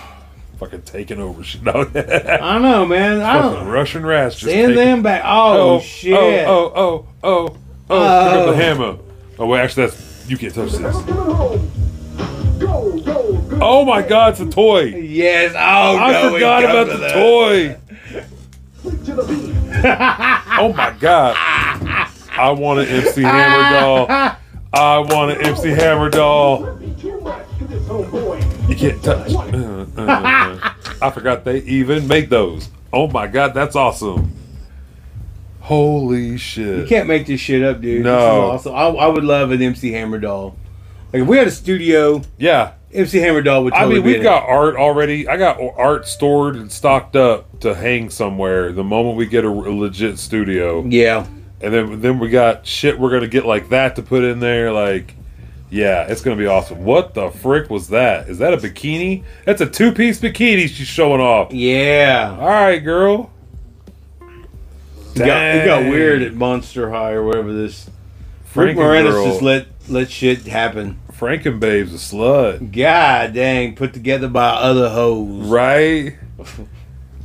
Fucking taking over shit. [laughs] No,
I know, man. I
fucking
don't
Russian rats. Just
send
taking-
them back. Oh, shit!
Oh, oh, oh, oh, oh. Pick up
Oh.
the hammer. Oh wait, actually, that's you can't touch this.
Go, go, go.
Oh my God, it's a toy.
Yes. Oh
I
no, we
forgot
come
about
to
the
that.
toy.
To the beat.
[laughs] Oh my god. I want an MC Hammer doll. I want an MC Hammer doll.
Be too much to this homeboy.
You can't touch. Uh, uh, uh. I forgot they even make those. Oh my god, that's awesome. Holy
You
shit.
can't make this shit up, dude.
No.
This is awesome. I, I would love an MC Hammer doll. Like if we had a studio
Yeah.
MC Hammer Dog would
I
totally
mean,
be
we've
in
got art already. I got art stored and stocked up to hang somewhere the moment we get a, a legit studio.
it. Yeah.
And then then we got shit we're gonna get like that to put in there. Like, yeah, it's gonna be awesome. What the frick was that? Is that a bikini? That's a two piece bikini she's showing off.
Yeah.
All right, girl.
It got, it got
Dang.
weird at Monster High or whatever this. Rick
Franken
Moranis
girl.
just let, let shit happen.
Frankenbabe's a slut,
God dang, put together by other hoes. [laughs]
right?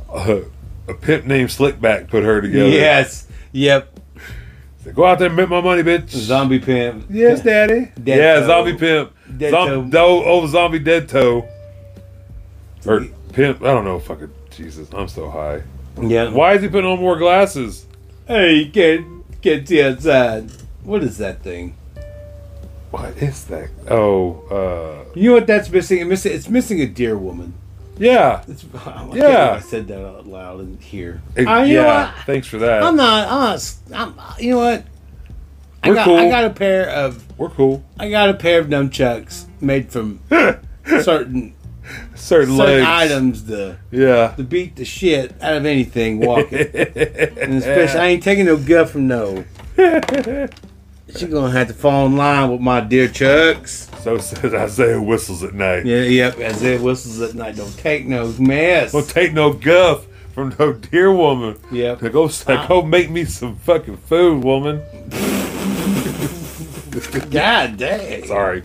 a, a pimp named Slickback put her together.
Yes. Yep.
Said, Go out there and make my money, bitch.
Zombie pimp.
Yes, daddy.
Dead
yeah,
toe.
zombie pimp.
Dead
Zom- do- oh, zombie dead toe. Or pimp. I don't know. Fucking Jesus, I'm so high.
Yeah.
Why is he putting on more glasses?
Hey, you can't can't see outside. What is that thing?
What is that? Oh, uh,
You know what that's missing? It's missing, it's missing a deer woman.
yeah.
It's, [laughs] I can't believe
Yeah.
I said that out loud in here.
It-
Uh, you know
eh, yeah.
what?
Thanks for that.
I'm not. I'm not. s- I'm, you know what? I
We're
got,
cool.
I got a pair of
We're cool.
I got a pair of nunchucks made [laughs] from certain
Certain,
certain
legs.
items to
Yeah.
to beat the shit out of anything [laughs] walking. and especially I ain't taking no gut from [laughs] no. She gonna have to fall in line with my dear chucks.
So says Isaiah whistles at night.
Yeah, yep. As it whistles at night, don't take no mess.
Don't take no guff from no dear woman.
Yep. Uh.
To go, to go make me some fucking food, woman.
God dang.
Sorry.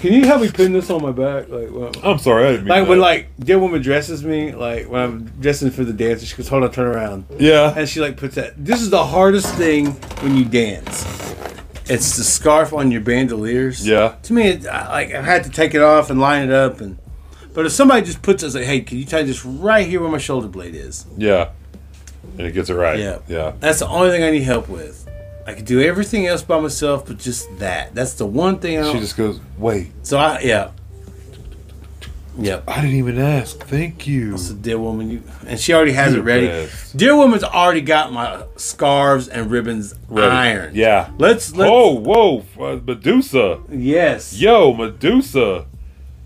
Can you help me pin this on my back? Like, well, uh,
I'm sorry. I didn't mean
like
that.
when like dear woman dresses me, like when I'm dressing for the dance, she goes, "Hold on, turn around,"
Yeah.
and she like puts that. This is the hardest thing when you dance. It's the scarf on your bandoliers.
Yeah.
To me, it, I, like I've had to take it off and line it up, and but if somebody just puts it, it's like, "Hey, can you tie this right here where my shoulder blade is?"
Yeah. And it gets it right.
Yeah.
Yeah.
That's the only thing I need help with. I could do everything else by myself, but just that. That's the one thing I don't.
She just goes, wait,
so I yeah. Yep.
I didn't even ask. Thank you.
So dear woman, you and she already has
You're
it ready.
the best.
Dear woman's already got my scarves and ribbons
Ready.
ironed.
Yeah.
Let's let's
Whoa, whoa. Uh, Medusa.
yes.
Yo, Medusa.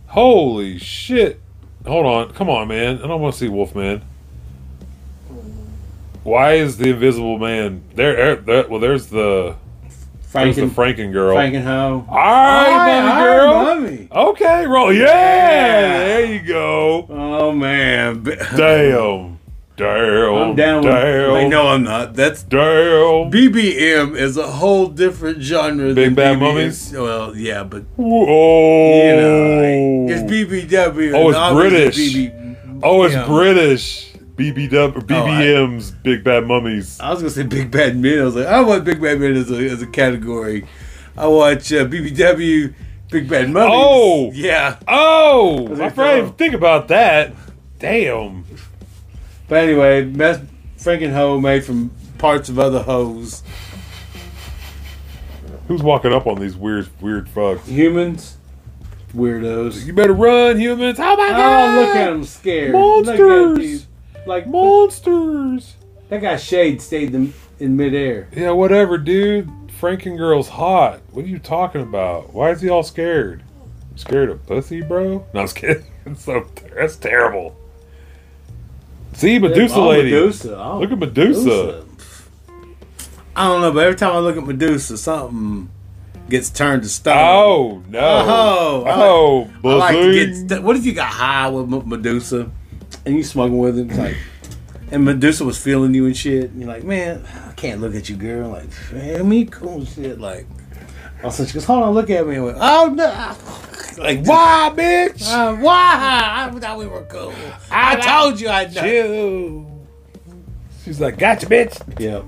Holy shit. Hold on. Come on, man. I don't want to see Wolfman. Why is the Invisible Man there? er, there- well, there's the there's the
Franken,
Franken girl.
Frankenhow.
All right,
Hi,
mommy
hi,
girl.
mommy.
Okay, roll. Yeah,
Yeah.
there you go.
Oh man.
Damn, damn,
I'm down with
damn.
Wait, no I'm not. That's
Damn.
BBM is a whole different genre
Big
than
Bad
BBM.
Mummies?
Well, yeah, but
oh.
you know, like, it's BBW.
Oh,
and
it's
obviously
British.
BB,
oh, it's
you know.
British. BBW, BBM's Big Bad Mummies.
I was gonna say Big Bad Men. I was like, I want Big Bad Men as a, as a category. I watch uh, BBW, Big Bad Mummies.
Oh!
yeah.
Oh,
Was
I
it
forgot to
dumb?
even think about that. Damn.
But anyway, mess Franken hoe made from parts of other hoes.
Who's walking up on these weird, weird fucks?
Humans, weirdos.
You better run, humans. Oh my god.
Oh, look at them scared. Look at
Monsters.
these. Like
Monsters.
that guy Shade stayed in, in midair.
Yeah, whatever, dude. Franken girl's hot. What are you talking about? Why is he all scared? Scared of pussy, bro? No, I was kidding. [laughs] It's so that's terrible. See, Medusa
Oh,
lady.
Medusa. Oh,
Look at Medusa.
I don't know, but every time I look at Medusa, something gets turned to stone.
Oh no!
Oh, I
oh,
I like to get.
buzzing.
st- what if you got high with M- Medusa, and you smoking with him, it's like, and Medusa was feeling you and shit, and you're like, man, I can't look at you, girl. Like, man, me cool shit. Like, also she goes, hold on, look at me. I went, oh no, like why,
Why, bitch?
Uh, why? I thought we were cool. I, told you I'd know.
Chill. She's like, gotcha, bitch.
Yeah,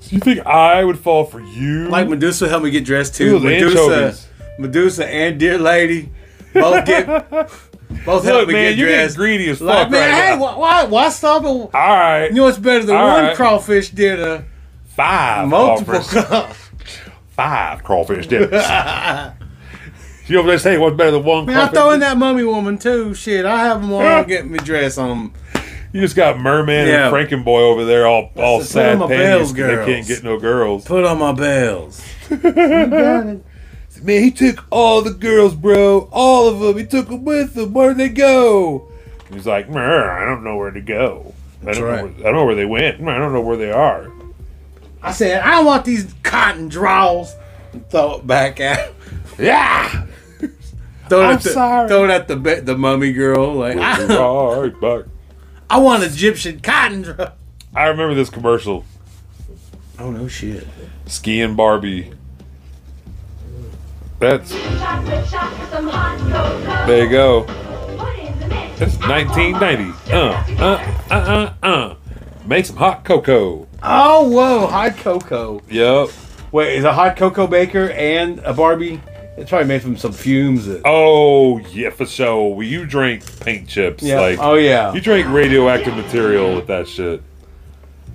So you think I would fall for you?
like Medusa helped me get dressed too.
Ooh, the
Medusa,
anchovies.
Medusa, and dear lady, both get. Both helped
Look,
me
man,
get
you're
dressed.
getting greedy as fuck
like, man,
right
hey,
now.
why, why, why stop it?
All right,
You know what's better than
All
one
right.
crawfish dinner?
five
Multiple.
offers.
[laughs]
five
[laughs]
crawfish dinners. you know what they say? What's better than one
Man, I
crawfish?
throw in
dish?
that mummy woman too. Shit, I have them all getting me dressed on.
You just got Merman
Yeah.
and Frankenboy over there, all all
the
sad
time of bells,
panties. 'cause They
girls.
can't get no girls.
Put on my bells.
Man, he took all the girls, bro. All of them. He took them with him. Where'd they go? And he's like, "Meh, I don't know where to go. I don't,
right.
know where, I don't know where they went. I don't know where they are.
I said, I want these cotton draws. And throw it back at
[laughs]
him.
Yeah.
Throw it
I'm
at the,
sorry.
Throw it at the, ba- the mummy girl. Like, [laughs] I,
Right back.
I want Egyptian cotton draw.
I remember this commercial.
Oh, no shit.
Ski and Barbie. That's there you go. It's 1990. Uh, uh, uh, uh, uh. Make some hot cocoa.
Oh, whoa, hot cocoa.
Yep.
Wait, is a hot cocoa baker and a Barbie? It's probably made from some fumes. That,
Oh yeah, for sure. Well, you drink paint chips.
Yeah.
Like,
Oh, yeah.
You drink radioactive material with that shit.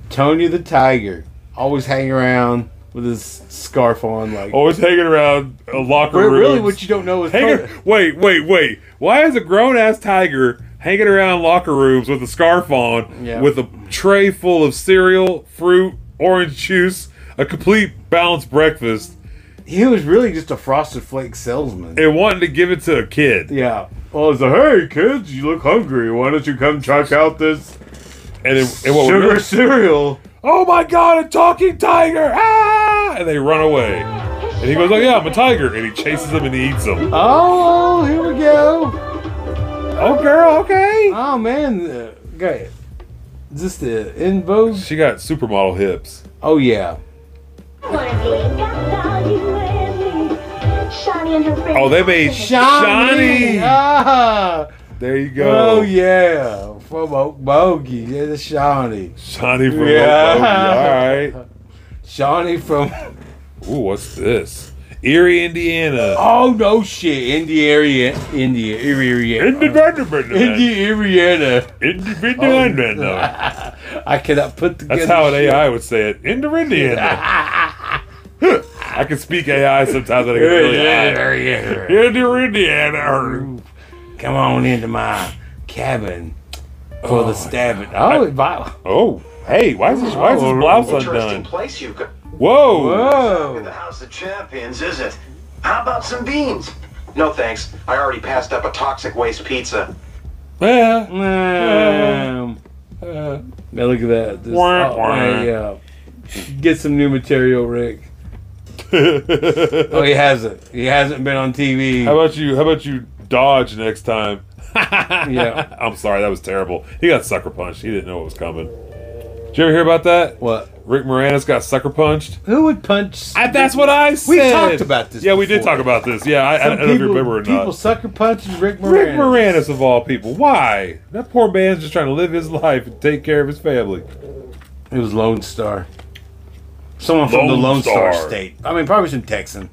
Tony the Tiger always hanging around with his scarf on, like.
Always hanging around a locker
Re-
room.
really, what you don't know is
hanging.
Tony-
Wait, wait, wait. Why is a grown ass tiger hanging around locker rooms with a scarf on,
Yeah.
with a tray full of cereal, fruit, orange juice, a complete balanced breakfast,
he was really just a frosted flake salesman.
and wanting to give it to a kid?
yeah. Well, it's like, hey kids, you look hungry. Why don't you come check out this
And, it, and what we
sugar
really-
cereal?
oh my god, a talking tiger! Ah! And they run away. And he goes, oh yeah, I'm a tiger. And he chases them and he eats them.
Oh, here we go.
Oh girl, okay.
Oh man, uh, okay. Is this the in vogue?
She got supermodel hips.
Oh yeah.
Oh, they made Shiny.
Ah,
There you go.
oh yeah, from Oak Bogey. Yeah, the Shawnee.
Shiny from
Yeah.
Oklahoma. All right.
Shawnee from.
[laughs] Ooh, what's this? Erie, Indiana.
Oh no shit, Indiana, India, Indiana,
Indiana.
Indiana.
Oh. Indiana.
I cannot put together.
That's how an
shit.
AI would say it. Indiana.
[laughs]
I can speak AI sometimes. and I can really. Indiana.
Come on into my cabin for the stabbing. Oh, it wow.
Oh, hey, why is this, why is this blouse undone?
place you've got.
Whoa.
The
Whoa.
House of Champions, is it? How about some beans? No thanks. I already passed up a toxic waste pizza.
Yeah.
Um, now look at that. This-
Wah,
oh,
wah.
man, yeah. Get some new material, Rick. Oh, he hasn't. He hasn't been on TV.
[laughs] How about you? How about you dodge next [laughs] time?
Yeah.
[laughs] I'm sorry, that was terrible. He got sucker punched. He didn't know it was coming. Did you ever hear about that?
What?
Rick Moranis got sucker punched.
Who would punch?
I, that's what I said.
We talked about this
Yeah, we did
before.
talk about this. Yeah, I, I, don't know if you remember or not.
People sucker punching Rick Moranis.
Rick Moranis of all people. Why? That poor man's just trying to live his [laughs] life and take care of his family.
It was Lone Star. Someone from the
Lone
Lone Star.
Star.
State. I mean, probably some Texan.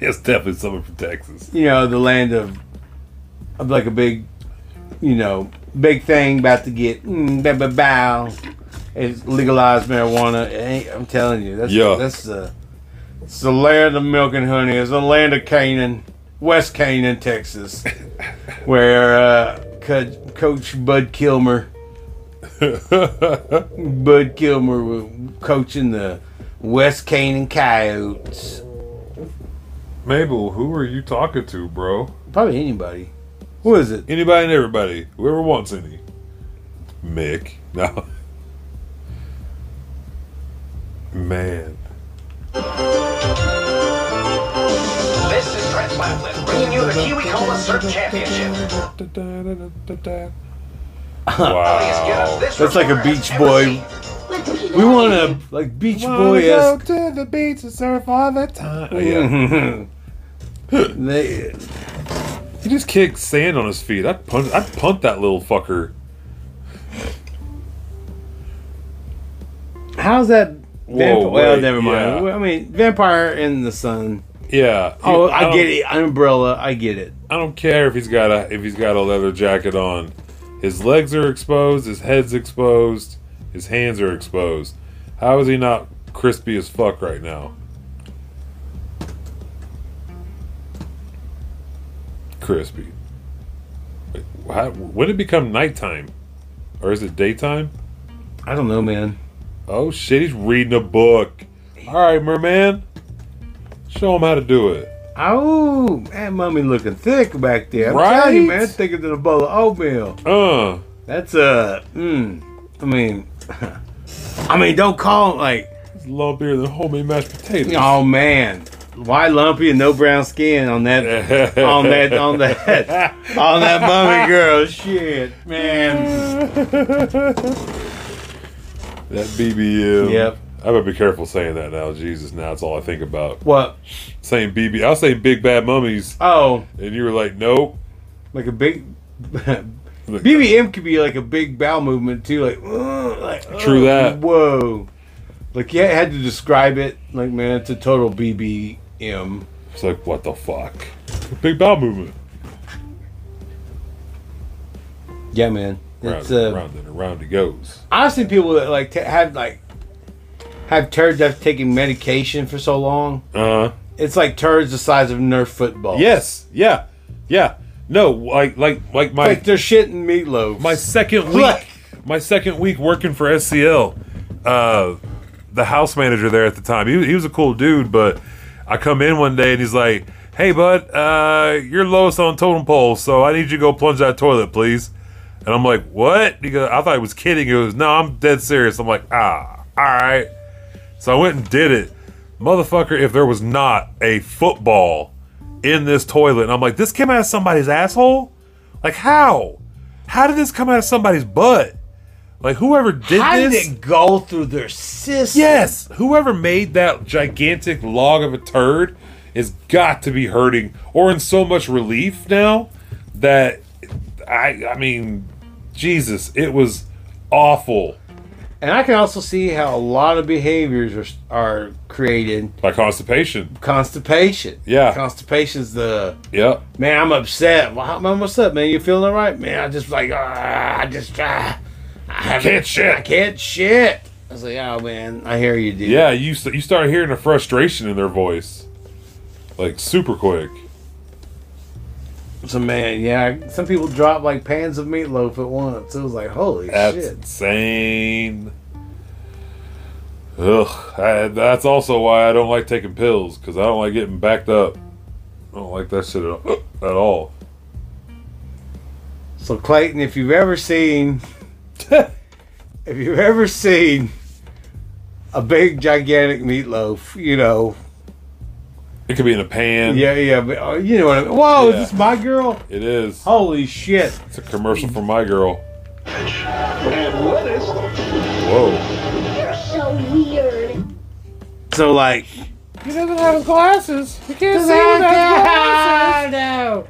It's definitely someone from Texas.
You know, the land of, of like a big, you know, big thing about to get mm, ba- ba- bow. It's legalized marijuana. It ain't, I'm telling you, that's
Yeah.
that's the it's the land of milk and honey. It's the land of Canaan, West Canaan, Texas, where uh, Co- Coach Bud Kilmer. Bud Kilmer was coaching the West Canaan Coyotes.
Mabel, who are you talking to, bro?
Probably anybody. Who is it?
Anybody and everybody, whoever wants any. Mick. [laughs] No. Man.
This is Trent Laughlin bringing you the Kiwi Cola Surf Championship. Please get us
Wow.
this
That's like a
report has
Beach
ever
Boy.
seen.
We want a like Beach Boy Mm-hmm. esque.
to the beach and surf all the time. Oh, yeah.
They,
He just kicked sand on his feet. I'd punt, I'd punt that little fucker.
how's that? Vamp-
Whoa,
well,
wait,
never mind.
yeah.
Well, I mean, Vampire in the Sun.
Yeah. he-
Oh, I,
don't-
get it. Umbrella, I get it.
I don't care if he's got a if he's got a leather jacket on. His legs are exposed. His head's exposed. His hands are exposed. How is he not crispy as fuck right now? Crispy. Wait, How, when did it become nighttime, or is it daytime?
I don't know, man.
Oh shit, he's reading a book. All right, merman. Show them how to do it.
Oh, man, mommy looking thick back there. I'm telling you, man,
Right?
it's thicker than a bowl of oatmeal.
Uh,
That's uh, mm, I mean, [laughs] I mean, don't call it like
it's lumpier than homemade mashed potatoes.
oh man, why lumpy and no brown skin on that [laughs] on that on that on that mummy girl? Shit, man.
That BBM.
Yep.
I better be careful saying that now. Jesus, now it's all I think about.
What?
Saying BB. I was saying Big Bad Mummies,
Oh,
and you were like, nope.
like a big. [laughs] BBM could be like a big bowel movement too, like, "Ugh," like
True
"Ugh,
that.
Whoa, like yeah, I had to describe it. Like man, it's a total BBM.
It's like, what the fuck? Big bowel movement.
Yeah, man.
Round,
It's uh,
round and around it goes.
I've seen people that like t- have like have turds after taking medication for so long.
Uh huh.
It's like turds the size of Nerf football.
Yes. Yeah. Yeah. No. Like like like my
like they're shitting meatloaf.
my second
Look.
week my second week working for SCL uh the house manager there at the time he, was- he was a cool dude but I come in one day and he's like hey bud uh you're lowest on totem pole so I need you to go plunge that toilet please and I'm like what because I thought he was kidding he goes no I'm dead serious I'm like ah all right so I went and did it motherfucker if there was not a football in this toilet and I'm like this came out of somebody's asshole like how how did this come out of somebody's butt? Like whoever did
How did
this?
it go through their system?
yes, whoever made that gigantic log of a turd is got to be hurting or in so much relief now that I I mean Jesus, it was awful.
And I can also see how a lot of behaviors are are created.
By constipation.
Constipation.
Yeah.
Constipation's the
Yep.
man. I'm upset. Well, how- man, what's up, man? You feeling all right, man? I just like ah, I just ah, I haven't-
Can't shit.
I can't shit. I was like, oh man, I hear you, dude.
Yeah, you st- you start hearing a frustration in their voice. Like super quick.
So man, yeah, some people drop like pans of meatloaf at once. It was like, holy
That's
shit.
insane. Ugh. I, that's also why I don't like taking pills because I don't like getting backed up. I don't like that shit at, [clears throat] at all.
So Clayton, if you've ever
[laughs]
seen, if you've ever seen a big gigantic meatloaf, you know,
It could be in a pan.
yeah, yeah, but, uh, you know what I mean. Whoa,
Yeah.
is this my girl?
It is.
Holy shit!
It's a commercial for my girl.
And what is
Whoa.
[laughs]
You're so weird.
So like,
He doesn't have glasses. You can't see
Ah, no.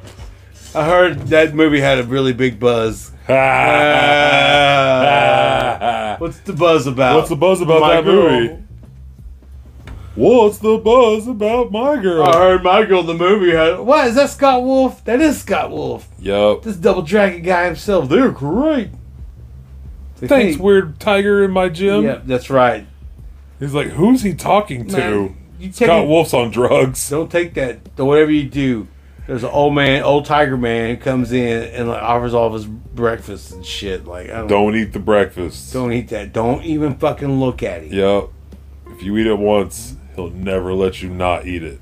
I heard that movie had a really big buzz. Ah. what's the buzz about?
What's the buzz about
My
that
girl.
movie? What's the buzz about my girl?
I heard my girl in the movie had. What is that? Scott Wolf? That is Scott Wolf.
Yup.
This double dragon guy himself. They're great. They
Thanks,
think-
weird tiger in my gym.
Yep, that's right.
He's like, who's he talking to?
Man, you take
Scott
it-
Wolf's on drugs.
Don't take that. do whatever you do, there's an old man, old tiger man, who comes in and like offers all of his breakfast and shit. Like I don't, don't
Don't eat the breakfast.
eat that. Don't even fucking look at it.
Yep. If you eat it once, he'll never let you not eat it.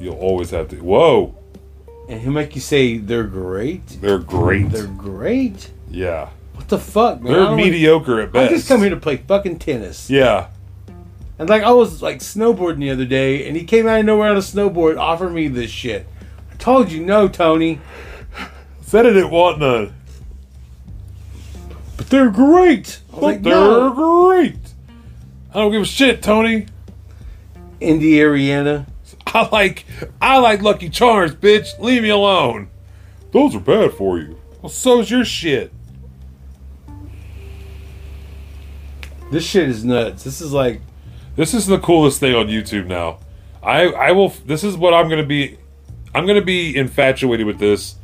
You'll always have to. Whoa,
And he'll make you say they're great.
they're great.
They're great.
yeah,
What the fuck, man? I
they're
don't-
mediocre at
I
best.
just come here to play fucking tennis.
Yeah,
And like I was like snowboarding the other day, and he came out of nowhere on a snowboard, offered me this shit. I told you no, Tony.
said it didn't want none.
But they're great. I was
But
like,
they're
no.
great. I don't give a shit, Tony.
Indiana.
[laughs] I like I like Lucky Charms, bitch. Leave me alone. Those are bad for you. Well, so's your shit.
This shit is nuts. This is like
This is the coolest thing on YouTube now. I I will. This is what I'm gonna be. I'm gonna be infatuated with this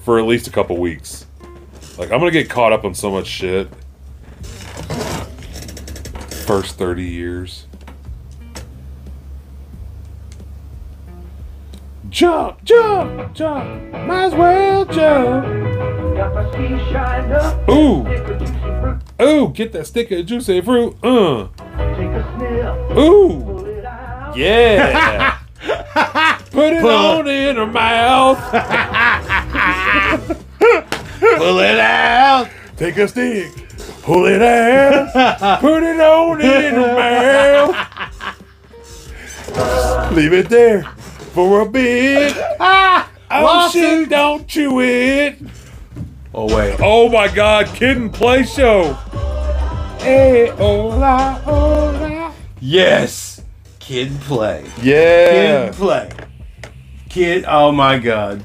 for at least a couple weeks. Like I'm gonna get caught up on so much shit. First thirty years. Jump, jump, jump. Might as well jump.
Got my ski shined up.
Ooh,
Take a juicy fruit.
ooh, get that stick of juicy fruit. Uh,
Take a sniff.
ooh,
Pull it out.
yeah.
Put it on in her mouth.
Pull it out.
[laughs] Take a stick. Pull it
[laughs]
out. Put it on in her mouth. Leave it there for a
[laughs]
bit. Oh shit, don't chew it.
Oh wait.
Oh my God, Kid and Play Show.
Hey, hola, hola.
Yes. Kid play.
Yeah.
Kid play. Kid. Oh my God.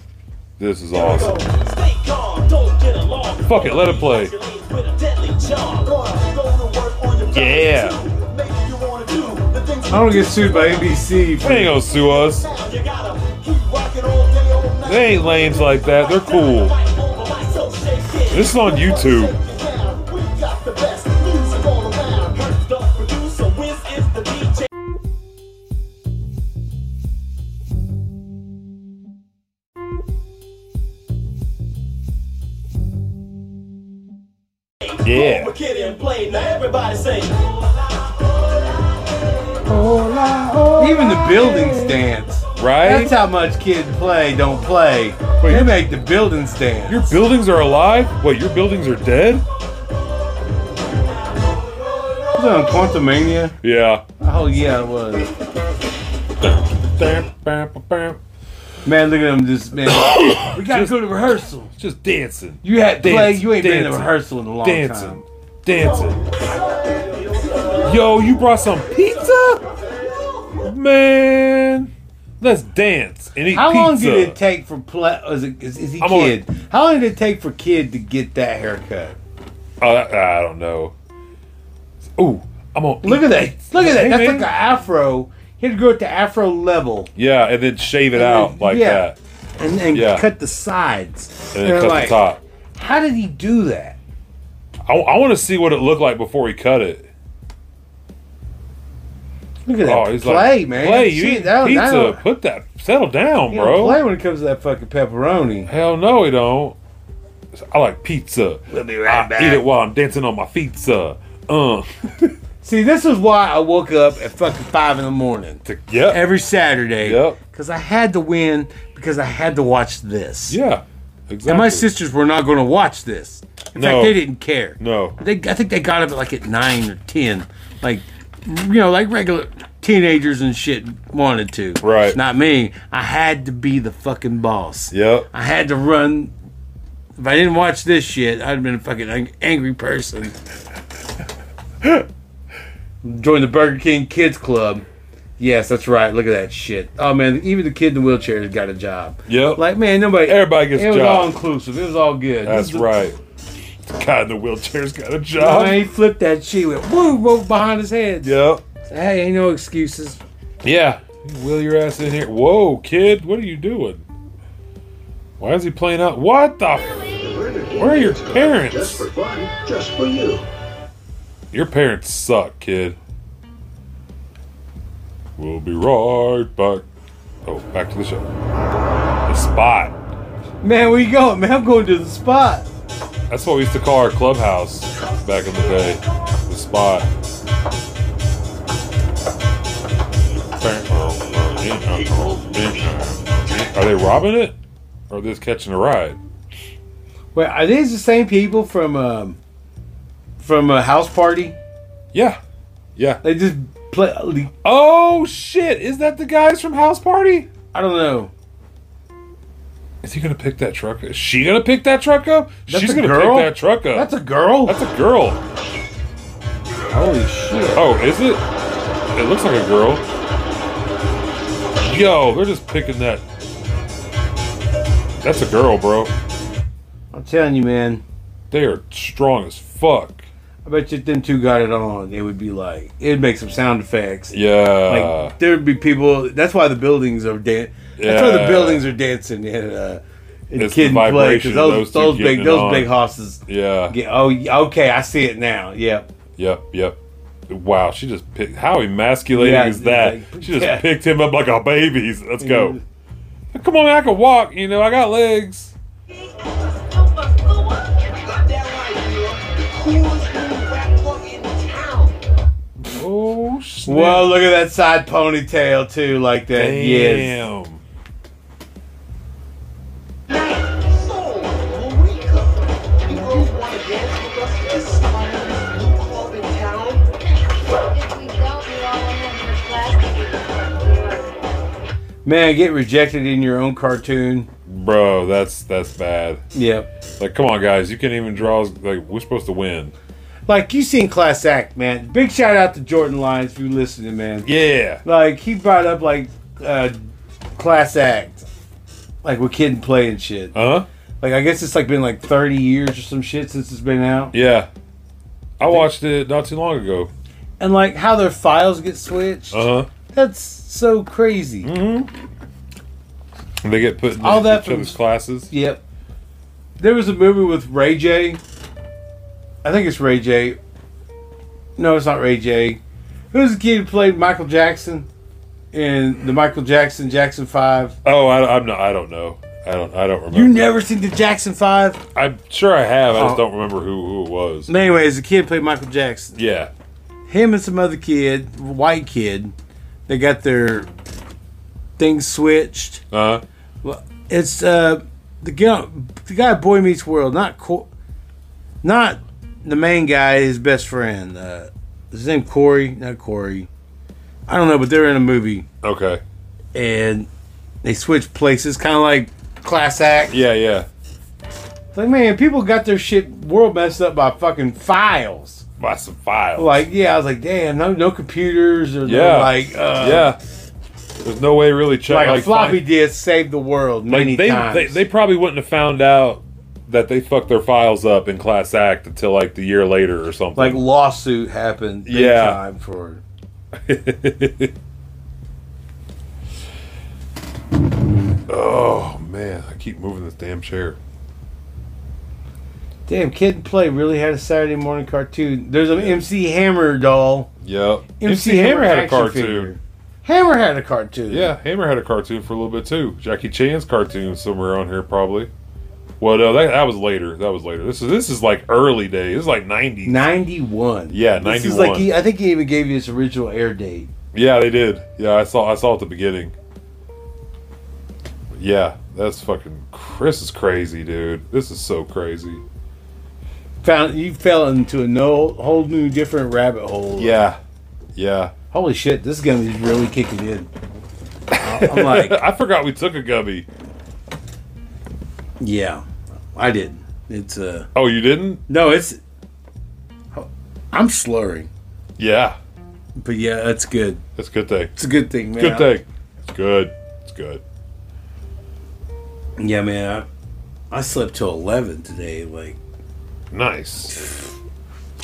This is awesome.
Stay calm, don't get along.
Fuck it, let it play.
With a deadly charm. Go to work on your
Yeah.
I don't get sued by NBC.
They ain't gonna sue us. They ain't lames like that. They're cool. This is on YouTube.
Yeah.
Kid and play. Now everybody say,
Even the buildings dance.
Right?
That's how much kid play don't play. They make the buildings dance.
Your buildings are alive? Wait, your buildings are dead?
Was that on Quantum Mania?
Yeah.
Oh yeah, it was. Man, look at him just man. we gotta go to rehearsal.
Just dancing.
You had
Dance,
play. You ain't been to
dancing,
rehearsal in a long
dancing,
time.
Dancing. Yo, you brought some pizza? Man. Let's dance and eat
How
pizza.
long did it take for play? Is, it, is, is he
I'm gonna-
kid? How long did it take for kid to get that haircut?
Uh, I don't know. Ooh, I'm on.
Look at that! Look at that!
Hey,
That's
man.
like an afro. He had to grow it to afro level.
Yeah, and then shave it out like
yeah.
that.
and and
Yeah.
cut the sides.
And
They're
then cut
like,
the top.
How did he do that?
I, want to see what it looked like before he cut it.
Look at that
Oh, he's
play, man.
Play, you
Shit,
eat
that-
pizza.
that-
Put that. Settle down,
He
bro.
don't play when it comes to that fucking pepperoni.
Hell no, he don't. I like pizza. We'll be right back. Eat it while I'm dancing on my pizza. Uh,
See, this is why I woke up at fucking five in the morning
yep.
every Saturday.
Yep.
Because I had to win. Because I had to watch this.
Yeah. Exactly.
And my sisters were not going to watch this. In
No.
fact, they didn't care.
No.
They, I think they got up at like at nine or ten, like you know, like regular teenagers and shit wanted to.
Right.
Not me. I had to be the fucking boss.
Yep.
I had to run. If I didn't watch this shit, I'd have been a fucking ang- angry person. [laughs] Join the Burger King Kids Club. Yes, that's right. Look at that shit. Oh man, even the kid in the wheelchair has got a job.
Yep.
Like man, nobody.
Everybody gets
It was
jobs.
all inclusive. It was all good.
That's
This is-
right. God, the wheelchair's got a
Oh,
job.
man, he flipped that shit. Went woo, whoa, behind his head.
Yep.
Hey, ain't no excuses.
Yeah. You Wheel your ass in here. Whoa, kid, what are you doing? Why is he playing out? What the? f- Where are your parents?
for fun, just for you.
Your parents suck, kid. We'll be right back. Oh, back to the show. The spot.
Man, where you going, man? I'm going to the spot.
That's what we used to call our clubhouse back in the day. The spot. Are they robbing it? Or are they just catching a ride?
Wait, are these the same people from um from a house party?
Yeah. Yeah.
They just play.
Oh shit! Is that the guys from House Party?
I don't know.
Is he gonna pick that truck? Is she gonna pick that truck up?
That's
She's
a
gonna
girl?
pick that truck up.
That's a girl.
That's a girl.
Holy shit!
Oh, is it? It looks like a girl. Yo, they're just picking that. That's a girl, bro.
I'm telling you, man.
They are strong as fuck.
I bet you if them two got it on, it would be like it'd make some sound effects.
Yeah.
Like there'd be people. That's why the buildings are dan. That's why the
Yeah.
buildings are dancing in uh, in
It's
kid
the
and play
vibration
because
of
those
those two
those
getting
big
it
those
on.
big hosses.
yeah.
Get, oh, yeah, okay, I see it now. Yep.
Yep. Yep. Wow, she just picked. How emasculating
Yeah,
is that?
like-
she just
yeah.
picked him up like a baby. Let's go. Come on, man, I can walk. You know, I got legs. Oh snap. Oh,
Well, look at that side ponytail too, like that. Yes.
Damn.
Man, get rejected in your own cartoon.
Bro, that's that's bad.
Yep.
Like, come on, guys, you can't even draw. as- Like, we're supposed to win.
Like you seen Class Act, man. Big shout out to Jordan Lyons if you listening, man.
Yeah.
Like he brought up like uh Class Act. Like with kid and play and shit.
Uh huh.
Like I guess it's like been like thirty years or some shit since it's been out.
Yeah, I watched it not too long ago.
And like how their files get switched.
Uh huh.
That's so crazy. Mm-hmm.
They get put in
All that
each
from-
other's classes.
Yep. There was a movie with Ray J. I think it's Ray J. No, it's not Ray J. Who's the kid who played Michael Jackson in the Michael Jackson Jackson Five?
Oh, I, I'm not. I don't know. I don't. I don't remember.
You never seen the Jackson Five?
I'm sure I have. I just
Oh.
don't remember who, who it was.
Anyways, the kid played Michael Jackson.
Yeah.
Him and some other kid, white kid, they got their things switched.
Uh huh.
Well, it's uh, the guy, the guy Boy Meets World, not Cor- not the main guy, his best friend. Uh, his name Corey, not Corey. I don't know, but they're in a movie
Okay.
and they switch places, kind of like Class Act.
Yeah. Yeah.
Like man, people got their shit world messed up by fucking files.
Buy some files.
Like yeah, I was like, damn, no, no computers or
yeah.
no, like uh,
yeah. There's no way to really check.
like, a floppy
find-
disk saved the world
Like,
many
they,
times.
They, they probably wouldn't have found out that they fucked their files up in class act until like the year later or something.
like lawsuit happened. Big
Yeah.
time for.
[laughs] oh man, I keep moving this damn chair.
Damn, Kid and Play really had a Saturday morning cartoon. There's an MC Hammer doll.
Yep.
MC
MC Hammer had a
action
cartoon.
figure. Hammer had a cartoon.
Yeah, Hammer had a cartoon for a little bit too. Jackie Chan's cartoon somewhere on here probably. Well, no, that, that was later. That was later. This is this is like early days. This is like ninety.
91.
Yeah,
This
ninety
is like
one.
he, I think he even gave you his original air date.
yeah, they did. Yeah, I saw. I saw at the beginning. Yeah, that's fucking. Chris is crazy, dude. This is so crazy.
Found you fell into a no whole new different rabbit hole.
Yeah, yeah.
Holy shit, this is gonna be really kicking in.
I'm [laughs]
like-
I forgot we took a gummy.
Yeah, I did. It's uh
Oh, you didn't?
no, it's I'm slurring,
Yeah,
but yeah, that's good.
that's a good thing.
It's a good thing, man.
Good thing. It's good. It's good.
Yeah, man. I, I slept till eleven today. Like
Nice.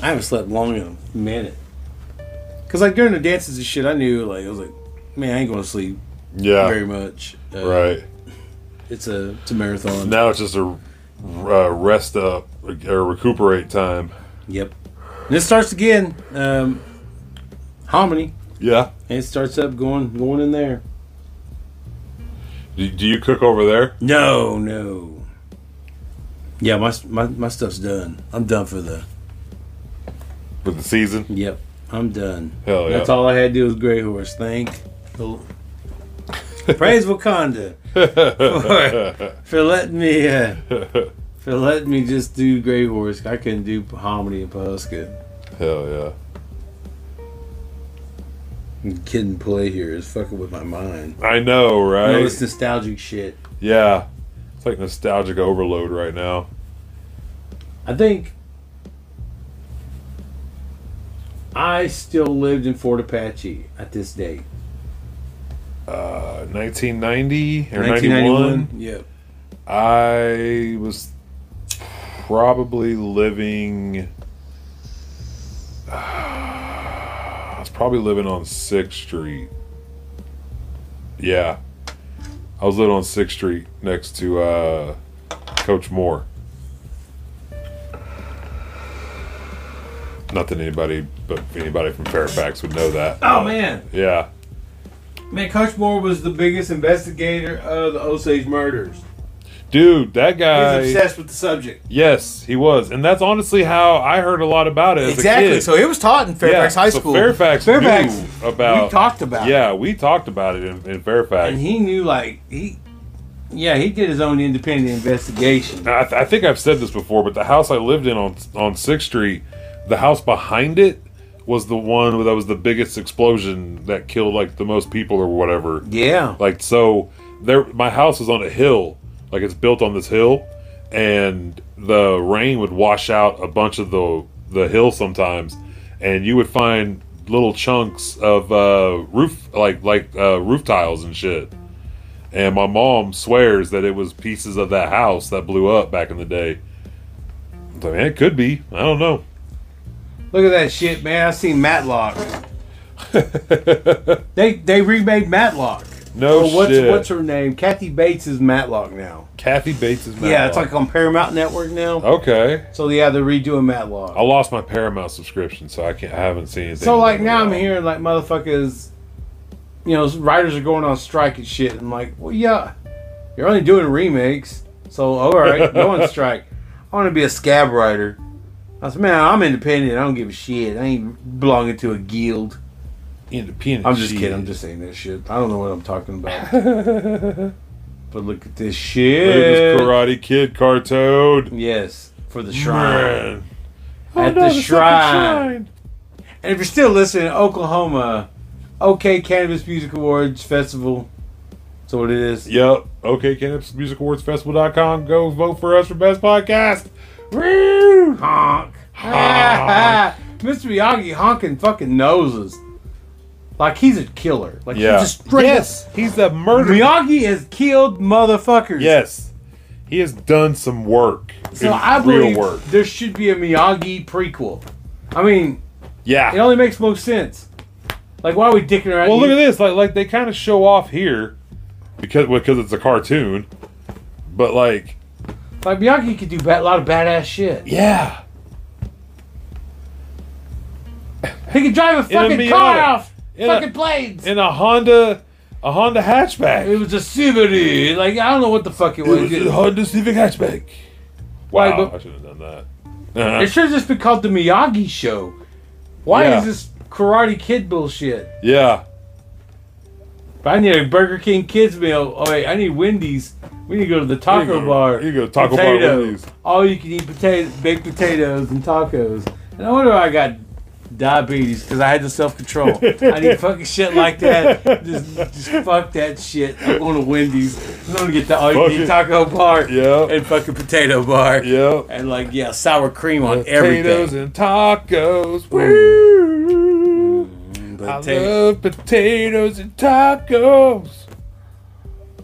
I haven't slept long in a minute. Cause like during the dances and shit, I knew like I was like, man, I ain't gonna sleep
Yeah.
very much. Uh,
Right.
It's a it's a marathon.
Now it's just a uh, rest up or recuperate time.
Yep. And it starts again. Um, hominy.
Yeah.
And it starts up going going in there.
Do, do you cook over there?
No, no. Yeah, my my my stuff's done. I'm done for the.
For the season?
Yep. I'm done.
Hell Oh, yeah.
That's all I had to do with Grey Horse. Thank. the- Praise Wakanda for, for letting me uh, for letting me just do Grey Horse. I couldn't do hominy and Pahuska.
Hell yeah.
Kid and play here is fucking with my mind.
I know, right?
No, it's nostalgic shit.
yeah. It's like nostalgic overload right now.
I think I still lived in Fort Apache at this date.
Uh, 1990 or 91.
1991. Yep.
I was probably living. [sighs] I was probably living on Sixth Street. Yeah, I was living on Sixth Street next to uh, Coach Moore. Not that anybody, but anybody from Fairfax would know that.
Oh man,
Yeah,
man, Coach Moore was the biggest investigator of the Osage murders.
dude, that
He's
guy.
obsessed with the subject.
Yes, he was, and that's honestly how I heard a lot about it. As A kid.
it was taught in
Yeah, so Fairfax,
Fairfax,
knew about.
we talked about it.
Yeah, we talked about it in, in Fairfax.
and he knew like he, yeah, he did his own independent investigation.
I, th- I think I've said this before, but the house I lived in on on Sixth Street, the house behind it was the one that was the biggest explosion that killed like the most people or whatever.
Yeah.
Like so there my house is on a hill. Like it's built on this hill and the rain would wash out a bunch of the the hill sometimes and you would find little chunks of uh roof like like uh roof tiles and shit. And my mom swears that it was pieces of that house that blew up back in the day. I mean, it could be. I don't know.
Look at that shit, man. I seen
[laughs]
Matlock. they they remade Matlock.
No
what's,
shit.
What's her name? Kathy Bates is Matlock now.
Kathy Bates is
Yeah, it's
Matlock.
like on Paramount Network now.
Uh, Okay.
So yeah, they're redoing Matlock.
I lost my Paramount subscription, so I can't. I haven't seen anything.
So like now I'm hearing like motherfuckers, you know, writers are going on strike and shit. I'm like, well, yeah, you're only doing remakes, so all right, go
[laughs]
on strike. I want to be a scab writer. I said, man, I'm independent. I don't give a shit. I ain't belonging to a guild.
Independent.
I'm just
shit.
kidding. I'm just saying that shit. I don't know what I'm talking
[laughs]
about. but look at this shit.
Look at this Karate Kid cartoon. Oh,
Yes, for the shrine. At
Man.
the shrine. And if you're still listening, Oklahoma, OK Cannabis Music Awards Festival. So what it is?
Yep. Okay, Cannabis Music Awards Festival.com. Go vote for us for best podcast. Woo!
Honk. [laughs] Mr. Miyagi honking fucking noses. Like he's a killer. Like
Yeah.
he's just straight
Yes, he's a murderer.
Miyagi has killed motherfuckers.
Yes, he has done some work.
So
It's
I
real
believe
work.
there should be a Miyagi prequel. I mean,
Yeah.
it only makes most sense. Like why are we dicking around?
Well, look at this. Like, like they kind of show off here because because it's a cartoon, but like,
Like Miyagi could do ba- a lot of badass shit.
yeah,
He could drive a
In a
fucking car
Miata.
off
In a-
fucking planes.
in a Honda, a Honda hatchback.
It was a Subaru. Like I don't know what the fuck it
It
was.
was a Honda Civic hatchback. Wow,
Like, but-
I should have done that.
It should have just been called the Miyagi Show. Why
Yeah.
is this Karate Kid bullshit?
[laughs] yeah,
If I need a Burger King kids meal. Oh wait, I need Wendy's. We need to go to the taco
go-
bar.
you go to Taco Bar Wendy's.
All you can eat potatoes, baked potatoes, and tacos. And I wonder why I got diabetes because I had the self
[laughs]
control. I need fucking shit like that. Just, just fuck that shit. I'm going to Wendy's. I'm going to get the all you
Fuck
can eat
it.
taco bar
yeah,
and fucking potato bar.
yeah.
And like yeah, sour cream on
Potatoes
everything.
and tacos. Woo! I
Potato-
love potatoes and tacos.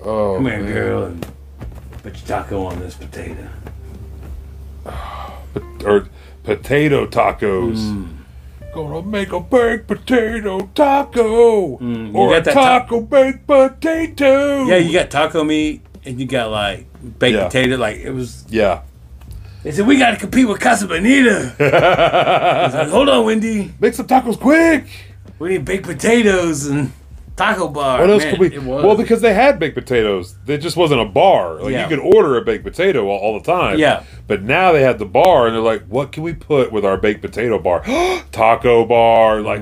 Oh,
Come here,
man.
girl, and put your taco on this potato.
or potato tacos.
Mm.
Gonna make a baked potato taco
Mm, you
or
got
a
that ta-
taco baked potato.
Yeah, you got taco meat and you got like baked
Yeah.
potato. Like it was.
yeah.
They said we got to compete with Casa Bonita.
[laughs]
I was like, Hold on, Wendy.
Make some tacos quick.
We need baked potatoes and taco bar.
What else
Man,
could we?
It was.
Well, because they had baked potatoes, it just wasn't a bar. Like
Yeah.
you could order a baked potato all, all the time.
Yeah.
But now they had the bar, and they're like, "What can we put with our baked potato bar? [gasps] taco bar? Like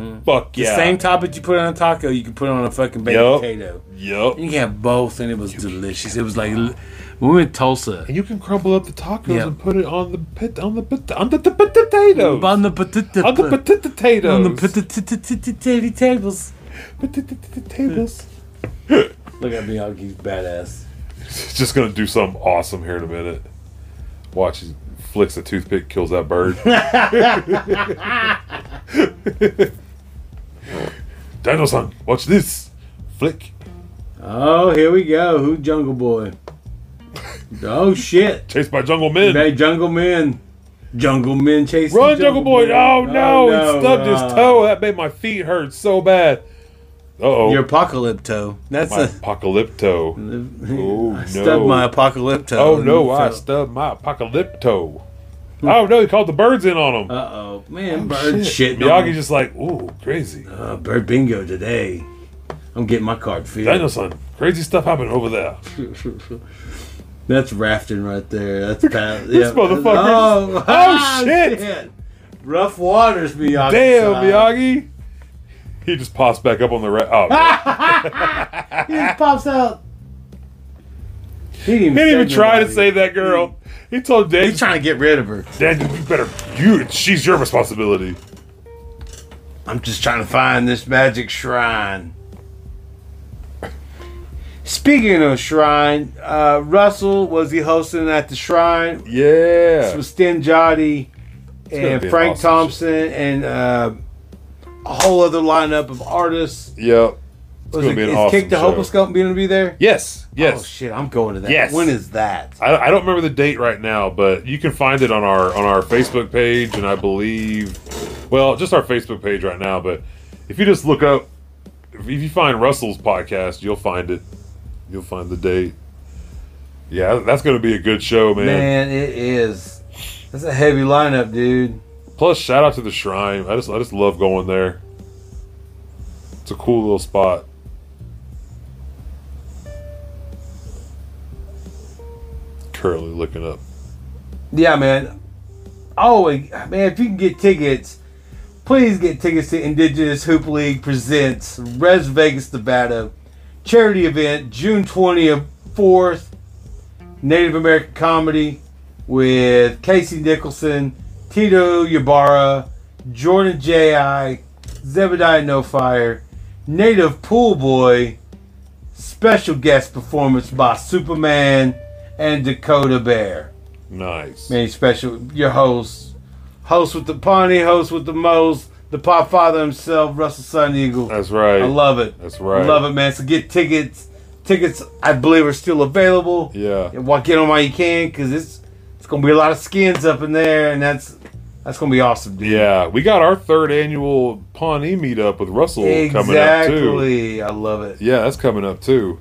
Mm-hmm.
fuck
the
yeah.
same top that you put on a taco, you could put on a fucking baked
Yup.
potato.
Yup.
You can have both, and it was delicious. It was like when we went to Tulsa.
And you can crumble up the tacos
Yeah.
and put it on the pit on the pot- on the, the potatoes.
On the potato,
on the pota- potatoes.
on the potato tables.
potatoes.
Look at Miyagi's badass.
[laughs] Just gonna do something awesome here in a minute. Watch, he flicks a toothpick, kills that
[laughs]
bird. Dino-san, watch this. Flick.
Oh, here we go. Who Jungle Boy? Oh shit!
Chased by jungle men.
Hey, Jungle Men. Jungle Men chasing.
Run, Jungle Boy! Oh, no, he stubbed
uh,
his toe. That made my feet hurt so bad. Uh oh,
Your apocalypto. That's [laughs]
my
a.
apocalypto.
[laughs]
Oh no!
Stubbed my apocalypto.
Oh no, I stubbed my apocalypto. oh no, he called the birds in on him.
Uh oh, man, bird shit.
Miyagi just like, ooh, crazy.
Uh, bird bingo today. I'm getting my card
Dino
filled.
son, crazy stuff happened over there.
That's rafting right there. That's pat.
This motherfucker
Oh,
just- Oh, shit.
Rough waters, Miyagi.
Damn, Miyagi. He just pops back up on the right. Oh,
[laughs]
man.
He just pops out. He didn't
he didn't even
save
try to
nobody.
save that girl. He told Dan,
He's trying to get rid of her.
Dan, you better. You, she's your responsibility.
I'm just trying to find this magic shrine. Speaking of shrine, uh, Russell was he hosting at the shrine?
Yeah, this
was Stin Jody
Uh, gonna
and
be an
Frank
awesome
Thompson and uh, a whole other lineup of artists.
Yep. It's
Was
gonna
it,
be an
is
awesome
Kick the
show.
Hopeless Gump going to be there?
Yes. Yes.
Oh shit! I'm going to that.
Yes.
When is that?
I, I don't remember the date right now, but you can find it on our on our Facebook page, and I believe, well, just our Facebook page right now. But if you just look up, if you find Russell's podcast, you'll find it. You'll find the date. Yeah, that's going to be a good show, man.
Man, it is. That's a heavy lineup, dude.
Plus, shout out to the Shrine. I just I just love going there. It's a cool little spot. Currently looking up.
Yeah, man. Always, man. If you can get tickets, please get tickets to Indigenous Hoop League presents Res Vegas, Nevada charity event June twentieth, fourth. Native American comedy with Casey Nicholson, Tito Ybarra, Jordan J.I., Zebediah No Fire, Native Pool Boy, special guest performance by Superman and Dakota Bear.
Nice.
Man, special your host, host with the Pawnee, host with the most, the pop father himself, Russell Sun Eagle.
That's right.
I love it.
That's right.
Love it, man. So get tickets. Tickets, I believe, are still available.
Yeah.
And walk in on while you can, cause it's it's gonna be a lot of skins up in there, and that's that's gonna be awesome, dude.
Yeah, we got our third annual Pawnee meetup with Russell coming up too.
Exactly. I love it.
Yeah, that's coming up too.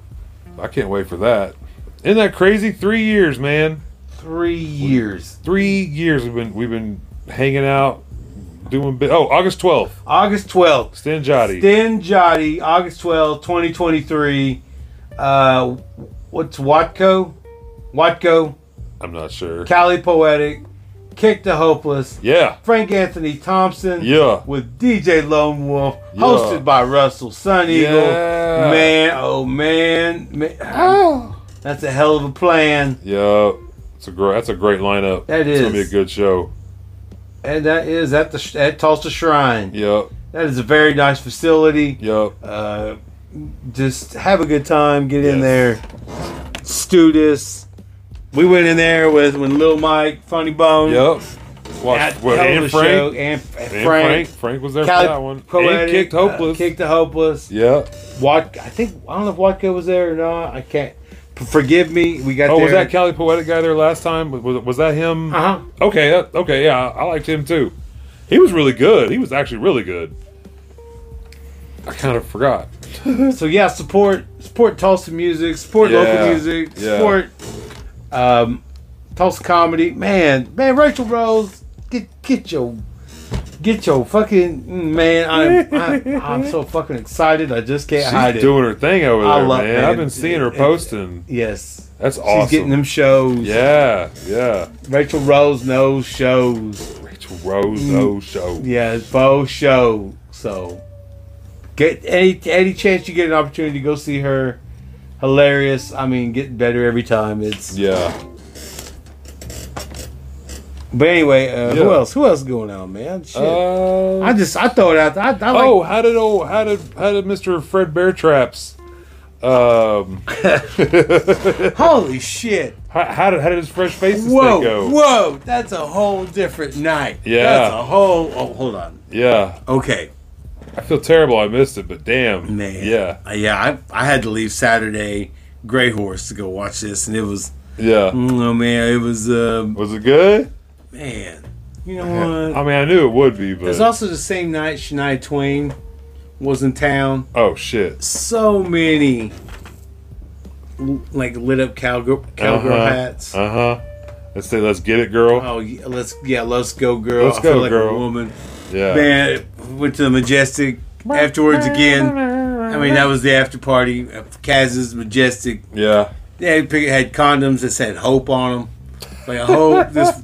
I can't wait for that. Isn't that crazy? Three years, man.
Three years.
Three years we've been we've been hanging out, doing. Bi- oh, August twelfth.
August twelfth.
Stan Jotty.
Stin Jotty, August twelfth, twenty twenty three. Uh, what's Watco? Watco,
I'm not sure.
Cali Poetic, Kick the Hopeless,
yeah.
Frank Anthony Thompson,
Yeah.
with DJ Lone Wolf,
Yeah.
hosted by Russell Sun Eagle.
Yeah.
Man, oh man, man. that's a hell of a plan.
Yeah. It's a great. That's a great lineup.
That
It's gonna be a
is.
good show.
And that is at the sh- at Tulsa Shrine.
Yep.
That is a very nice facility.
Yep.
Uh, just have a good time. Get in
Yes.
there. Studis. We went in there with when Lil Mike, Funny Bone.
Yep. Watch
At
with
hell of
and
a
Frank.
show, and, and
And
Frank.
Frank. Frank was there for
Cali-
that one. And
Poetic,
Kicked
uh,
Hopeless.
kicked the hopeless.
Yeah.
Wat, I think I don't know if Watko was there or not. I can't. P- forgive me. We got.
Oh,
there.
was that Cali Poetic guy there last time? Was, was, was that him?
Uh-huh.
Okay, that, okay, yeah, I liked him too. He was really good. He was actually really good. I kind of forgot.
so yeah, support support Tulsa music, support
Yeah,
local music,
yeah.
support um, Tulsa comedy. Man, man, Rachel Rose, get get your get your fucking mm, man. I'm I'm, I'm so fucking excited. I just can't
She's
hide it.
doing her thing over
I
there,
love-
man.
man,
I've been seeing her
it- it-
posting.
yes,
That's
she's
awesome.
getting them shows.
yeah, yeah.
Rachel Rose knows shows.
Rachel Rose, oh show.
Mm. Yeah, faux show. So get any any chance you get an opportunity to go see her. Hilarious. I mean, getting better every time. It's
Yeah.
But anyway, uh,
Yeah.
who else? Who else going on, man? Shit.
Uh,
I just I throw it out. there. I, I like,
oh, how did oh how did how did Mr. Fred Bear Traps? Um,
[laughs] holy shit!
how, how did how did his fresh faces
Whoa,
thing go?
whoa! That's a whole different night.
Yeah.
that's a whole. Oh, hold on.
Yeah,
Okay,
I feel terrible. I missed it, but damn,
man.
yeah,
Uh, yeah. I I had to leave Saturday, Gray Horse, to go watch this, and it was
yeah.
oh man, it was uh,
Was it good?
man. You know what?
I mean, I knew it would be, but
It's also the same night Shania Twain was in town.
oh shit,
So many l- like lit up cowgirl cowgirl
Uh-huh.
hats.
Uh huh. Let's say, let's get it, girl.
Oh, yeah, let's yeah, let's go, girl.
Let's
I feel
go,
like
girl.
a woman.
yeah,
Man, went to the Majestic afterwards again. I mean, that was the after party. of Kaz's Majestic.
yeah.
They had, pic- had condoms that said "Hope" on them. Like, I
[laughs]
hope this,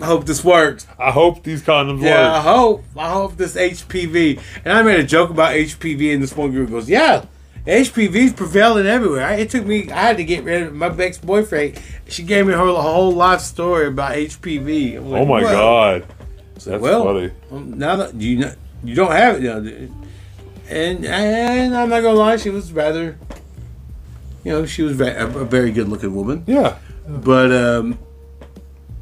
I hope this works.
I hope these condoms
Yeah, I
work.
hope, I hope this HPV. And I made a joke about HPV, and this one girl goes, "Yeah." HPV's prevailing everywhere. I- It took me. I had to get rid of my ex boyfriend. She gave me her whole life story about HPV. I'm like,
Oh my
"Whoa."
god, that's
well,
funny.
um, now that you know, You don't have it, you know. And and I'm not gonna lie, she was rather, you know, she was ve- a, a very good looking woman.
Yeah.
But um,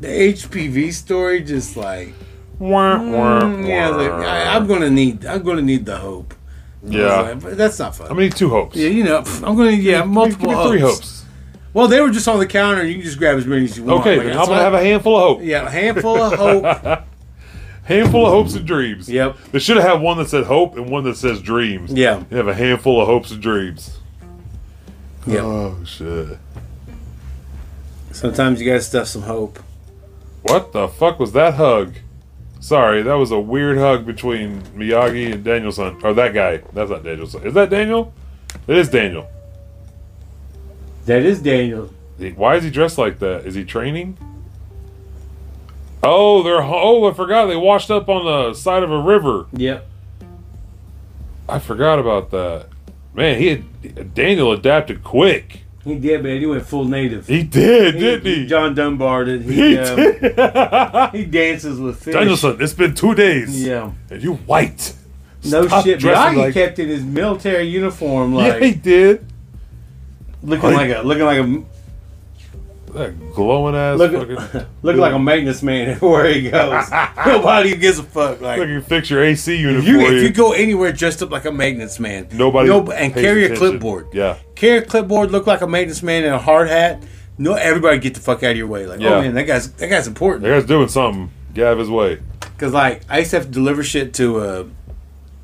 the HPV story just like,
wah,
mm, yeah, I was like, I, am gonna need, I'm gonna need the hope. I was
Yeah.
like, but that's not fun.
I need two hopes.
Yeah, you know, pff, I'm gonna yeah multiple
give me three hopes.
Well, they were just on the counter. You can just grab as many as you want.
Okay,
Like,
then
that's
I'm gonna
what-
have a handful of hope.
Yeah, a handful of
[laughs]
hope.
handful of hopes and dreams.
Yep.
They should have had one that said hope and one that says dreams.
Yeah.
You have a handful of hopes and dreams.
Yep.
Oh shit.
Sometimes you gotta stuff some hope.
What the fuck was that hug? Sorry, that was a weird hug between Miyagi and Danielson. Or that guy. That's not Danielson. Is that Daniel? It is Daniel.
That is Daniel.
Why is he dressed like that? Is he training? Oh, they're oh, I forgot they washed up on the side of a river.
Yep.
I forgot about that. Man, he had, Daniel adapted quick.
He did, man. He went full native.
He did, didn't he?
John Dunbar did. He,
He
um, he dances with fish.
Danielson, it's been two days.
Yeah.
and you white.
No
Stop
shit.
dressing
Miyagi
like-
kept in his military uniform, like
yeah, he did.
looking like a looking like a
That glowing ass.
Look- [laughs]
fucking,
looking like a maintenance man [laughs] everywhere he
[laughs]
goes. Nobody gives a fuck. Like
Look, you fix your AC unit
if you,
for
if
you.
you go anywhere dressed up like a maintenance man,
Nobody
no, and
pays
carry a
attention.
clipboard,
Yeah,
carry a clipboard, look like a maintenance man in a hard hat. No, everybody get the fuck out of your way. Like,
Yeah.
oh man, that guy's that guy's important.
that guy's doing something. Gav his way.
Cause like I used to have to deliver shit to uh,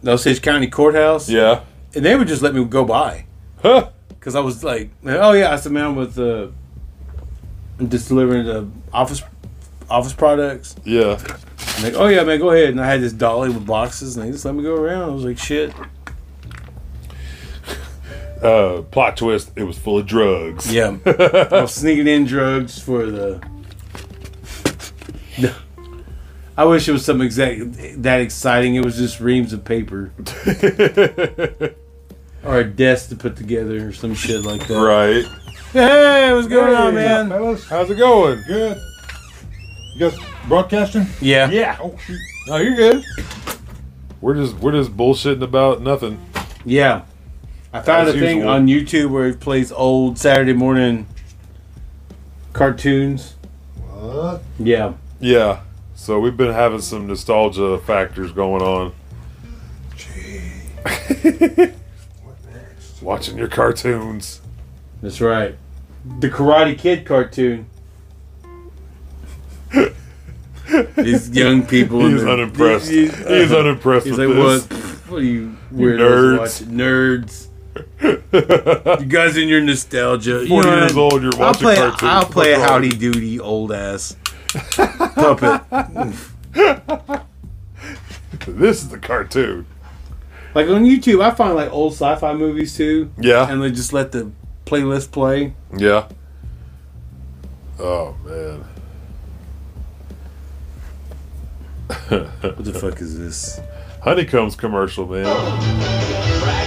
the Osage County Courthouse.
Yeah.
and they would just let me go by.
Huh?
Cause I was like, oh yeah, I said, man, I'm with uh, I'm just delivering the office office products.
Yeah.
I'm like, oh yeah, man, go ahead. And I had this dolly with boxes, and they just let me go around. I was like, shit.
Uh, plot twist: It was full of drugs. [laughs]
Yeah, I was sneaking in drugs for the. [laughs] I wish it was something exact that exciting. It was just reams of paper, or a desk to put together, or some shit like that.
Right.
Hey, what's going on, man?
How's it going?
Good. You guys broadcasting?
Yeah.
Yeah.
Oh, shoot.
No, you're good. We're just we're just bullshitting about nothing.
Yeah. I found a
As
thing
usual.
on YouTube where it plays old Saturday morning cartoons.
What?
Yeah.
Yeah. So we've been having some nostalgia factors going on. [laughs] Watching your cartoons.
That's right. The Karate Kid
[laughs]
cartoon. These young people.
He's
and the-
unimpressed.
these- these-
He's unimpressed
uh, He's
with
like,
this.
What, what are you
You
weirdos
nerds."
watching? Nerds.
[laughs]
you guys in your nostalgia. You
40
know
years
what?
old, you're
I'll
watching
play,
cartoons.
I'll
What's
play a
wrong?
Howdy Doody old ass puppet.
[laughs] This is the cartoon.
Like on YouTube, I find like old sci-fi movies too.
Yeah.
and they just let the playlist play.
Yeah. Oh man.
What the fuck is
[laughs]
this?
Honeycombs commercial, man.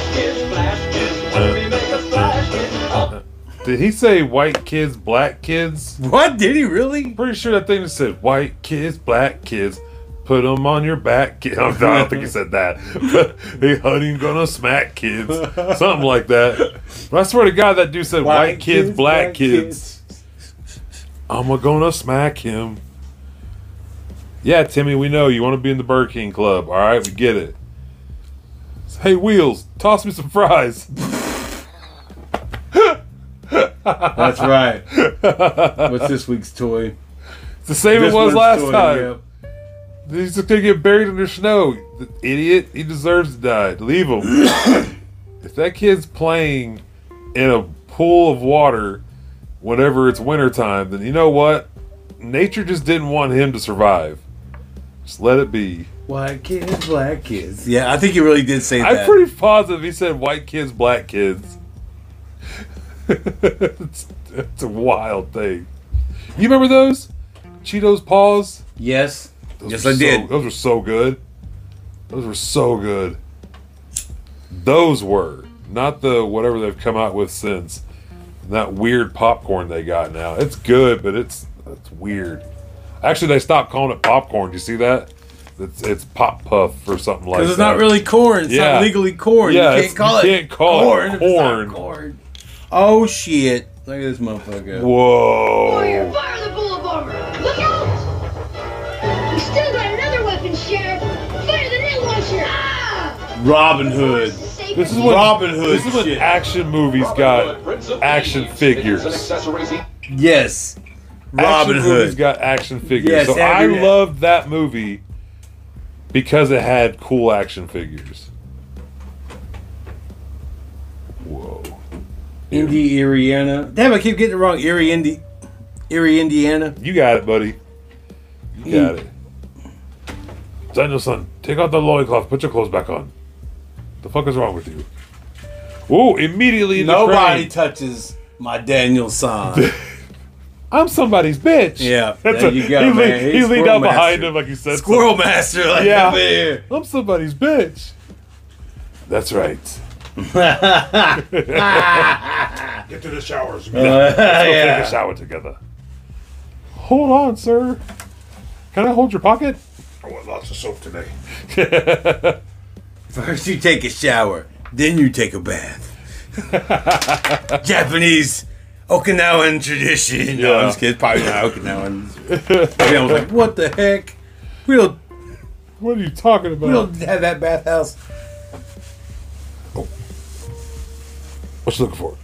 Did he say white kids, black kids?
What did he really?
Pretty sure that thing said white kids, black kids. Put them on your back, [laughs] kid. I don't think he said that. But hey, honey, gonna smack kids, something like that. But I swear to God, that dude said white, kids, black, kids. I'm gonna smack him. Yeah, Timmy, we know you want to be in the Burger King Club. All right, we get it. Hey, Wheels, toss me some fries.
That's
[laughs]
right. What's this week's toy?
It's the same
This
it was
one's
last
toy,
time.
yep.
He's just gonna get buried under snow. The idiot. He deserves to die. Leave him. if that kid's playing in a pool of water whenever it's wintertime, then you know what? Nature just didn't want him to survive. Just let it be.
White kids, black kids. Yeah, I think he really did say
I'm
that.
pretty positive he said white kids, black kids. [laughs] it's, it's a wild thing. You remember those? Cheetos paws?
yes,
Those
yes,
were
I
so-
did.
Those were so good. Those were so good. Those were not the whatever they've come out with since. That weird popcorn they got now. It's good, but it's it's weird. Actually, they stopped calling it popcorn. Do you see that? It's it's pop puff or something like that.
Because it's not really corn. It's
Yeah.
not legally corn. you
Yeah, it's-
can't call
you
it
can't call it
corn. if it's not
corn.
corn. Oh, shit. Look at this motherfucker.
Whoa.
Fire the bullet bomber! Look out! We still got another weapon, Sheriff! Fire the net launcher! Ah!
Robin Hood.
This is what
Robin Hood
This is what
shit.
action movies got action figures.
Yes.
Robin
action
Hood.
movies got action figures.
Yes,
so I
every-
loved that movie because it had cool action figures. Whoa.
Indy, Indiana. Damn, I keep getting it wrong. Erie, Indi- Erie, Indiana.
You got it, buddy.
Hmm.
You got it. Danielson, take out the loincloth. Put your clothes back on. The fuck is wrong with you? Ooh, immediately in the
Nobody
crane.
touches my Daniel son.
I'm somebody's bitch.
Yeah,
That's
there
a-
you go,
he
man.
leaned-
He's
he leaned
squirrel
out behind
master.
him like you said.
Squirrel
something.
master, like, over here.
I'm somebody's bitch. That's right.
[laughs] Get to the showers.
Yeah, Let's go
[laughs] yeah.
take a shower together. Hold on, sir. Can I hold your pocket?
I want lots of soap today.
First you take a shower, then you take a bath. Japanese Okinawan tradition. No, I'm just kidding. Probably not Okinawan. Maybe I was like, what the heck? We don't.
What are you talking about?
We don't have that bathhouse.
What you looking for?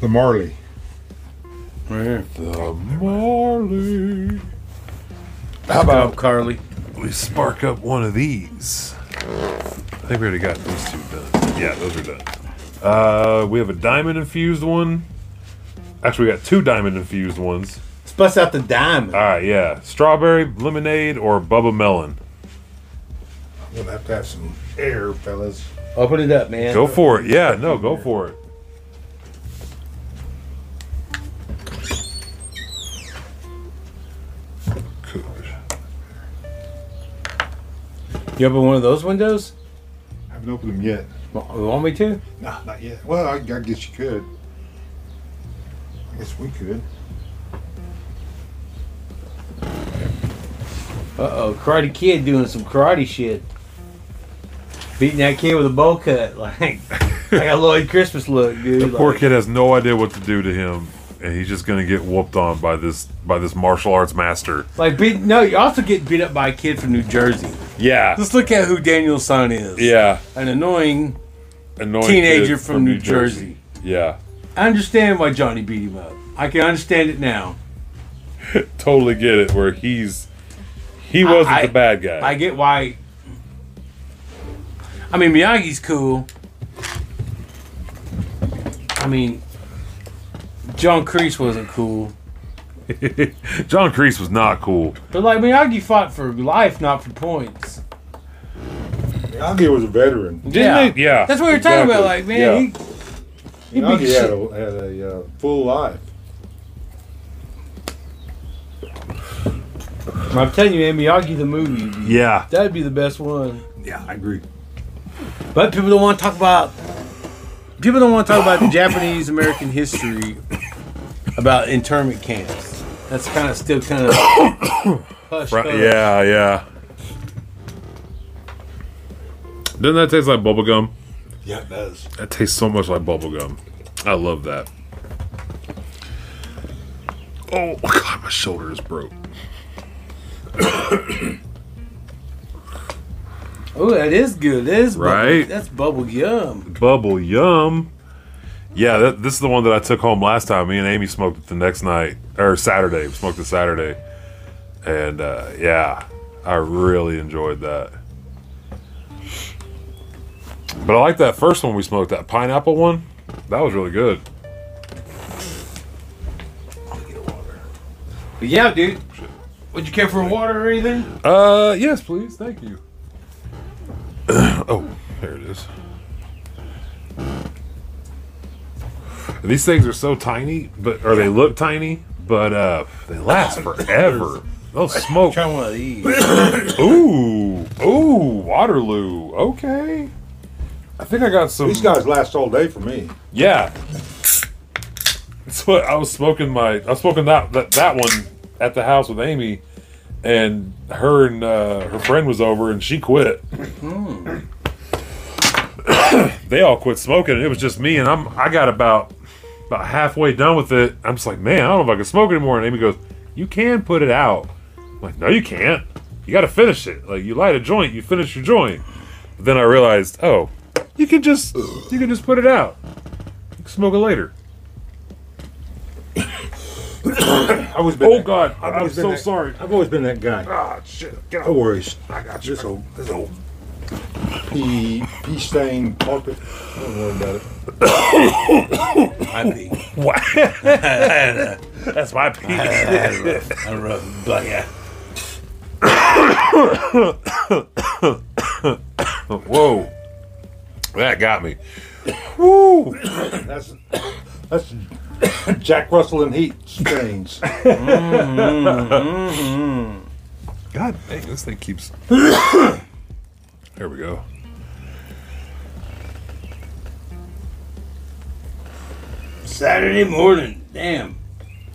The Marley.
The Marley.
How about Carly?
We spark up one of these. I think we already got these two done. Yeah, those are done. Uh, we have a diamond infused one. Actually, we got two diamond infused ones.
Let's bust out the diamond.
All right, yeah, strawberry lemonade or Bubba melon.
We'll have to have some air, fellas.
Open it up, man.
Go for it. Yeah, no, go for it.
You open one of those windows?
I haven't opened them yet.
Wa- You want me to?
Nah, not yet. Well, I, I guess you could. I guess we could.
Uh oh, Karate Kid doing some karate shit. Beating that kid with a bowl cut, [laughs] like like a Lloyd Christmas look, dude.
The poor
like-
kid has no idea what to do to him, and he's just gonna get whooped on by this by this martial arts master.
Like beat no, you also get beat up by a kid from New Jersey.
Yeah,
Let's look at who Daniel Son is.
yeah,
An annoying
annoying
teenager
kid
from, New Jersey.
Yeah,
I understand why Johnny beat him up. I can understand it now.
totally get it. Where he's he wasn't
I-
the bad guy.
I get why I mean Miyagi's cool. I mean John Kreese wasn't cool.
[laughs] John Kreese was not cool.
But like Miyagi fought for life, not for points.
Miyagi was a veteran.
Didn't yeah. they? Yeah,
That's what we were talking about. Like, man,
exactly. Yeah.
he, he beat
Miyagi had
shit.
a, had a uh, full life.
I'm telling you, man, Miyagi the movie.
yeah,
That'd be the best one.
Yeah, I agree.
But people don't want to talk about. People don't want to talk about the Japanese American history about internment camps. That's kind of still [coughs] kind of hush.
Right, yeah, yeah. Doesn't that taste like bubble gum?
Yeah, it does.
That tastes so much like bubble gum. I love that. Oh [laughs] god, my shoulder is broke.
Oh, that is good. That is bubble-
Right.
that's bubble gum.
Bubble yum. Yeah, that, this is the one that I took home last time. Me and Amy smoked it the next night or Saturday. We smoked it Saturday, and uh, yeah, I really enjoyed that. But I like that first one we smoked, that pineapple one. That was really good.
But yeah, dude. Would you care for water or anything?
Uh, yes, please. Thank you. [clears throat] oh, there it is. These things are so tiny, but or they look tiny, but uh,
[laughs]
they last forever. They'll smoke.
Try one of these.
Ooh, ooh, Waterloo. Okay. I think I got some.
These guys last all day for me.
Yeah. That's what I was smoking my I was smoking that that, that one at the house with Amy and her and uh, her friend was over, and she quit. they all quit smoking, and it was just me. And I'm I got about about halfway done with it. I'm just like, man, I don't know if I can smoke anymore. And Amy goes, "You can put it out." I'm like, "No, you can't. You got to finish it. Like you light a joint, you finish your joint." But then I realized, oh, you can just you can just put it out. You can smoke it [coughs] later. I was. Oh God, I,
I've
I'm
always been
so
that-
sorry.
I've always been that guy.
Ah, shit. Get
No
out.
worries.
I got you. This old, this old
pee, pee stain carpet. Don't worry about it.
I pee.
What? That's my pee. [laughs]
I rough, I rough bucket.
Whoa, that got me. Woo.
That's that's Jack Russell and Heat stains.
God dang, this thing keeps. [coughs] there we go.
Saturday morning. Damn.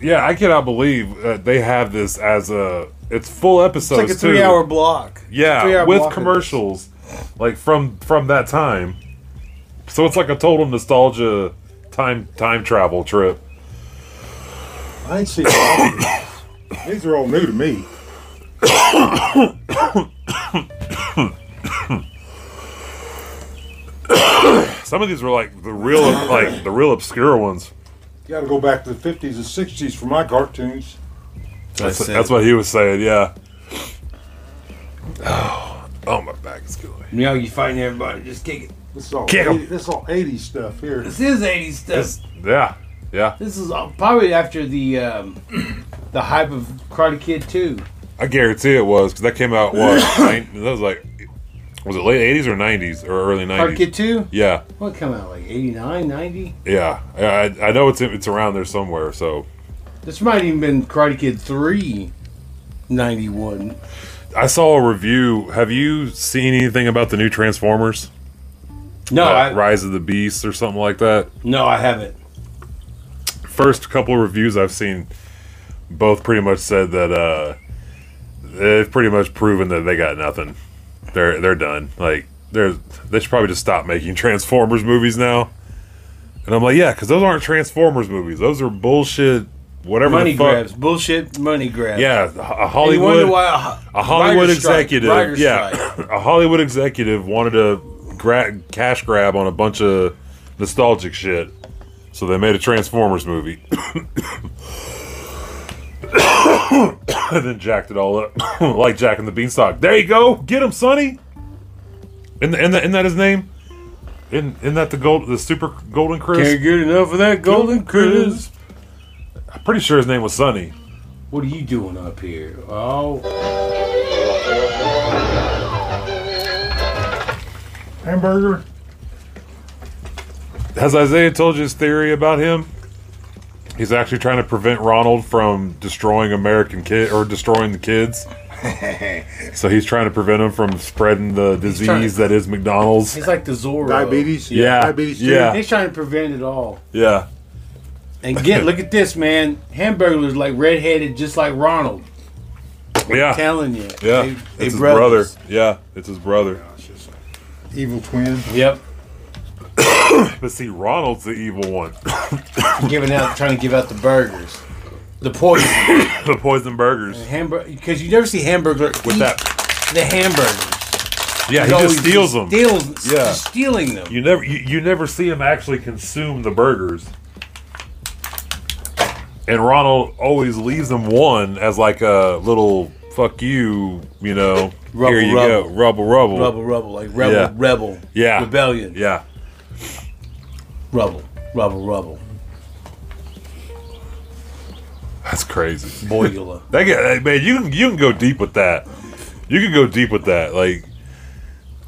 Yeah, I cannot believe uh, they have this as a. It's full episodes
like a
too.
three-hour block. It's a
Yeah,
three-hour block
with
of
commercials, like from from that time. So it's like a total nostalgia time time travel trip.
I ain't seen all of these. These are all new to me.
Some of these were like the real like the real obscure ones.
You got to go back to the fifties and sixties for my cartoons.
That's,
That's it.
that's what he was saying. Yeah. Oh, oh my back is killing me.
You know, you fighting everybody. Just kick it.
This is all
Kick 'em.
80, this is all eighties stuff here.
This is 80s stuff.
This- yeah, yeah.
This is all- probably after the um, [clears throat] the hype of Karate Kid 2.
I guarantee it was because that came out [laughs] what? nine, that was like, was it late eighties or nineties or early
Karate Kid
nineties?
2?
Yeah,
What come out like 89, 90?
yeah. I, I know it's it's around there somewhere. So
This might even been Karate Kid 3, 91.
I saw a review. Have you seen anything about the new Transformers?
No,
Uh,
I,
Rise of the Beasts or something like that.
no, I haven't.
first couple of reviews I've seen, both pretty much said that uh, they've pretty much proven that they got nothing. They're they're done. Like they're they should probably just stop making [laughs] Transformers movies now. And I'm like, yeah, because those aren't Transformers movies. Those are bullshit. Whatever
money
the fuck.
grabs, bullshit money grabs.
Yeah, a a
And you wonder
Hollywood.
why a ho-
a Hollywood
writer's strike-
executive,
writer's
yeah, [coughs] a Hollywood executive wanted to gra- cash grab on a bunch of nostalgic shit, so they made a Transformers movie, [coughs] and then jacked it all up [coughs] like Jack and the Beanstalk. There you go, get him, Sonny. And and that, isn't that his name? Isn't, isn't that the gold, the super golden crisp?
Can't get enough of that golden crisp.
I'm pretty sure his name was Sonny.
What are you doing up here? Oh,
Hamburger.
Has Isaiah told you his theory about him? He's actually trying to prevent Ronald from destroying American kid or destroying
[laughs]
the kids. so he's trying to prevent him from spreading the
trying
disease
to-
that is McDonald's.
he's like the Zorro.
Diabetes.
Yeah,
Diabetes. too.
yeah.
He's trying to prevent it all.
Yeah.
And get look at this man, Hamburglar's like redheaded, just like Ronald.
[laughs] Yeah.
Telling you,
yeah.
They-
it's
they
his
brothers.
brother. Yeah. It's his brother.
Evil twin.
Yep,
But see, Ronald's the evil one. [laughs]
giving out, trying to give out the burgers, the
[coughs]
poison,
the poison burgers.
hamburger. Because you never see Hamburglar
With
eat
that.
the hamburgers.
Yeah, he
He's always
just steals them.
just Steals,
Yeah.
just stealing them.
You never you, you never see him actually consume the burgers. And Ronald always leaves him one as like a little fuck you, you know.
Rubble,
here you
rubble.
go, rubble, rubble,
Rebel, rebel, like rebel,
Yeah.
rebel,
Yeah,
rebellion,
Yeah,
rebel, rebel, rebel,
that's crazy. [laughs]
boyula.
That guy, man, you can you can go deep with that. You can go deep with that. Like,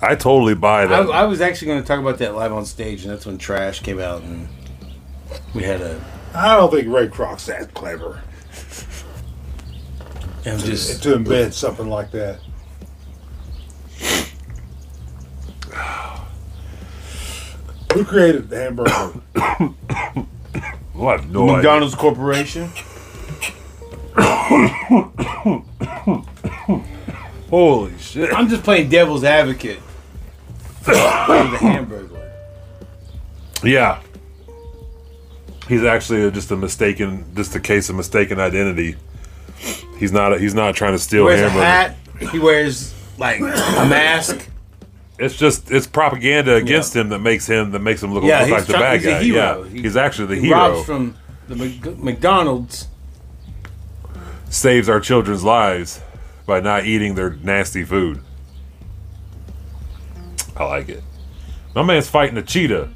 I totally buy
I,
that.
I was actually going to talk about that live on stage, and that's when Trash came out, and we had a.
I don't think Ray Kroc's that clever
And just
to embed something like that. [sighs] Who created the
[coughs]
hamburger?
Well, I have no idea.
McDonald's Corporation.
Holy shit.
I'm just playing devil's advocate. the Hamburglar.
Yeah. He's actually just a mistaken, just a case of mistaken identity. He's not. he's not trying
He
to steal
wears a
hamburger.
hat. He wears like a mask.
It's just it's propaganda against him that makes him that makes him look,
Yeah,
look
he's
like the
try-
bad
he's a
guy.
hero.
Yeah,
He-
he's actually the
he
hero.
robs from the Mc- McDonald's.
saves our children's lives by not eating their nasty food. I like it. My man's fighting a cheetah.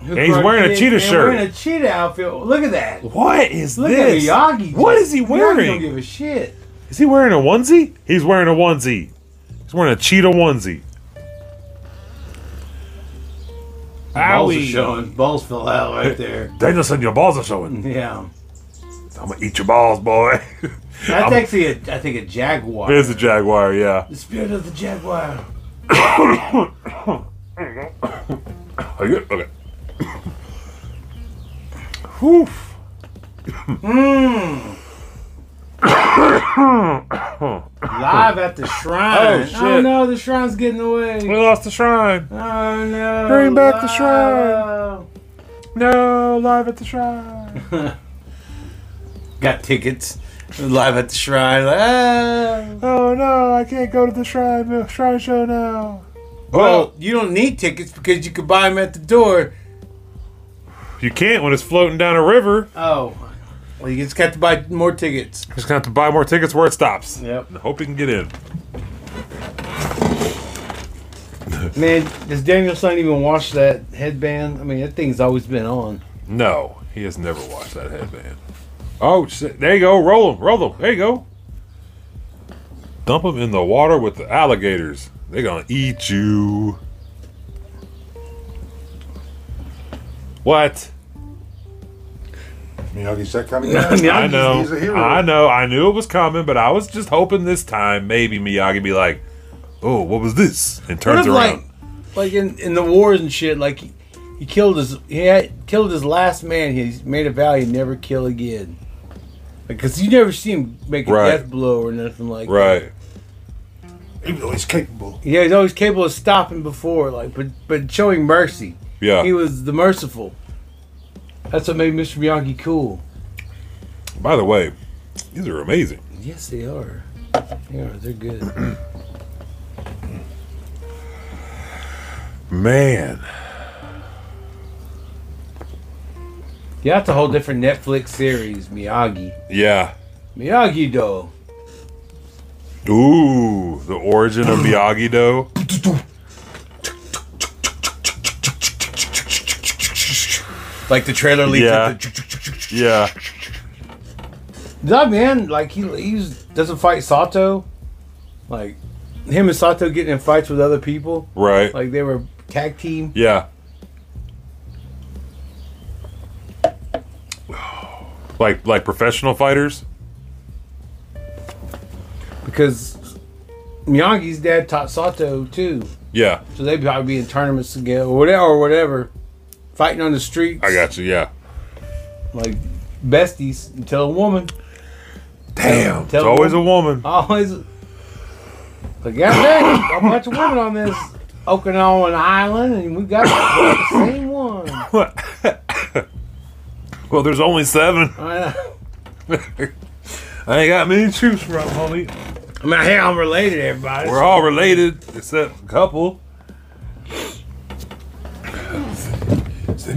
And he's wearing a
And-
cheetah
and
shirt.
Wearing a cheetah outfit. Look at that.
What is
Look
this?
At Miyagi.
What is he
Miyagi
wearing?
don't give a shit.
Is he wearing a onesie? He's wearing a onesie. He's wearing a cheetah onesie.
Balls are
Owie.
showing. Balls fell out right
[laughs]
there.
Danielson, your balls are showing.
Yeah.
I'm gonna eat your balls, boy. [laughs]
That's
I'm-
actually, a, I think, a jaguar.
It is a jaguar, yeah.
The spirit of the jaguar.
Are you good? Okay. [coughs] Whew. Hmm.
Live at the shrine.
Oh, shit.
no, the shrine's getting away.
We lost the shrine.
Oh no.
Bring back the
Live.
shrine. No, live at the shrine.
Got tickets. Live at the shrine. Like, ah.
Oh no, I can't go to the shrine the shrine show now.
Well, you don't need tickets because you could buy them at the door.
You can't when it's floating down a river.
Oh, well, you just got to buy more tickets.
Just gonna have to buy more tickets where it stops.
Yep.
And hope you can get in.
Man, does Danielson even wash that headband? I mean, that thing's always been on.
No, he has never washed that headband. Oh, shit. there you go. Roll him. Roll him. There you go. Dump him in the water with the alligators. They're going to eat you. What?
Miyagi's that kind of guy.
I know.
He's a hero.
I know. I knew it was coming, but I was just hoping this time maybe Miyagi be like, oh, what was this? And turns
if,
around.
like, like in, in the wars and shit, like he, he killed his he had, killed his last man. He's made a vow he'd never kill again. Because you never see him make a
Right.
death blow or nothing like
right.
Even though he's capable.
Yeah, he's always capable of stopping before, like, but but showing mercy.
Yeah.
he was the merciful. That's what made Mr. Miyagi cool.
By the way, these are amazing.
Yes, they are. They are. They're good. [clears throat]
Man.
yeah, that's a whole different Netflix series, Miyagi.
Yeah.
Miyagi Do.
Ooh, the origin
[gasps]
of Miyagi Do.
Like the trailer leads
yeah.
up
yeah.
That man, like he he's, doesn't fight Sato. Like him and Sato getting in fights with other people.
Right.
Like they were tag team.
Yeah. Like like professional fighters?
Because Miyagi's dad taught Sato too.
Yeah.
So they'd probably be in tournaments together or whatever or whatever. Fighting on the streets.
I got you. Yeah.
Like besties until a woman.
Damn.
Tell
it's always a woman.
Always like goddamn, a bunch of women on this Okinawan island and we got the same one.
[laughs] Well, there's only seven. [laughs]
I
I ain't got many to choose from, homie.
I mean, hey, I'm related, to everybody.
We're all related except a couple.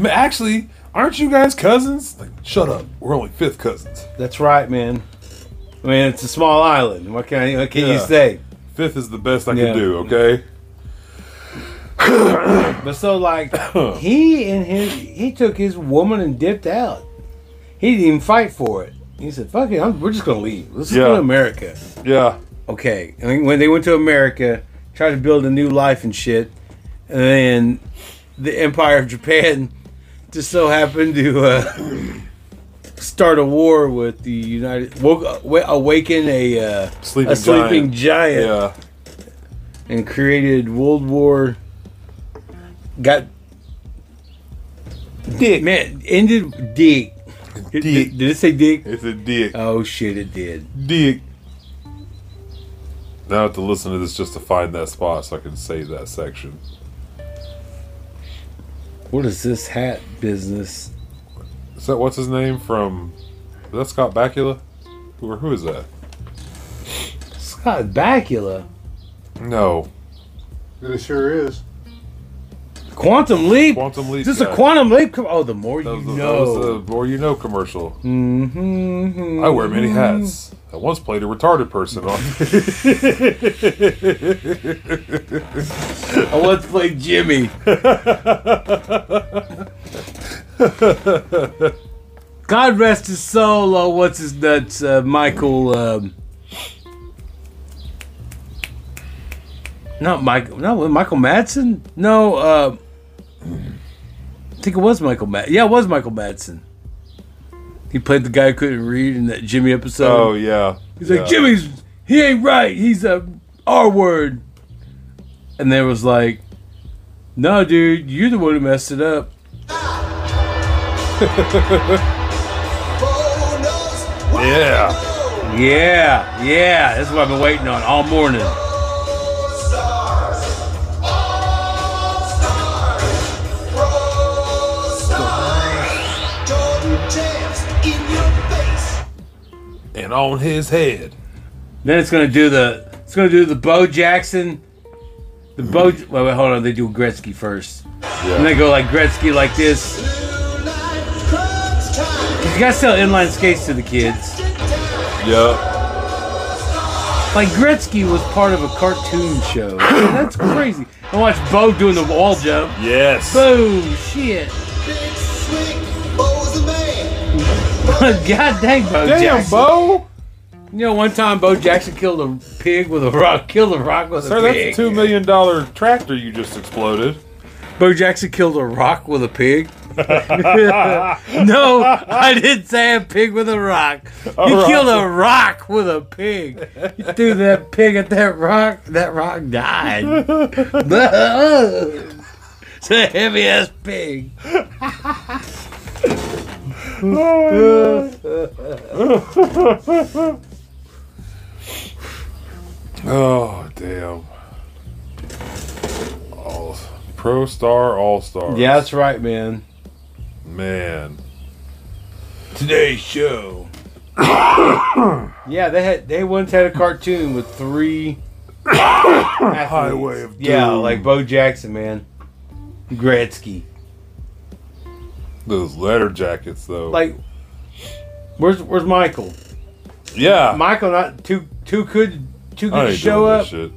Actually, aren't you guys cousins? Like, shut up. We're only fifth cousins.
That's right, man. I mean, it's a small island. What can I, what can you
Yeah.
say?
Fifth is the best I
Yeah.
can do, okay?
But so [coughs] like he and his he took his woman and dipped out. He didn't even fight for it. He said, "Fuck it, I'm, we're just gonna leave. Let's go
Yeah.
to America."
Yeah.
Okay, and then when they went to America, tried to build a new life and shit, and then the Empire of Japan [laughs] just so happened to uh, [laughs] start a war with the United, woke, awa- awaken a uh,
Sleeping
a sleeping giant,
Yeah.
and created World War. Got dick man ended dick. Did, did it say dick?
It's a dick.
Oh shit! It did.
Dick. Now I have to listen to this just to find that spot so I can save that section.
What is this hat business?
Is that what's his name from? Is that Scott Bakula? Or who is that?
Scott Bakula.
No.
It sure is.
Quantum Leap.
Quantum Leap.
Is this
guy.
a Quantum Leap? com- Oh, the more
That
you
was the, that was
know.
the More You Know commercial.
Mm-hmm.
I wear many hats. I once played a retarded person [laughs] on.
I once played Jimmy.
[laughs]
God rest his soul. Oh, what's his nuts? Uh, Michael. Um, not Michael. No, Michael Madsen. No. Uh, I think it was Michael Mad. Yeah, it was Michael Madsen. He played the guy who couldn't read in that Jimmy episode.
oh yeah.
He's
Yeah.
like, Jimmy's, he ain't right. He's a R word. And they was like, no, dude, you're the one who messed it up. yeah. Yeah. Yeah. That's what I've been waiting on all morning.
And on his head.
Then it's gonna do the it's gonna do the Bo Jackson, the Bo. Wait, wait, hold on. They do Gretzky first, and they go like Gretzky like this. 'Cause You gotta sell inline skates to the kids.
Yeah.
Like Gretzky was part of a cartoon [gasps] show. That's crazy. I watched Bo doing the wall jump.
Yes.
Boom! Shit. [laughs] God dang, Bo
Damn,
Jackson.
Bo.
You know, one time Bo Jackson killed a pig with a rock. Killed a rock with
Sir,
a
that's
pig.
a two million dollar tractor you just exploded.
Bo Jackson killed a rock with a [laughs] pig. no, I didn't say a pig with a rock.
A
you
rock.
killed a rock with a pig. You threw that pig at that rock. That rock [laughs] died. it's a heavy ass pig.
Oh damn. All pro star, all stars.
Yeah, that's right, man.
Man.
Today's show. [coughs] yeah, they had they once had a cartoon with
[coughs]
three athletes.
Highway of
yeah,
Doom.
like Bo Jackson, man. Gretzky.
Those letter jackets though.
Like, where's where's Michael?
Yeah.
Michael not too too good too
I
good to
ain't
show
doing
up.
this shit.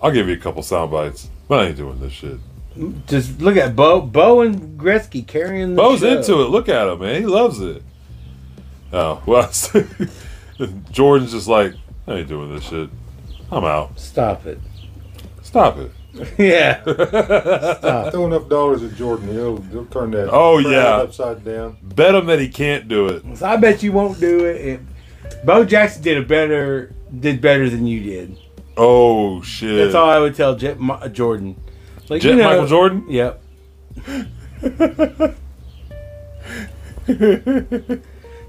I'll give you a couple sound bites, but I ain't doing this shit.
Just look at Bo Bo and Gretzky carrying. The
Bo's
show.
into it. Look at him, man. He loves it. Oh [laughs] well, Jordan's just like, I ain't doing this shit. I'm out.
Stop
[laughs]
it.
Stop it. [laughs]
Yeah.
Throw enough dollars at Jordan. He'll, he'll turn that.
Uh, Oh,
crowd
yeah.
Upside down.
Bet him that he can't do it.
So I bet you won't do it. If Bo Jackson did a better did better than you did.
Oh shit.
That's all I would tell Jet Ma- Jordan. Like,
Jet Michael Jordan?
Yep.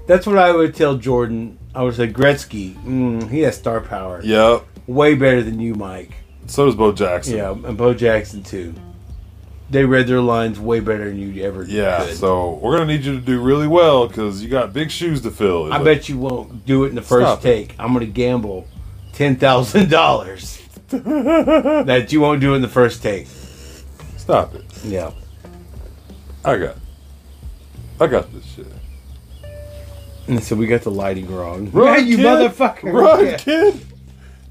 That's what I would tell Jordan. I would say Gretzky. Mm, he has star power.
Yep.
Way better than you, Mike.
So does Bo Jackson.
Yeah, and Bo Jackson too. They read their lines way better than you ever
Yeah,
could.
so we're gonna need you to do really well because you got big shoes to fill.
I bet you won't do it in the first
Stop it.
take. I'm gonna gamble ten thousand
[laughs]
dollars that you won't do it in the first take.
Stop it.
Yeah.
I got. I got this shit.
And so we got the lighting wrong.
Run,
yeah, you
kid.
motherfucker.
Run,
Yeah.
kid!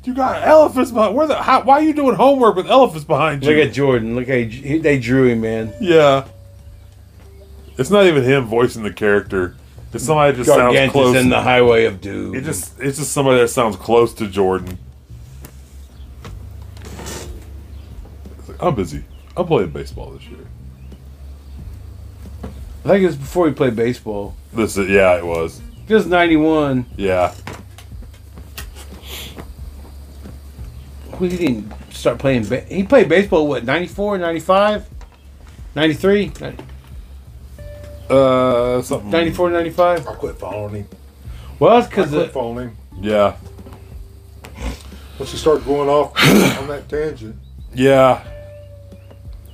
You got elephants behind. Where the? How, why are you doing homework with elephants behind you?
Look at Jordan. Look at he- they drew him, man.
yeah. It's not even him voicing the character. It's somebody that just sounds
Gargantus
close.
in the highway of doom.
It just it's just somebody that sounds close to Jordan. It's like, I'm busy. I'm playing baseball this year.
I think it was before he played baseball.
This is, yeah, it was.
Just ninety one.
Yeah.
We didn't start playing. Ba- he played baseball what 94, 95, 93,
Uh, something.
94, 95.
I quit following him.
Well, it's because
I quit following him.
Yeah.
Once you start
[coughs]
going off on that tangent,
Yeah.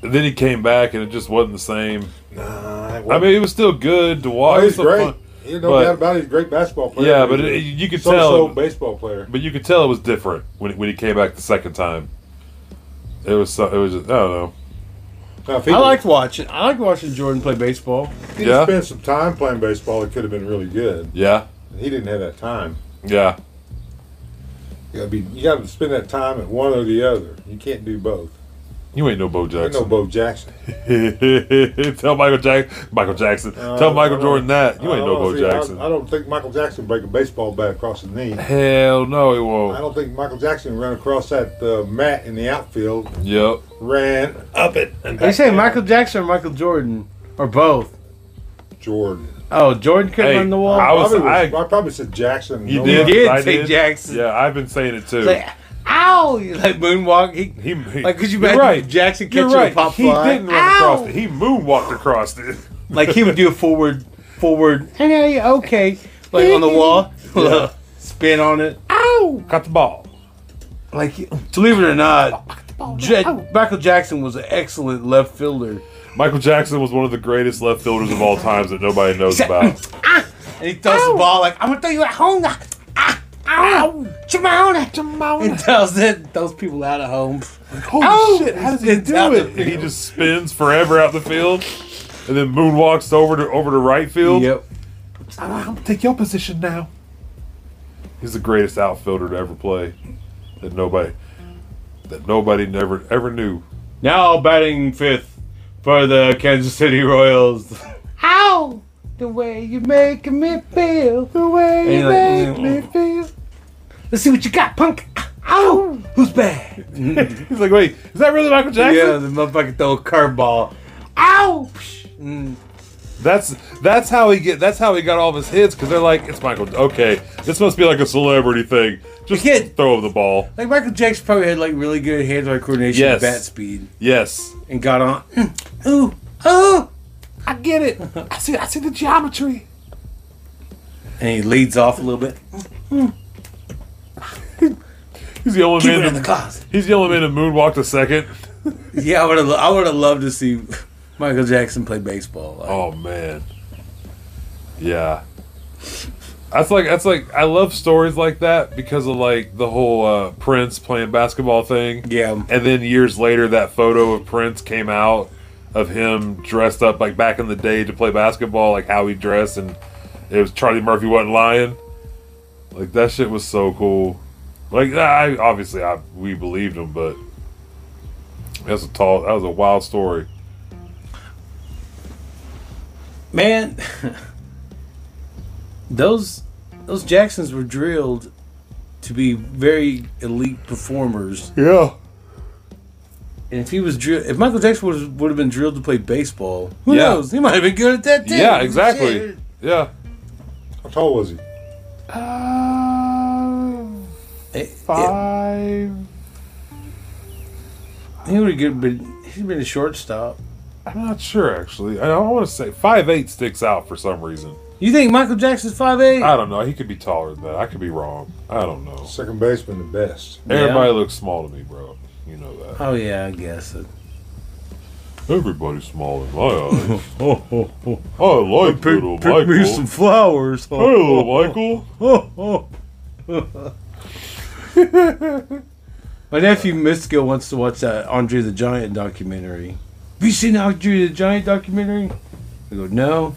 And then he came back and it just wasn't the same.
Nah,
I mean, it was still good to watch.
oh, he's
It was
great.
fun-
You know,
but-
doubt about it, he's a great basketball player.
Yeah, but it, you could
so,
tell.
So baseball player.
But you could tell it was different when when he came back the second time. It was so, it was just, I don't know.
I liked watching. I liked watching Jordan play baseball.
If he'd spent some time playing baseball, it could have been really good.
Yeah,
He didn't have that time.
yeah.
You gotta be. You gotta spend that time at one or the other. You can't do both.
You ain't no Bo
Ain't no
Jackson.
Bo Jackson.
[laughs] tell Michael Jack Michael Jackson. [laughs] tell Michael Jordan that you ain't no Bo Jackson.
Uh, I, don't think Michael Jackson break a baseball bat across his
[laughs]
knee.
Hell no, he
I
won't.
don't think Michael Jackson ran across that uh, mat in the outfield.
Yep.
Ran up it. And
They
back
say
down.
Michael Jackson or Michael Jordan or both.
Jordan.
Oh, Jordan couldn't run the wall.
I was.
Probably
I,
I probably said Jackson.
you
No
did.
one-
I
say Jackson.
Yeah, I've been saying it too.
Like, ow! You Like moonwalk. He, like could you
You're
imagine
right.
Jackson
You're
catching
right.
a pop
he
fly?
didn't run across it. He moonwalked across it.
like he would do a forward,
[laughs]
forward. Hey, okay. Like on the wall, spin on it.
Ow! Got the ball.
Like, believe it or
Oh,
not, Ja- Michael Jackson was an excellent left fielder.
Michael Jackson was one of the greatest left fielders of all times that nobody knows about.
And he throws the ball like, I'm gonna throw you at home. Ah, ow, Jamona, Jamona. And throws it, those people out of home. Oh!
Holy shit! How does he do it? And he just spins forever out the field, and then moonwalks over to over to right field.
Yep.
I'm gonna take your position now. He's the greatest outfielder to ever play. That nobody, that nobody never ever knew.
Now batting fifth for the Kansas City Royals. How? The way you making me feel. The way you make me feel. Let's see what you got, punk. Ow! Who's bad?
He's like, wait, is that really Michael Jackson?
Yeah, the motherfucker throw a curveball. Ow!
That's that's how he get. That's how he got all of his hits because they're like, it's Michael. Okay, this must be like a celebrity thing. Just throw him the ball.
Like Michael Jackson probably had like really good hand-eye coordination,
Yes.
and bat speed,
Yes.
and got on. [clears throat]
Ooh, ooh, I get it. I see, I see the geometry.
And he leads off a little bit.
He's the only
Keep
man
it in
to-
the closet.
He's the only man to moonwalk a second.
Yeah, I would have. I would have loved to see Michael Jackson play baseball. Like,
Oh man. Yeah. That's like that's like I love stories like that because of like the whole uh, Prince playing basketball thing.
Yeah.
And then years later, that photo of Prince came out of him dressed up like back in the day to play basketball, like how he dressed, and it was Charlie Murphy wasn't lying. Like that shit was so cool. Like I obviously I we believed him, but that's a tall that was a wild story.
man, [laughs] those those Jacksons were drilled to be very elite performers.
Yeah.
And if he was drilled, if Michael Jackson was, would have been drilled to play baseball, who
Yeah.
knows? He might have been good at that too.
Yeah, exactly.
Shit.
Yeah.
How tall was he?
Uh,
Five.
He would have good, but he'd been a shortstop.
I'm not sure actually. I don't want to say five eight sticks out for some reason.
You think Michael Jackson's five eight?
I don't know. He could be taller than that. I could be wrong. I don't know.
Second baseman, the best.
Everybody looks small to me, bro. You know that.
Oh yeah, I guess. It.
Everybody's small in my eyes.
[laughs]
I like Oh, little Michael.
flowers.
Hey, little Michael.
Oh, My nephew Misko wants to watch that Andre the Giant documentary. Have you seen the Andre the Giant documentary? I go, no.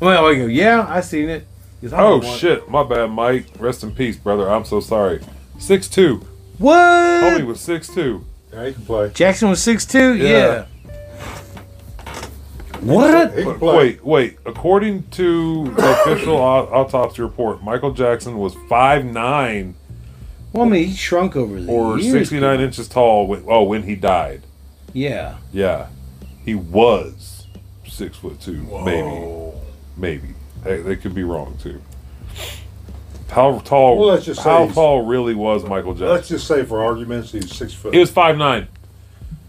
Well, I go, yeah, I seen it. He goes, I
Oh
don't want-
shit, my bad, Mike. Rest in peace, brother. I'm so sorry. Six two.
What?
Homie was six two.
Yeah, he can play.
Jackson was six two. Yeah.
Yeah.
What?
But Wait, wait. According to the official au- autopsy report, Michael Jackson was five nine
Well, I mean, he shrunk over the
or
years.
sixty nine inches tall. When, oh, when he died,
Yeah.
yeah, he was six foot two, maybe, maybe. They, they could be wrong too. How tall?
Well, let's just say
how
he's-
tall really was Michael Jackson?
Let's just say for arguments, he's six foot.
It was five nine.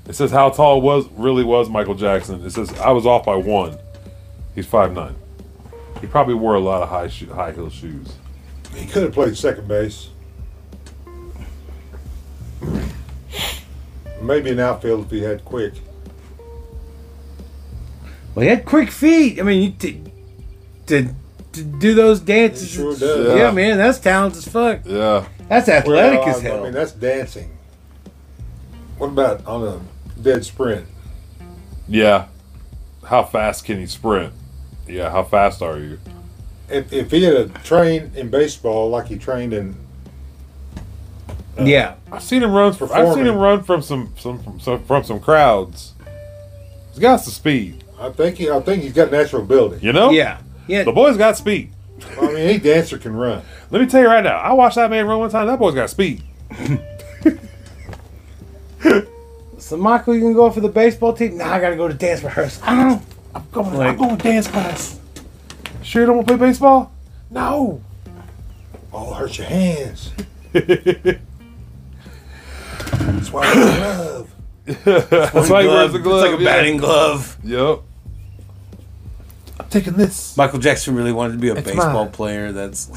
It says how tall was really was Michael Jackson. It says I was off by one. He's five nine. He probably wore a lot of high sho high heel shoes.
he could have played second base. Maybe an outfield if he had quick.
Well, he had quick feet. I mean, you t- to to do those dances.
sure does.
Yeah,
Yeah.
man, that's talent as fuck.
Yeah.
That's athletic
Well,
as
I-
hell.
I mean, that's dancing. What about on a dead sprint?
Yeah. How fast can he sprint? Yeah, how fast are you?
If, if he had a trained in baseball like he trained in
yeah.
I've seen him run from I've seen
Performing.
him run from some some from some, from some crowds. He's got some speed.
I think he, I think he's got natural ability.
You know?
Yeah. Yeah.
The boy's got speed.
I mean, any dancer can run.
Let me tell you right now, I watched that man run one time. That boy's got speed.
So, Michael, you can go for the baseball team. Nah, I gotta go to dance rehearsal. I'm
going.
Like,
going to dance class. Sure, you don't want to play baseball? No.
Oh, hurt your hands. That's why I love.
That's why he wears the glove.
It's like a
yeah.
batting glove.
Yep. I'm taking this.
Michael Jackson really wanted to be a
It's
baseball
mine.
player. That's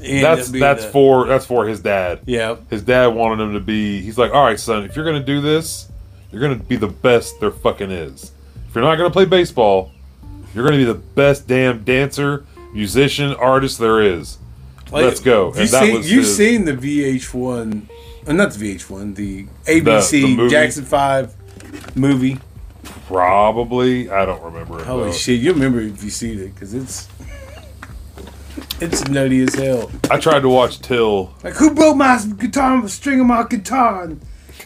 He ended
That's
up being
that's
a-
for that's for his dad.
Yeah.
His dad wanted him to be. He's like, all right, son, if you're gonna do this, you're gonna be the best there fucking is. If you're not gonna play baseball, you're gonna be the best damn dancer, musician, artist there is.
Like,
Let's go.
You seen, you've seen the VH1, uh, not the VH1, the ABC
the movie?
Jackson Five movie.
Probably, I don't remember. it,
Holy
though.
shit! You remember if you seen it because it's it's nutty as hell.
I tried to watch Till.
Like who broke my guitar string of my guitar? And,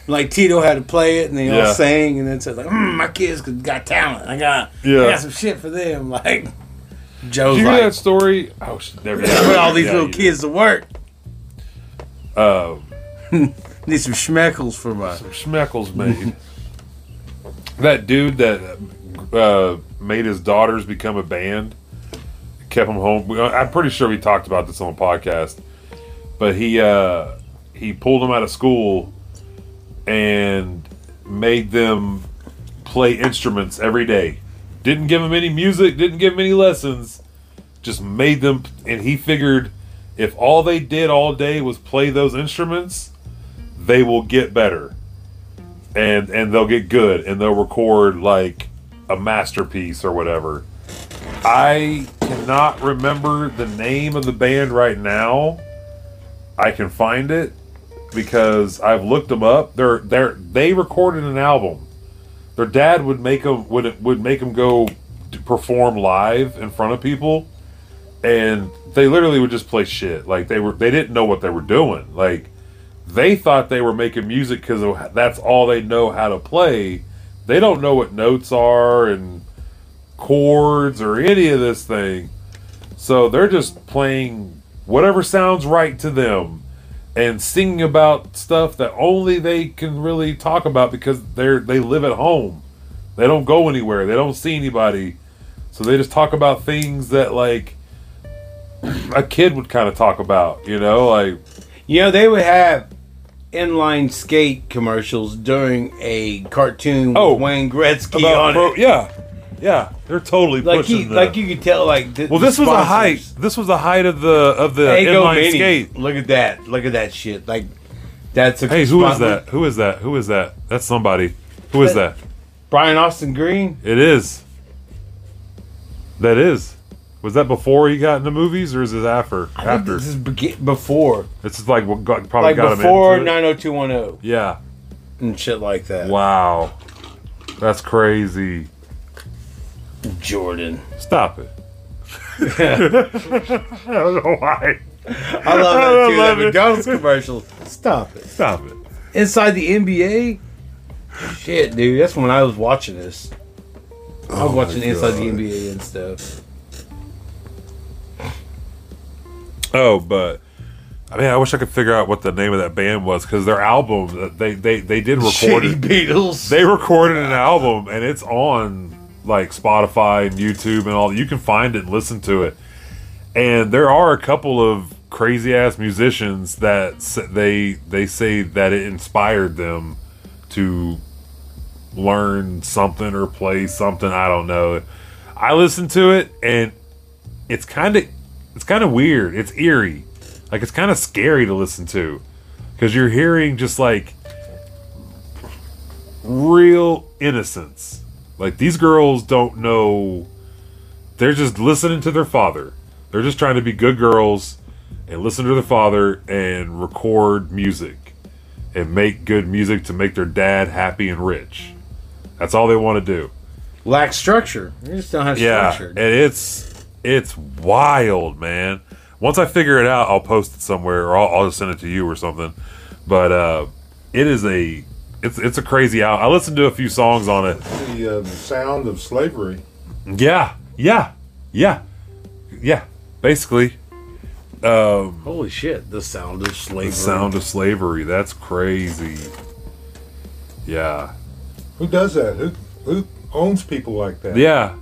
like Tito had to play it, and they
Yeah.
all sang, and then said like, mm, "My kids could- got talent. I got,
Yeah.
I got some shit for them." [laughs] Like
Did
Joe's
you hear
like,
that story? Oh, shit, there it is.
[laughs] put all these
Yeah,
little
you-
kids to work.
Uh,
[laughs] Need some schmeckles for my some
schmeckles made. that dude that uh, made his daughters become a band kept him home. We- I'm pretty sure we talked about this on the podcast, but he uh, he pulled them out of school and made them play instruments every day. Didn't give them any music. Didn't give them any lessons. Just made them, and he figured if all they did all day was play those instruments, they will get better and and they'll get good and they'll record like a masterpiece or whatever. I cannot remember the name of the band right now. I can find it because I've looked them up. They're they're they recorded an album. Their dad would make them would would make them go to perform live in front of people, and they literally would just play shit. Like they were they didn't know what they were doing. Like they thought they were making music because that's all they know how to play. They don't know what notes are and chords or any of this thing. So they're just playing whatever sounds right to them and singing about stuff that only they can really talk about because they're they live at home. They don't go anywhere. They don't see anybody. So they just talk about things that like a kid would kind of talk about, you know, like
You know, they would have inline skate commercials during a cartoon with Wayne Gretzky
Oh, About
on
pro-
it.
Yeah, yeah, they're totally
Like
pushing
he,
the-
like you could tell, like the,
well,
the
this was the
sponsors.
height. This was the height of the of the
Hey, go
inline
Minis.
skate.
Look at that! Look at that shit! Like that's a
Hey, who is
spot-
that? Who is that? Who is that? That's somebody. Who is that?
Brian Austin Green.
It is. That is. Was that before he got into movies, or is this after? After
This is begi- before,
this is like what got, probably
like
got
before
him into it.
nine hundred two one zero
Yeah.
and shit like that.
Wow, that's crazy.
Jordan,
stop it. [laughs] I don't know why.
I love that too. that
love it.
McDonald's commercial. Stop it!
Stop it!
Inside the NBA. Shit, dude, that's when I was watching this. I was
Oh my
watching Inside the
God.
NBA and stuff.
Oh, but I mean, I wish I could figure out what the name of that band was because their album that they they they did record
Shitty
it.
Beatles.
They recorded an album and it's on like Spotify and YouTube and all. You can find it and listen to it. And there are a couple of crazy ass musicians that s- they they say that it inspired them to learn something or play something. I don't know. I listened to it and it's kind of it's kind of weird. It's eerie. Like it's kind of scary to listen to because you're hearing just like real innocence. Like these girls don't know. They're just listening to their father. They're just trying to be good girls and listen to their father and record music and make good music to make their dad happy and rich. That's all they want to do.
Lack structure. They just don't have
yeah,
structure.
and it's it's wild, man. Once I figure it out, I'll post it somewhere, or I'll, I'll just send it to you or something. But uh, it is a it's it's a crazy album. I listened to a few songs on it.
The uh, sound of slavery.
Yeah, yeah, yeah, yeah. Basically, um,
Holy shit, the sound of slavery.
the sound of slavery. That's crazy. Yeah,
Who does that? Who who owns people like that?
yeah,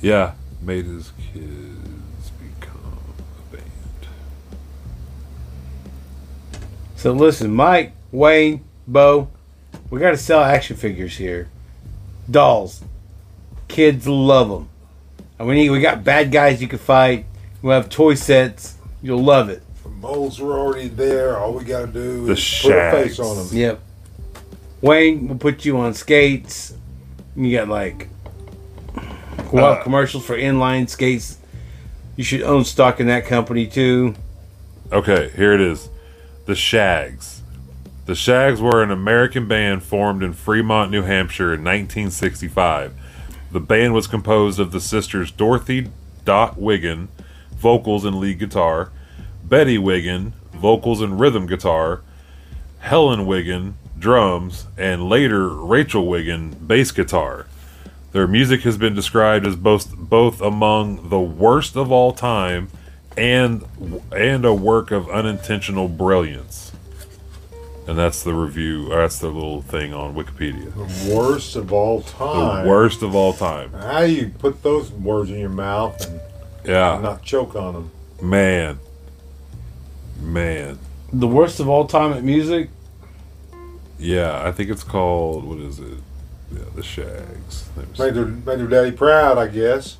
yeah. Made his kids become a band.
So listen, Mike, Wayne, Bo, we got to sell action figures here. Dolls, kids love them. And we need we got bad guys you can fight. We have toy sets. You'll love it.
The molds were already there. All we got to do
The
is put a face
shags.
on them.
Yep. Wayne, we'll put you on skates. You got like co-
Uh,
commercials for inline skates. You should own stock in that company too.
Okay, here it is. The Shags. The Shags were an American band formed in Fremont, New Hampshire in 1965. The band was composed of the sisters Dorothy Dot Wiggin, vocals and lead guitar, Betty Wiggin, vocals and rhythm guitar, Helen Wiggin, drums, and later Rachel Wiggin, bass guitar. Their music has been described as both both among the worst of all time and and a work of unintentional brilliance. And that's the review. Or that's the little thing on Wikipedia.
The worst of all time.
The worst of all time.
How you put those words in your mouth and
Yeah,
not choke on them?
man, man.
The worst of all time at music.
Yeah, I think it's called what is it? Yeah, the Shags. Let me see.
Made their made their daddy proud, I guess.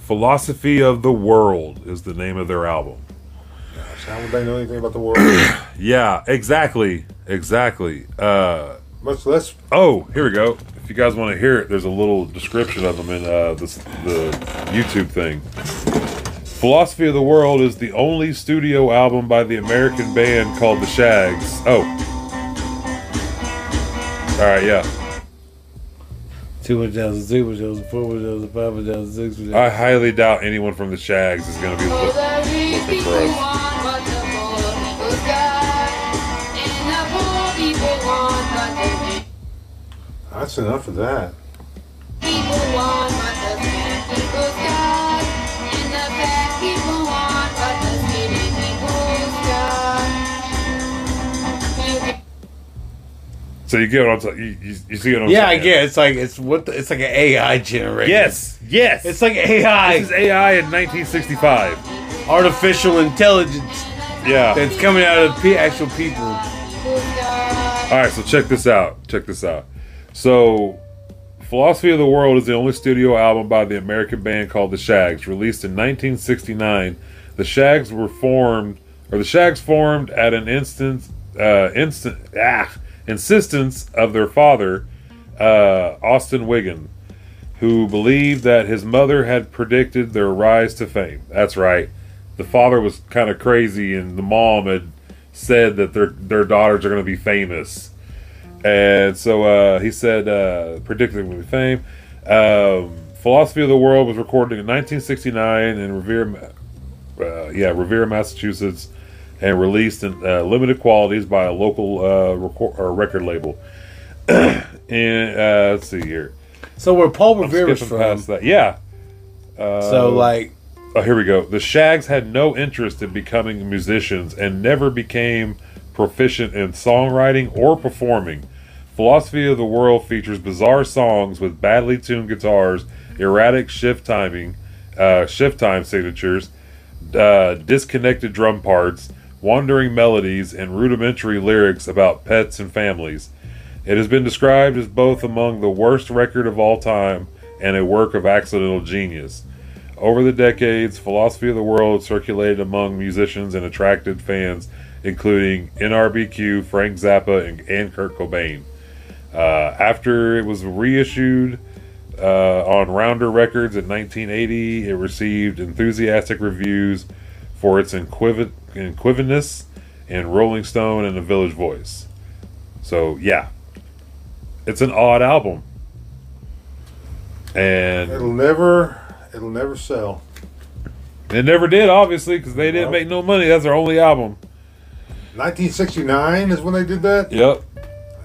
Philosophy of the World is the name of their album.
Gosh, how would they know anything about
[clears throat]
the world?
Yeah, exactly, exactly. Uh,
Much less.
Oh, here we go. If you guys want to hear it, there's a little description of them in uh, this, the YouTube thing. Philosophy of the World is the only studio album by the American band called The Shags. Oh. All right, yeah.
Two one thousand, three one thousand, four one thousand, five one thousand, six one
I highly doubt anyone from The Shags is going to be look- looking for us.
That's enough of that.
So you get what I'm saying? You, you, you see what I'm
Yeah, I
saying?
get. It. It's like it's what the, it's like an AI generator.
Yes, yes.
It's like AI.
This is AI in 1965.
artificial intelligence
Yeah.
that's coming out of pe- actual people.
All right, so check this out. Check this out. So, Philosophy of the World is the only studio album by the American band called The Shags, released in 1969. The Shags were formed, or the Shags formed at an instant, uh, instant, ah, insistence of their father, uh, Austin Wiggin, who believed that his mother had predicted their rise to fame. That's right. The father was kind of crazy, and the mom had said that their their daughters are going to be famous. And so uh, he said, uh, predicting would be fame. Um, Philosophy of the World was recorded in 1969 in Revere, uh, yeah, Revere, Massachusetts, and released in uh, limited qualities by a local uh, record, or record label. [clears throat] and uh, let's see here.
So where Paul
I'm
Revere was
skipping
from,
past that. Yeah. Uh,
So, like-
oh, here we go. The Shags had no interest in becoming musicians and never became proficient in songwriting or performing. Philosophy of the World features bizarre songs with badly tuned guitars, erratic shift timing, uh, shift time signatures, uh, disconnected drum parts, wandering melodies, and rudimentary lyrics about pets and families. It has been described as both among the worst record of all time and a work of accidental genius. Over the decades, Philosophy of the World circulated among musicians and attracted fans, including NRBQ, Frank Zappa, and, and Kurt Cobain. Uh, after it was reissued uh, on Rounder Records in 1980, it received enthusiastic reviews for its inquiv- inquisitiveness in Rolling Stone and The Village Voice. So, yeah, it's an odd album. And
It'll never, it'll never sell.
It never did, obviously, because they didn't make no money. That's their only album.
1969 is when they did that.
Yep.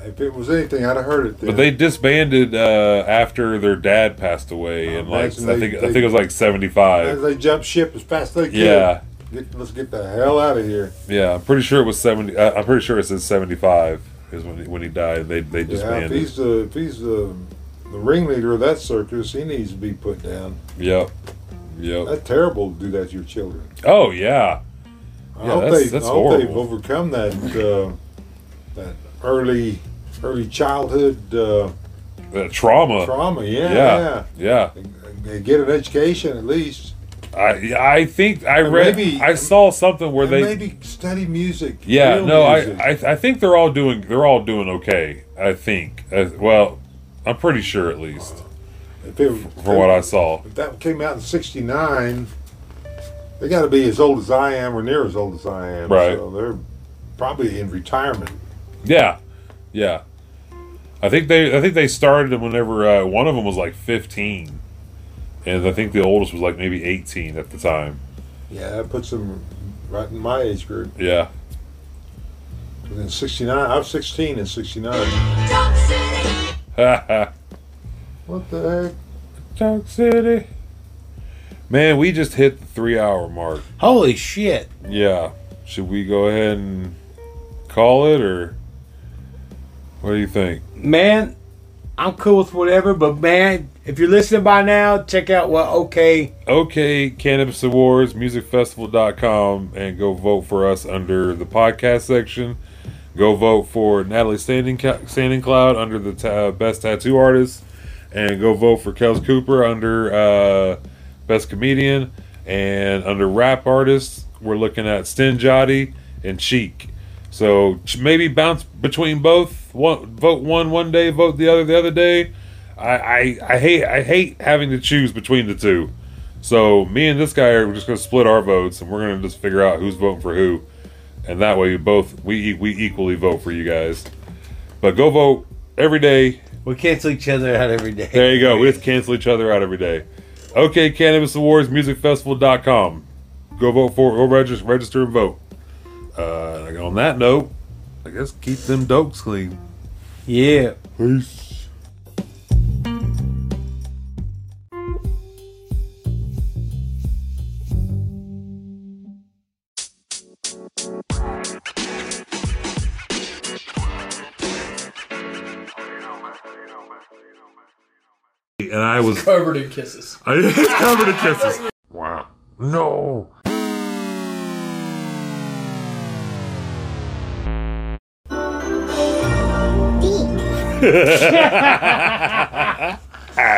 If it was anything, I'd have heard it. Then.
But they disbanded uh, after their dad passed away, and like
imagine
I
they-
think I
they-
think it was like seventy five.
they jump ship as fast as they can.
Yeah.
Get, let's get the hell out of here.
Yeah, I'm pretty sure it was seventy. I, I'm pretty sure it says seventy five is when he, when he died. They they
Yeah, if
disbanded.
he's the if he's the the ringleader of that circus, he needs to be put down.
yep. Yep.
That's terrible to do that to your children.
Oh yeah.
I
Yeah,
hope
that's-
they've,
that's
I hope they've
horrible.
overcome that uh, that early early childhood uh,
That trauma.
trauma. Yeah,
Uh, Yeah. Yeah.
They get an education at least.
I I think I
And
read.
maybe-
I saw something where
and
they
maybe study music.
Yeah,
real
no, I,
music.
I I think they're all doing they're all doing okay. I think. Uh, well, I'm pretty sure at least
If it-
for what I saw.
If that came out in '69, they got to be as old as I am, or near as old as I am.
Right.
So they're probably in retirement.
Yeah, yeah. I think they I think they started them whenever uh, one of them was like 15, and I think the oldest was like maybe 18 at the time.
Yeah, that puts them right in my age group.
Yeah, [laughs]
And then '69, I was 16 in '69.
man,
What the
heck? Dark City. we just hit the three hour mark.
Holy shit.
Yeah, should we go ahead and call it or what do you think?
man, I'm cool with whatever, but man, if you're listening by now, check out what okay.
okay cannabis awards musicfestival.com and go vote for us under the podcast section go vote for natalie standing, standing cloud under the ta- uh, best tattoo artist and go vote for kels cooper under uh, best comedian and under rap artists we're looking at stenjati and cheek so ch- maybe bounce between both one, vote one one day vote the other the other day I, I, I hate I hate having to choose between the two. So me and this guy are just gonna split our votes, and we're gonna just figure out who's voting for who, and that way we both we e- we equally vote for you guys. But go vote every day.
We cancel each other out every day.
There you go. We just cancel each other out every day. Okay, Cannabis Awards Music Festival.com. Go vote for go register register and vote. Uh, on that note, I guess keep them dopes clean.
Yeah.
Peace. And I was
Covered in kisses.
I it's [laughs] covered in kisses. Wow. No. [laughs]